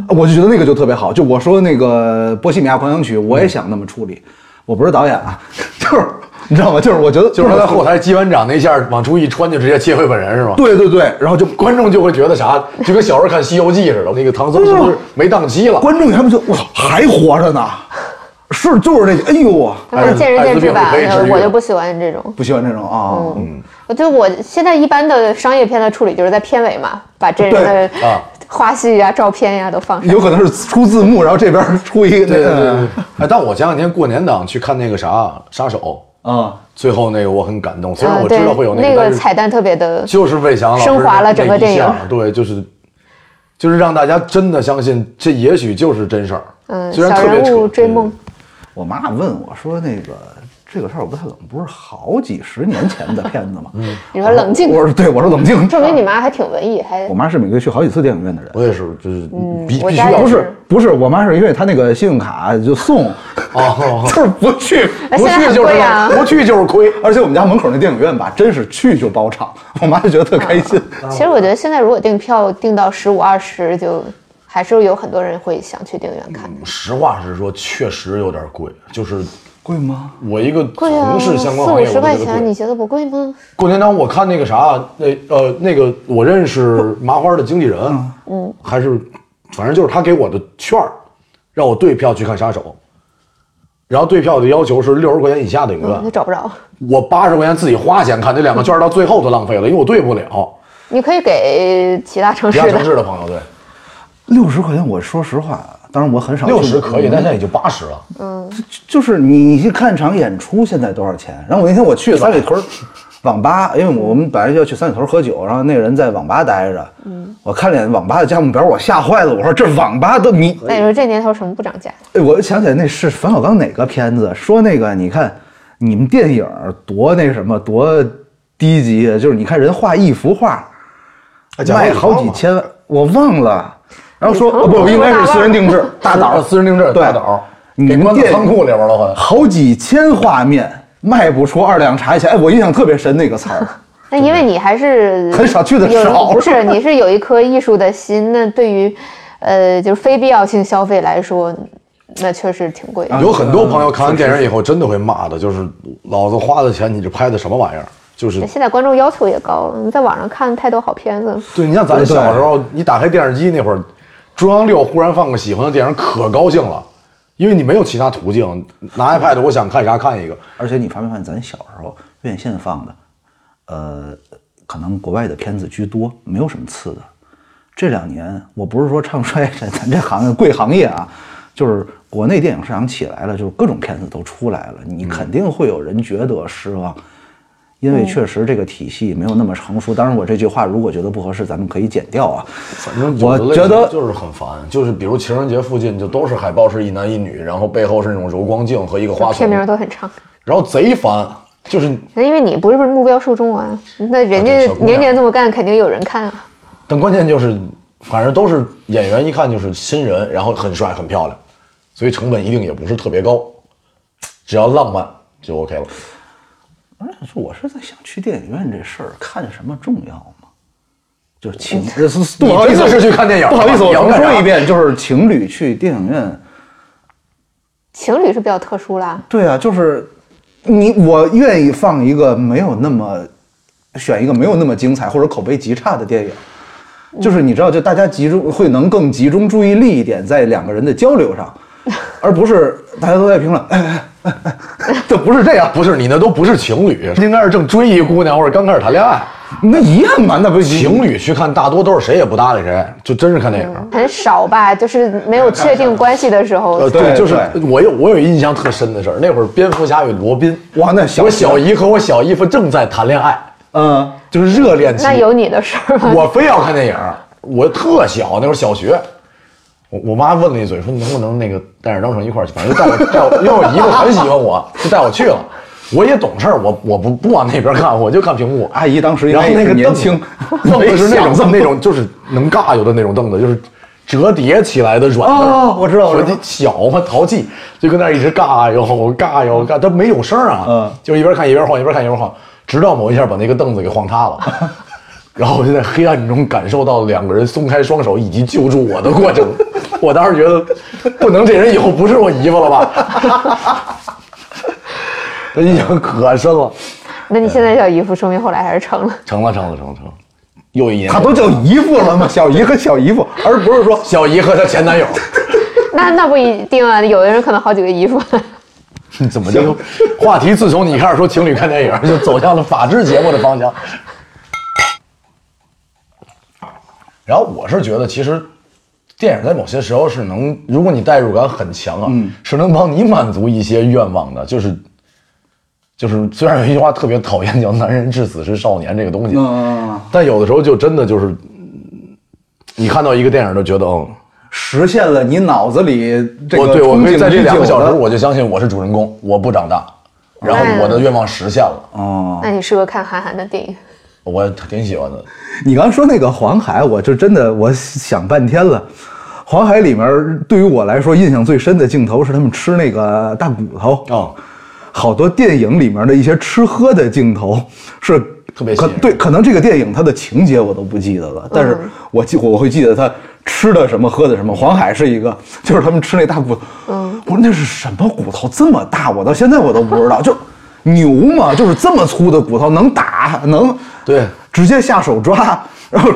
我就觉得那个就特别好。就我说那个《波西米亚狂想曲》，我也想那么处理，我不是导演啊， *laughs* 就是你知道吗？就是我觉得就是他在后台。台击完掌那一下往出一穿就直接切回本人是吗？对对对，然后就观众就会觉得啥，就跟小时候看《西游记》似的，那个唐僧是不是没档期了？观众他们就我操还活着呢，是就是这，哎呦我但是见仁见智吧，哎呃哎我就不喜欢这种。不喜欢这种啊，嗯，我对我现在一般的商业片的处理就是在片尾嘛，把真人对的啊花絮呀、照片呀都放上。嗯有可能是出字幕，然后这边出一个对对对对。哎，但我前两天过年档去看那个啥《杀手》， *laughs* 啊，最后那个我很感动，虽然啊，我对，知道会有那个，个但是彩蛋特别的，就是魏翔老师升华了整个电影那一下对，就是就是让大家真的相信这也许就是真事儿。嗯，虽然小特别嗯人物扯追梦，我妈问我说那个。这个事儿我不太冷，不是好几十年前的片子吗？嗯你说冷静 *laughs* 我说对，我说冷静。证明你妈还挺文艺，还我妈是每个月去好几次电影院的人。我也是，就是必嗯我必须家也要是不是不是，我妈是因为她那个信用卡就送， *laughs* 哦 *laughs* 就是不去，哎不现在去很就是贵 *laughs* 啊不去就是亏。而且我们家门口那电影院吧，真是去就包场，我妈就觉得特开心。其实我觉得现在如果订票订到十五二十，就还是有很多人会想去电影院看。实话实说，确实有点贵。就是贵吗？我一个贵啊，从事相关四行五业，我十就块觉得钱，你贵。觉得不贵吗？过年档我看那个啥，那呃那个我认识麻花的经纪人，嗯，还是反正就是他给我的券儿，让我兑票去看《杀手》，然后兑票的要求是六十块钱以下的影院，嗯，那找不着。我八十块钱自己花钱看，这两个券儿到最后都浪费了，因为我兑不了。你可以给其他 *laughs* 城其市他的，城市的朋 *laughs* 友对，六十块钱，我说实话，当然我很少去。六十可以，但但现在已经八十了。嗯就是你去看场演出，现在多少钱？然后我那天我去三里屯儿 *laughs* 网吧，因为我们本来要去三里屯儿喝酒，然后那个人在网吧待着，我看脸网吧的价目表，我吓坏了，我说这网吧的你那你说这年头什么不涨价？哎，我想起来那是冯小刚哪个片子，说那个你看你们电影儿多那什么多低级，啊就是你看人画一幅画，讲卖过好几千万，我忘了。然后说哦不，应该是私人定制，大岛私人定制，对大岛，你给们关到店仓库里边了，好像。好几千画面卖不出二两茶钱。哎，我印象特别深那个词儿，那因为你 *laughs* 还是很少去的有少不是，你是有一颗艺术的心。那对于，呃，就是非必要性消费来说，那确实挺贵的。有很多朋友看完电影以后真的会骂的，就是老子花的钱，你这拍的什么玩意儿？就是现在观众要求也高了，你在网上看太多好片子，对你像咱对对小时候，你打开电视机那会儿，中央六忽然放个喜欢的电影，可高兴了，因为你没有其他途径，拿 iPad 我想看啥看一个。而且你发没发现，咱小时候院线放的，呃，可能国外的片子居多，没有什么次的。这两年，我不是说唱衰咱咱这行业贵行业啊，就是国内电影市场起来了，就是各种片子都出来了，你肯定会有人觉得失望。因为确实这个体系没有那么成熟。当然，我这句话如果觉得不合适，咱们可以剪掉啊。反正我有的类觉型得就是很烦，就是比如情人节附近就都是海报是一男一女，然后背后是那种柔光镜和一个花片丛，名都很长。然后贼烦，就是因为你不是目标受众啊，那人啊对家小姑娘年年这么干，肯定有人看啊。但关键就是，反正都是演员，一看就是新人，然后很帅很漂亮，所以成本一定也不是特别高，只要浪漫就 OK 了。我想说，我是在想去电影院这事儿看什么重要吗？就是情，呃 *laughs* 是是不好意你思这次是去看电影不好意思，我你要重干啥说一遍，就是情侣去电影院。情侣是比较特殊啦，对啊，就是你我愿意放一个没有那么选一个没有那么精彩或者口碑极差的电影，就是你知道，就大家集中会能更集中注意力一点在两个人的交流上，而不是大家都在评论，哎哎哎哎哎，这不是这样，不是你那都不是情侣，应该是正追一姑娘或者刚开始谈恋爱。那一样嘛，那不是情侣去看，大多都是谁也不搭理谁，就真是看电影。很少吧，就是没有确定关系的时候呃，，对就是对我有我有印象特深的事儿，那会儿蝙蝠侠与罗宾，哇，那小我小姨和我小姨夫正在谈恋爱，嗯，就是热恋期。那有你的事儿 *laughs* 吗？我非要看电影儿，我特小，那会儿小学。我我妈问了一嘴，说你能不能那个带着张成一块儿去，反正就带我带我，因为我姨夫很喜欢我，就带我去了。我也懂事儿，我我不不往那边看，我就看屏幕。阿姨当时应然后该那也个凳是年轻， *laughs* 凳子是那没想种这么那种就是能尬悠的那种凳子，就是折叠起来的软凳儿。哦我知道我知道你小嘛，淘气，就跟那儿一直尬悠尬悠尬，它没有声儿啊，嗯就一边看一边晃，一边看一边晃，直到某一下把那个凳子给晃 *laughs* 塌了。然后我就在黑暗中感受到两个人松开双手以及救助我的过程，我当时觉得不能这人以后不是我姨夫了 *laughs* 吧？这印象可深了，那呃你现在叫姨夫，说明后来还是成了。成了成了成了成了，又一年她都叫姨父了吗？小姨和小姨父，而不是说小姨和她前男友，那那不一定啊，有的人可能好几个姨 *laughs* 夫。怎么就话题自从你开始说情侣看电影，就走向了法制节目的方向。然后我是觉得，其实电影在某些时候是能，如果你代入感很强啊，是能帮你满足一些愿望的。就是就是，虽然有一句话特别讨厌，叫“男人至死是少年”这个东西，嗯，但有的时候就真的就是，嗯你看到一个电影就觉得，嗯，实现了你脑子里这我个对我憧可以憬在这已两个久小时，的我就相信我是主人公，我不长大，然哎后我的愿望实现了，哦，那你适合看韩寒的电影。我挺喜欢的。你刚说那个黄海，我就真的我想半天了。黄海里面对于我来说印象最深的镜头是他们吃那个大骨头，哦，好多电影里面的一些吃喝的镜头是特别吸可引人对，可能这个电影它的情节我都不记得了，但是我记我会记得他吃的什么喝的什么。黄海是一个， *laughs* 就是他们吃那大骨头，嗯，我说那是什么骨头这么大，我到现在我都不知道，就 *laughs* 牛嘛，就是这么粗的骨头能打能对，直接下手抓， *laughs* 然后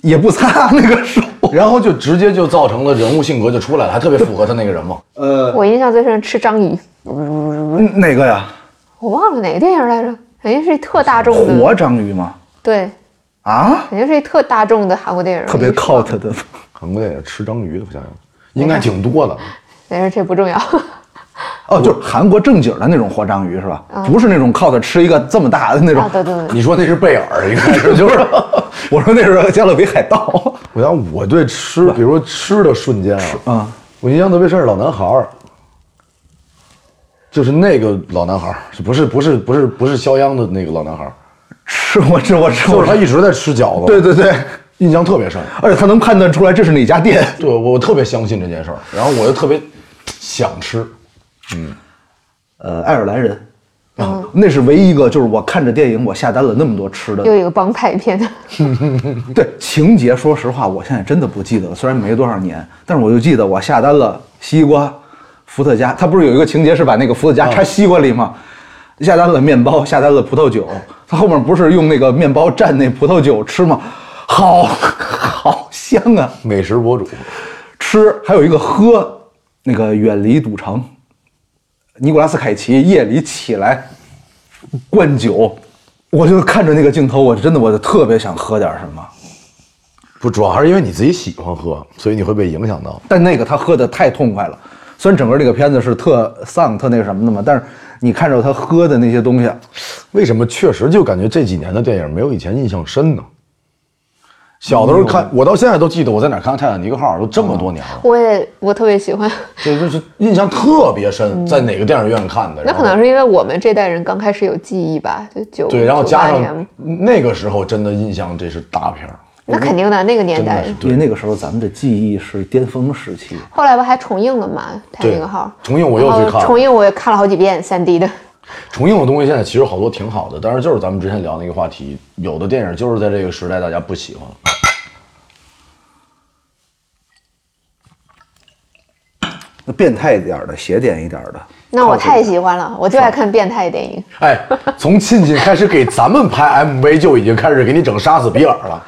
也不擦那个手。然后就直接就造成了人物性格就出来了，还特别符合他那个人嘛。呃我印象最深是吃章鱼，嗯哪个呀？我忘了哪个电影来着，肯定是一特大众的，活章鱼吗？对，啊，肯定是一特大众的韩国电影。特别 cult 的。 *laughs* 韩国电影吃章鱼的，我想想，应该挺多的。但是这不重要。哦，就是韩国正经的那种活章鱼是吧？不是那种靠它吃一个这么大的那种嗯啊，。对对对，你说那是贝尔，应该是就是 *laughs* 我说那是加勒比海 *laughs* 盗。 *laughs* 我想我对吃，比如说吃的瞬间啊，啊我印象特别深是老男孩儿，就是那个老男孩儿，不是不是不是不是肖央的那个老男孩儿，吃我吃我吃就我是他吃。一直在吃饺子，对，对对，印象特别深。而且他能判断出来这是哪家店。对我我特别相信这件事儿，然后我就特别想吃，呃，爱尔兰人。嗯啊，那是唯一一个，就是我看着电影，我下单了那么多吃的，又一个帮派片，对情节，说实话，我现在真的不记得了。虽然没多少年，但是我就记得我下单了西瓜、伏特加。它不是有一个情节是把那个伏特加插西瓜里吗？下单了面包，下单了葡萄酒。它后面不是用那个面包蘸那葡萄酒吃吗？好 *laughs* 好香啊！美食博主，吃还有一个喝，那个远离赌城。尼古拉斯凯奇夜里起来灌酒，我就看着那个镜头，我真的我就特别想喝点什么。不主要还是因为你自己喜欢喝，所以你会被影响到。但那个他喝的太痛快了，虽然整个这个片子是特丧、特那什么的嘛，但是你看着他喝的那些东西，啊为什么确实就感觉这几年的电影没有以前印象深呢？小的时候看，我到现在都记得我在哪儿看《泰坦尼克号》，都这么多年了，我也我特别喜欢，这就是印象特别深，在哪个电影院看的？那可能是因为我们这代人刚开始有记忆吧，就九对，然后九加八年上那个时候真的印象，这是大片儿，那肯定的，那个年代。因为那个时候咱们的记忆是巅峰时期。后来不还重映了嘛，《泰坦尼克号》。重映我又去然后看了重映我也看了好几遍三 D 的。重映的东西现在其实好多挺好的，但是就是咱们之前聊那个话题，有的电影就是在这个时代大家不喜欢了。那变态一点的、邪典一点的，那我太喜欢了，我就爱看变态电影。哎，从亲戚开始给咱们拍 MV 就已经开始给你整杀死比尔了，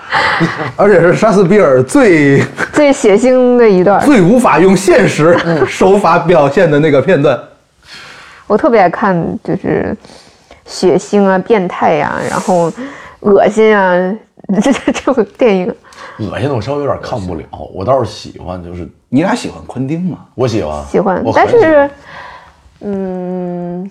而且是杀死比尔最最血腥的一段，最无法用现实手法表现的那个片段。我特别爱看，就是血腥啊、变态呀、然后恶心啊，这这这种电影。恶心的我稍微有点看不了，我倒是喜欢，就是你俩喜欢昆汀吗？我喜欢，喜欢我，很但喜欢是，嗯，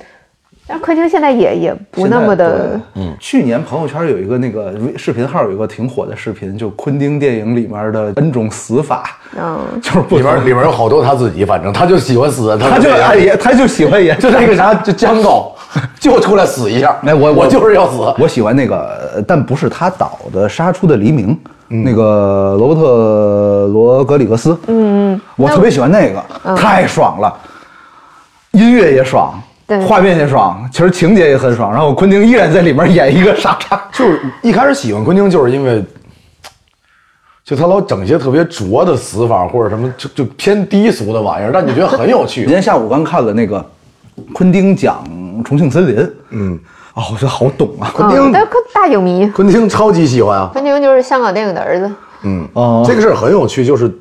但是昆汀现在也也不那么的，嗯，去年朋友圈有一个那个视频号有一个挺火的视频，就昆汀电影里面的 N 种死法，嗯，就是不里边里边有好多他自己，反正他就喜欢死，他他就这样爱演，他就喜欢演。就那个啥，就江狗，就出来死一下。哎，我我就是要死。我喜欢那个，呃但不是他导的《杀出的黎明》，那个罗伯特罗格里格斯，嗯嗯，我特别喜欢那个，太爽了，音乐也爽对，画面也爽，其实情节也很爽，然后昆汀依然在里面演一个傻叉，就是一开始喜欢昆汀，就是因为，就他老整些特别拙的死法或者什么，就就偏低俗的玩意儿，但你觉得很有今趣。天下午刚看了那个昆汀讲《重庆森林》，嗯，哦，我觉得好懂啊，昆汀嗯，但昆大影迷， *laughs* 昆汀超级喜欢啊，昆汀就是香港电影的儿子，哦、嗯这个事儿很有趣，就是。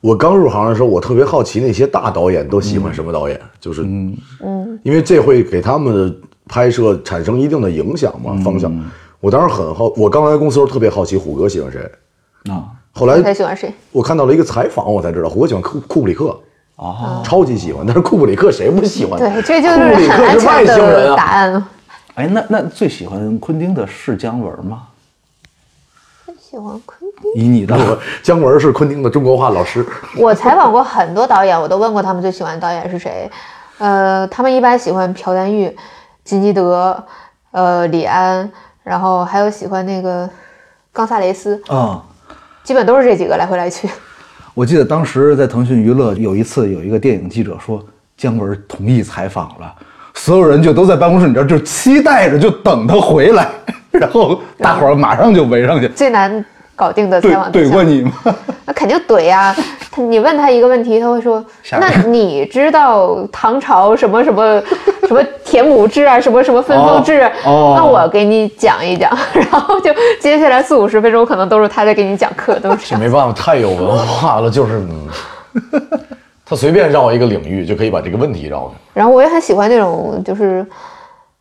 我刚入行的时候，我特别好奇那些大导演都喜欢什么导演，就是，嗯，因为这会给他们的拍摄产生一定的影响嘛、方向。我当时很好，我刚来公司的时候特别好奇虎哥喜欢谁，啊后我来才喜欢谁？我看到了一个采访，我才知道胡歌喜欢库库布里克，哦，超级喜欢。 *laughs* 但是库布里克谁不喜欢？对，这就库布里很克安是外全星人的答啊！案。哎，那那最喜欢昆汀的是姜文吗？喜欢昆汀，以你的我姜文是昆汀的中国话老师，我采访过很多导演，我都问过他们最喜欢的导演是谁，呃，他们一般喜欢朴丹玉、金基德、呃李安，然后还有喜欢那个冈萨雷斯，啊。基本都是这几个来回来去。我记得当时在腾讯娱乐有一次有一个电影记者说姜文同意采访了，所有人就都在办公室里边就期待着就等他回来，然后大伙儿马上就围上去最难搞定的采怼访对怼过象，你吗？那肯定怼呀、他你问他一个问题，他会说：“下那面你知道唐朝什么什么什么田亩制啊，什么什么分封制？哦哦那我给你讲一讲。” *laughs* 然后就接下来四五十分钟，可能都是他在给你讲课，都是这没办法，太有文化了，就是，嗯他随便绕一个领域就可以把这个问题绕开。然后我也很喜欢那种就是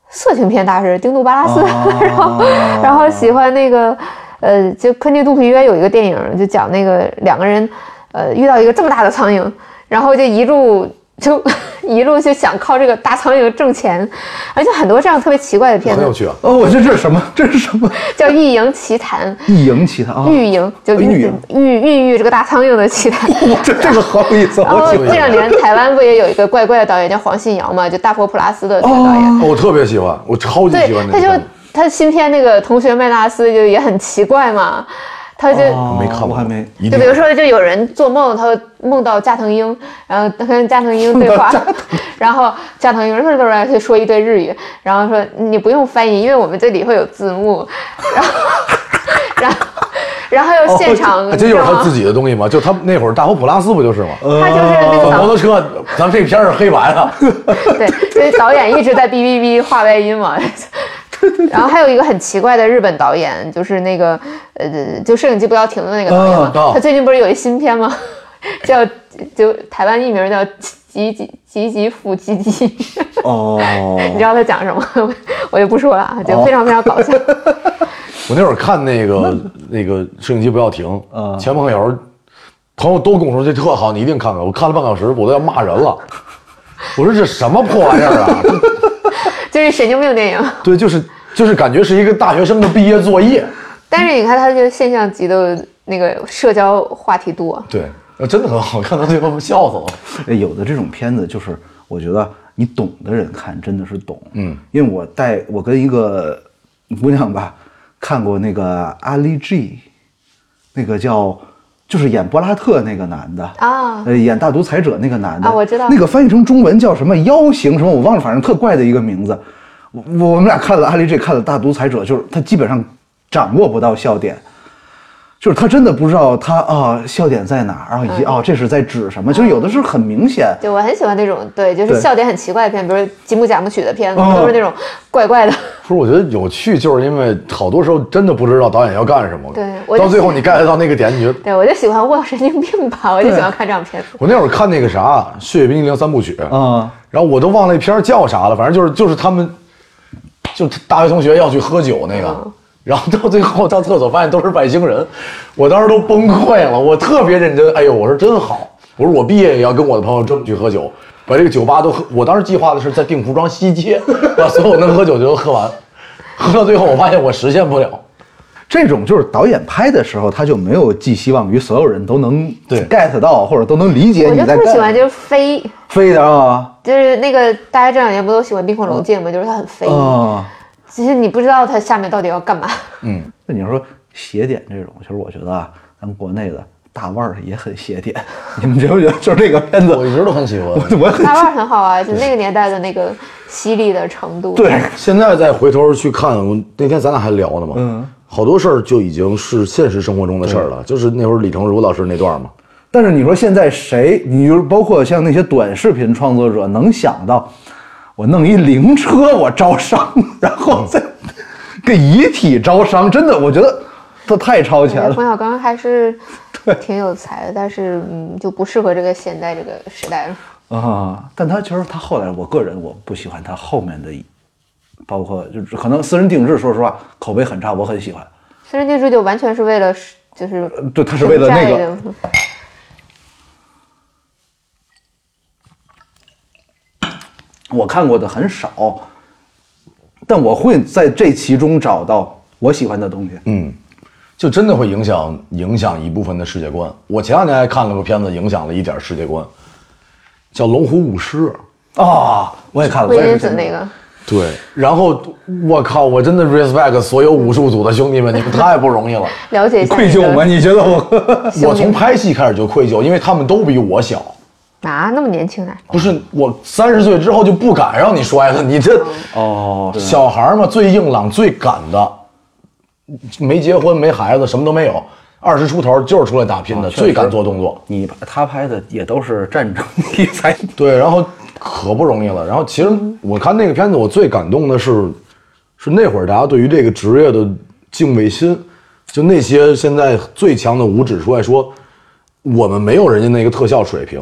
色情片大师丁杜巴拉斯，哦 *laughs* 然后然后喜欢那个呃，就昆汀·杜皮约有一个电影，就讲那个两个人呃遇到一个这么大的苍蝇，然后就一路就 *laughs* 一路就想靠这个大苍蝇挣钱，而且很多这样特别奇怪的片很有子，趣啊！哦，我这这是什么？这是什么？叫《玉营奇谭》。一营其他啊，玉营就玉孕营孕孕育这个大苍蝇的 *laughs* 奇谭，哦这这个好有意思，然后我这两年台湾不也有一个怪怪的导演叫黄信尧嘛，就大佛普拉斯的这个导哦演，我特别喜欢，我超级喜对欢，他那就个。他新片那个同学麦纳斯就也很奇怪嘛，他就、哦没看过，我还没一就定比如说就有人做梦，他会梦到加藤鹰，然后他跟加藤鹰对话， *laughs* 然后加藤鹰说说说就说一堆日语，然后说你不用翻译，因为我们这里会有字幕， *laughs* 然后然后 *laughs* 然后又现场、哎这就是他自己。己的东西吗？就他那会儿大佛普拉斯不就是吗？他就是那个粉摩导托车，咱们这片儿是黑白的。 *laughs* 对，这导演一直在哔哔哔画外音嘛。然后还有一个很奇怪的日本导演，就是那个呃，就摄影机不要停的那个导演嘛嗯哦他最近不是有一新片吗？ *laughs* 叫就台湾艺名叫吉吉吉吉富吉吉，哦， *laughs* 你知道他讲什么吗？ *laughs* 我就不说了啊，就非常非常搞笑。 *laughs* 啊我那会儿看那个那个摄影机不要停，前朋友朋友都跟我说这特好，你一定看看。我看了半小时，我都要骂人了。我说这什么破玩意儿啊！这就是神经病电影。对，就是就是感觉是一个大学生的毕业作业。但是你看它这个现象级的那个社交话题多，对，呃真的很好看，到最后笑死我。哎 *laughs* 有的这种片子就是，我觉得你懂的人看真的是懂，嗯，因为我带我跟一个姑娘吧，看过那个阿丽 G，那个叫就是演博拉特那个男的啊呃，演大独裁者那个男的啊我知道那个翻译成中文叫什么妖形什么，我忘了，反正特怪的一个名字。我我们俩看了阿丽 G，看了大独裁者，就是他基本上掌握不到笑点。就是他真的不知道他啊、笑点在哪儿啊，以嗯及啊这是在指什么，就是有的是很明显，对我很喜欢那种对，就对是笑点很奇怪的片，比如吉姆贾木许的片子，哦都是那种怪怪的。不是，我觉得有趣，就是因为好多时候真的不知道导演要干什么。对我就到最后你 get 到那个点，你觉得对我就喜欢我有神经病吧， *laughs* 我就喜欢看这种片子。我那会儿看那个啥《血液冰激凌三部曲》啊然后我都忘了那片儿叫啥了，反正就是就是他们，就大学同学要去喝酒那个，然后到最后到厕所发现都是外星人， *laughs* 我当时都崩溃了，我特别认真，哎呦，我说真好，我说我毕业也要跟我的朋友这么去喝酒，把这个酒吧都喝，我当时计划的是在定福庄西街把所有能喝酒的都喝完，喝到最后我发现我实现不了，这种就是导演拍的时候，他就没有寄希望于所有人都能对 get 到或者都能理解我你就在特别干喜嘛欢就是飞，飞的啊就是那个大家这两年不都喜欢冰火龙界吗？就是它很飞，啊。其实你不知道它下面到底要干嘛。那你说邪典这种，其实我觉得啊，咱国内的大腕儿也很邪典， *laughs* 你们觉不觉得？就是这个片子， *laughs* 我一直都很喜欢。我很大腕儿很好啊，就那个年代的那个犀利的程度。对，现在再回头去看，我那天咱俩还聊呢嘛，嗯，好多事儿就已经是现实生活中的事儿了，就是那会儿李成儒老师那段嘛，但是你说现在谁，你就是包括像那些短视频创作者，能想到我弄一灵车我招商，然后再给遗体招商，真的，我觉得这太超前感觉冯了。小刚还是挺有才的，但是嗯，就不适合这个现代这个时代了。啊！但他其实他后来，我个人我不喜欢他后面的一，包括就是可能私人定制，说实话口碑很差，我很喜欢。私人定制就完全是为了是就是呃对他是为了那个省债的我看过的很少，但我会在这其中找到我喜欢的东西。嗯，就真的会影响影响一部分的世界观。我前两天还看了个片子，影响了一点世界观，叫《龙虎舞狮》。啊，我也看了，我魏也因是子这么那个，对，然后我靠，我真的 respect 所有武术组的兄弟们，你们太不容易了。 *laughs* 了解一下愧你疚吗？的你觉得我？我从拍戏开始就愧疚，因为他们都比我小。啊，那么年轻啊，不是我三十岁之后就不敢让你摔了，你这哦，小孩儿嘛，最硬朗、最敢的，没结婚、没孩子，什么都没有，二十出头就是出来打拼的，啊确实最敢做动作。你他拍的也都是战争题材，对，然后可不容易了。然后其实我看那个片子，我最感动的是，是那会儿大家对于这个职业的敬畏心，就那些现在最强的武指出来说，我们没有人家那个特效水平，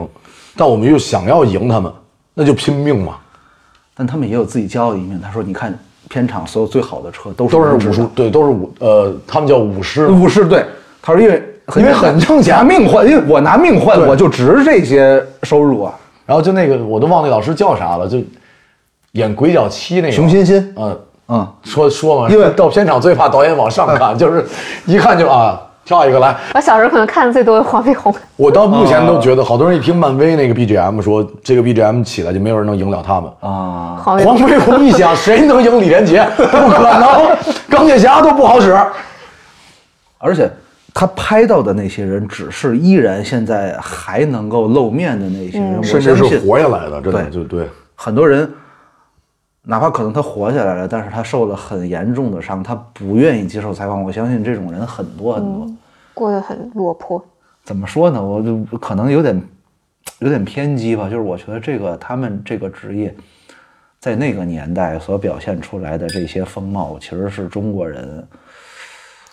但我们又想要赢他们，那就拼命嘛，但他们也有自己骄傲的一面。他说：“你看，片场所有最好的车都是都是制武术的，，对，都是武，呃，他们叫武师。武士对。”他说：“因为因为很挣钱拿命换，因为我拿命换，对我就值这些收入啊。然后就那个我都忘那老师叫啥了，就演《鬼脚七》那个熊欣欣嗯，”嗯，说说嘛，因为到片场最怕导演往上看， *laughs* 就是一看就啊跳一个来。我小时候可能看的最多的黄飞鸿，我到目前都觉得，好多人一听漫威那个 BGM，说这个 BGM 起来就没有人能赢了他们。啊，黄飞黄鸿飞鸿一想，谁能赢李连杰？ *laughs* 不可能，钢铁侠都不好使。而且他拍到的那些人，只是依然现在还能够露面的那些人，我 *laughs* 嗯甚至相是信活下来的，真的对就对。很多人，哪怕可能他活下来了，但是他受了很严重的伤，他不愿意接受采访。我相信这种人很多很多。过得很落魄。怎么说呢？我就可能有点有点偏激吧，就是我觉得这个他们这个职业。在那个年代所表现出来的这些风貌，其实是中国人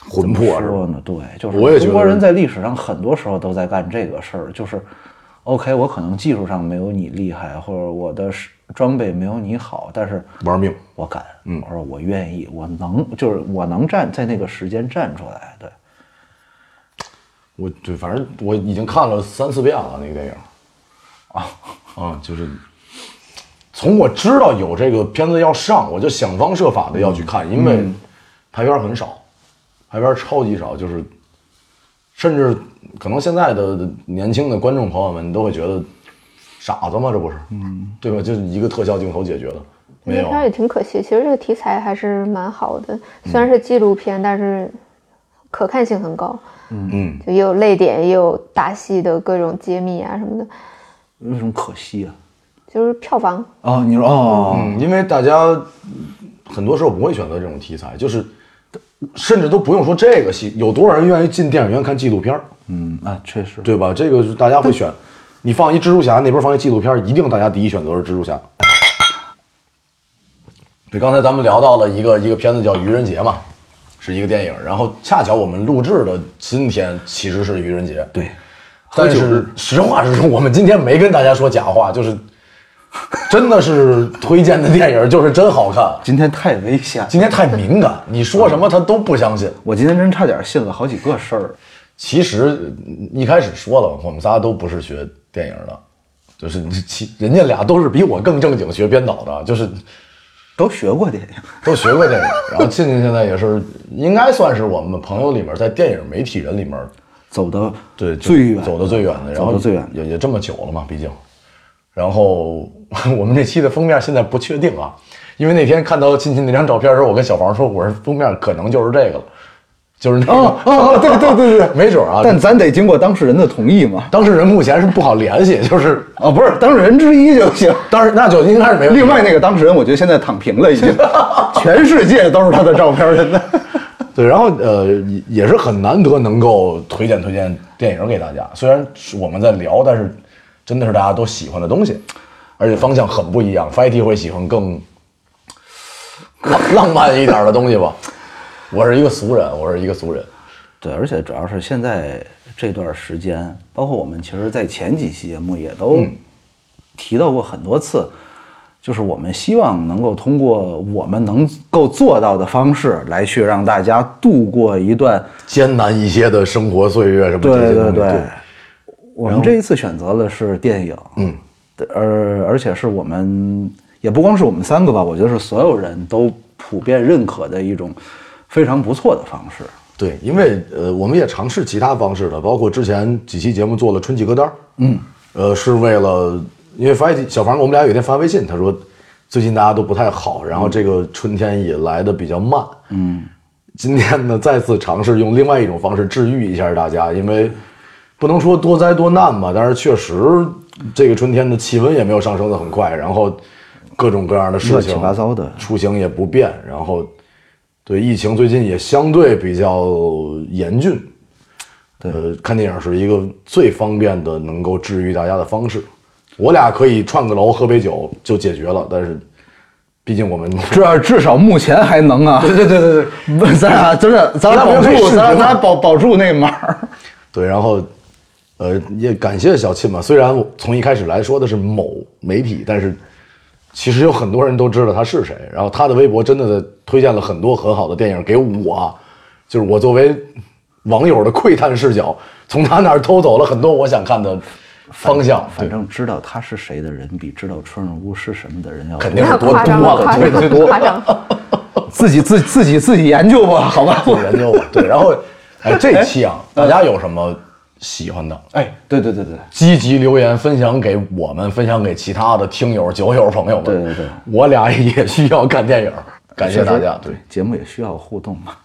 魂魄怎是吧么说呢？对，就是我也觉得中国人在历史上很多时候都在干这个事儿，就是 OK，我可能技术上没有你厉害，或者我的是装备没有你好，但是玩命，我敢，嗯，我说我愿意，我能，就是我能站在那个时间站出来，对，我对，反正我已经看了三四遍了那个电影，啊啊，就是从我知道有这个片子要上，我就想方设法的要去看，因为排片很少，排片超级少，就是甚至可能现在的年轻的观众朋友们都会觉得傻子吗？这不是，嗯，对吧？就是一个特效镜头解决的，没那有嗯片儿也挺可惜。其实这个题材还是蛮好的，虽然是纪录片，但是可看性很高。嗯嗯，也有泪点，也有打戏的各种揭秘啊什么的，有一种可惜啊。就是票房。啊，你说哦，嗯，因为大家很多时候不会选择这种题材，就是甚至都不用说这个戏，有多少人愿意进电影院看纪录片儿，嗯，啊，确实，对吧？这个是大家会选，你放一蜘蛛侠，那边放一纪录片儿，一定大家第一选择是蜘蛛侠。对，刚才咱们聊到了一个一个片子叫《愚人节》嘛，是一个电影，然后恰巧我们录制的今天其实是愚人节，对，但是实话实说，我们今天没跟大家说假话，就是真的是推荐的电影就是真好看。今天太危险了，今天太敏 *laughs* 感，你说什么他都不相信。我今天真差点信了好几个事儿。其实嗯一开始说了，我们仨都不是学电影的，就是其人家俩都是比我更正经学编导的，就是都学过电影，都学过电 *laughs* 影。然后静静现在也是应该算是我们朋友里面在电影媒体人里面走的对就最远，走的最远的，然走后得最远的也也这么久了嘛，毕竟。然后我们这期的封面现在不确定啊，因为那天看到亲戚那张照片的时候，我跟小王说，我说封面可能就是这个了，就是那个。哦哦，对对对对对，没准儿啊，但咱得经过当事人的同意嘛。当事人目前是不好联系， *laughs* 就是啊，不是，当事人之一就行。当然那就应该是没有。另外那个当事人，我觉得现在躺平了，已 *laughs* 经，全世界都是他的照片，现在。对，然后呃也也是很难得能够推荐推荐电影给大家，虽然是我们在聊，但是真的是大家都喜欢的东西，而且方向很不一样。Fighty 会喜欢更浪浪漫一点的东西吧？ *laughs* 我是一个俗人，我是一个俗人。对，而且主要是现在这段时间，包括我们其实，在前几期节目也都提到过很多次，就是我们希望能够通过我们能够做到的方式，来去让大家度过一段。艰难一些的生活岁月什么这对些东对西，对，我们这一次选择的是电影，嗯，而而且是我们也不光是我们三个吧，我觉得是所有人都普遍认可的一种非常不错的方式。对，因为呃，我们也尝试其他方式了，包括之前几期节目做了春季歌单，嗯，呃，是为了因为发现小房，我们俩有一天发微信，他说最近大家都不太好，然后这个春天也来的比较慢，嗯，今天呢再次尝试用另外一种方式治愈一下大家，因为不能说多灾多难吧，但是确实这个春天的气温也没有上升的很快，然后各种各样的事乱情七八糟的出行也不便，然后对疫情最近也相对比较严峻。呃，看电影是一个最方便的能够治愈大家的方式。我俩可以串个楼喝杯酒就解决了，但是毕竟我们 *laughs* 这至少目前还能啊。对对对对对，咱俩咱俩啊咱咱俩俩保没有被住，视咱俩频咱俩保保住那码儿。对，然后呃也感谢小沁吧。虽然我从一开始来说的是某媒体，但是其实有很多人都知道他是谁。然后他的微博真的推荐了很多很好的电影给我，就是我作为网友的窥探视角，从他那儿偷走了很多我想看的方向。 *laughs* 反正知道他是谁的人，比知道春日屋是什么的人要肯定不是要多夸张了，多了夸张对对了，多夸张了。 *laughs* 自己自己自己自己研究吧，好吧。做研究吧。对，然后哎，这期啊，大家有什么喜欢的，哎，对对对对，积极留言分享给我们，分享给其他的听友、酒友、朋友们。对对对，我俩也需要看电影，感谢大家。对，节目也需要互动嘛。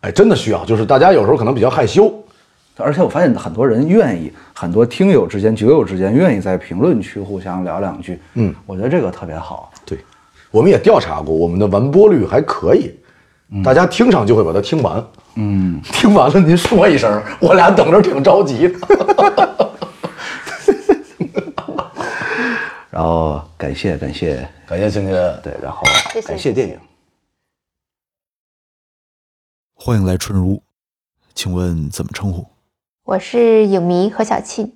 哎，真的需要，就是大家有时候可能比较害羞，而且我发现很多人愿意，很多听友之间、酒友之间愿意在评论区互相聊两句。嗯，我觉得这个特别好。对，我们也调查过，我们的完播率还可以，大家听上就会把它听完。嗯， *laughs* 听完了您说一声，我俩等着挺着急的。然后感谢感谢，感谢青青。对，然后谢谢感谢电影。欢迎来春如，请问怎么称呼？我是影迷何小沁，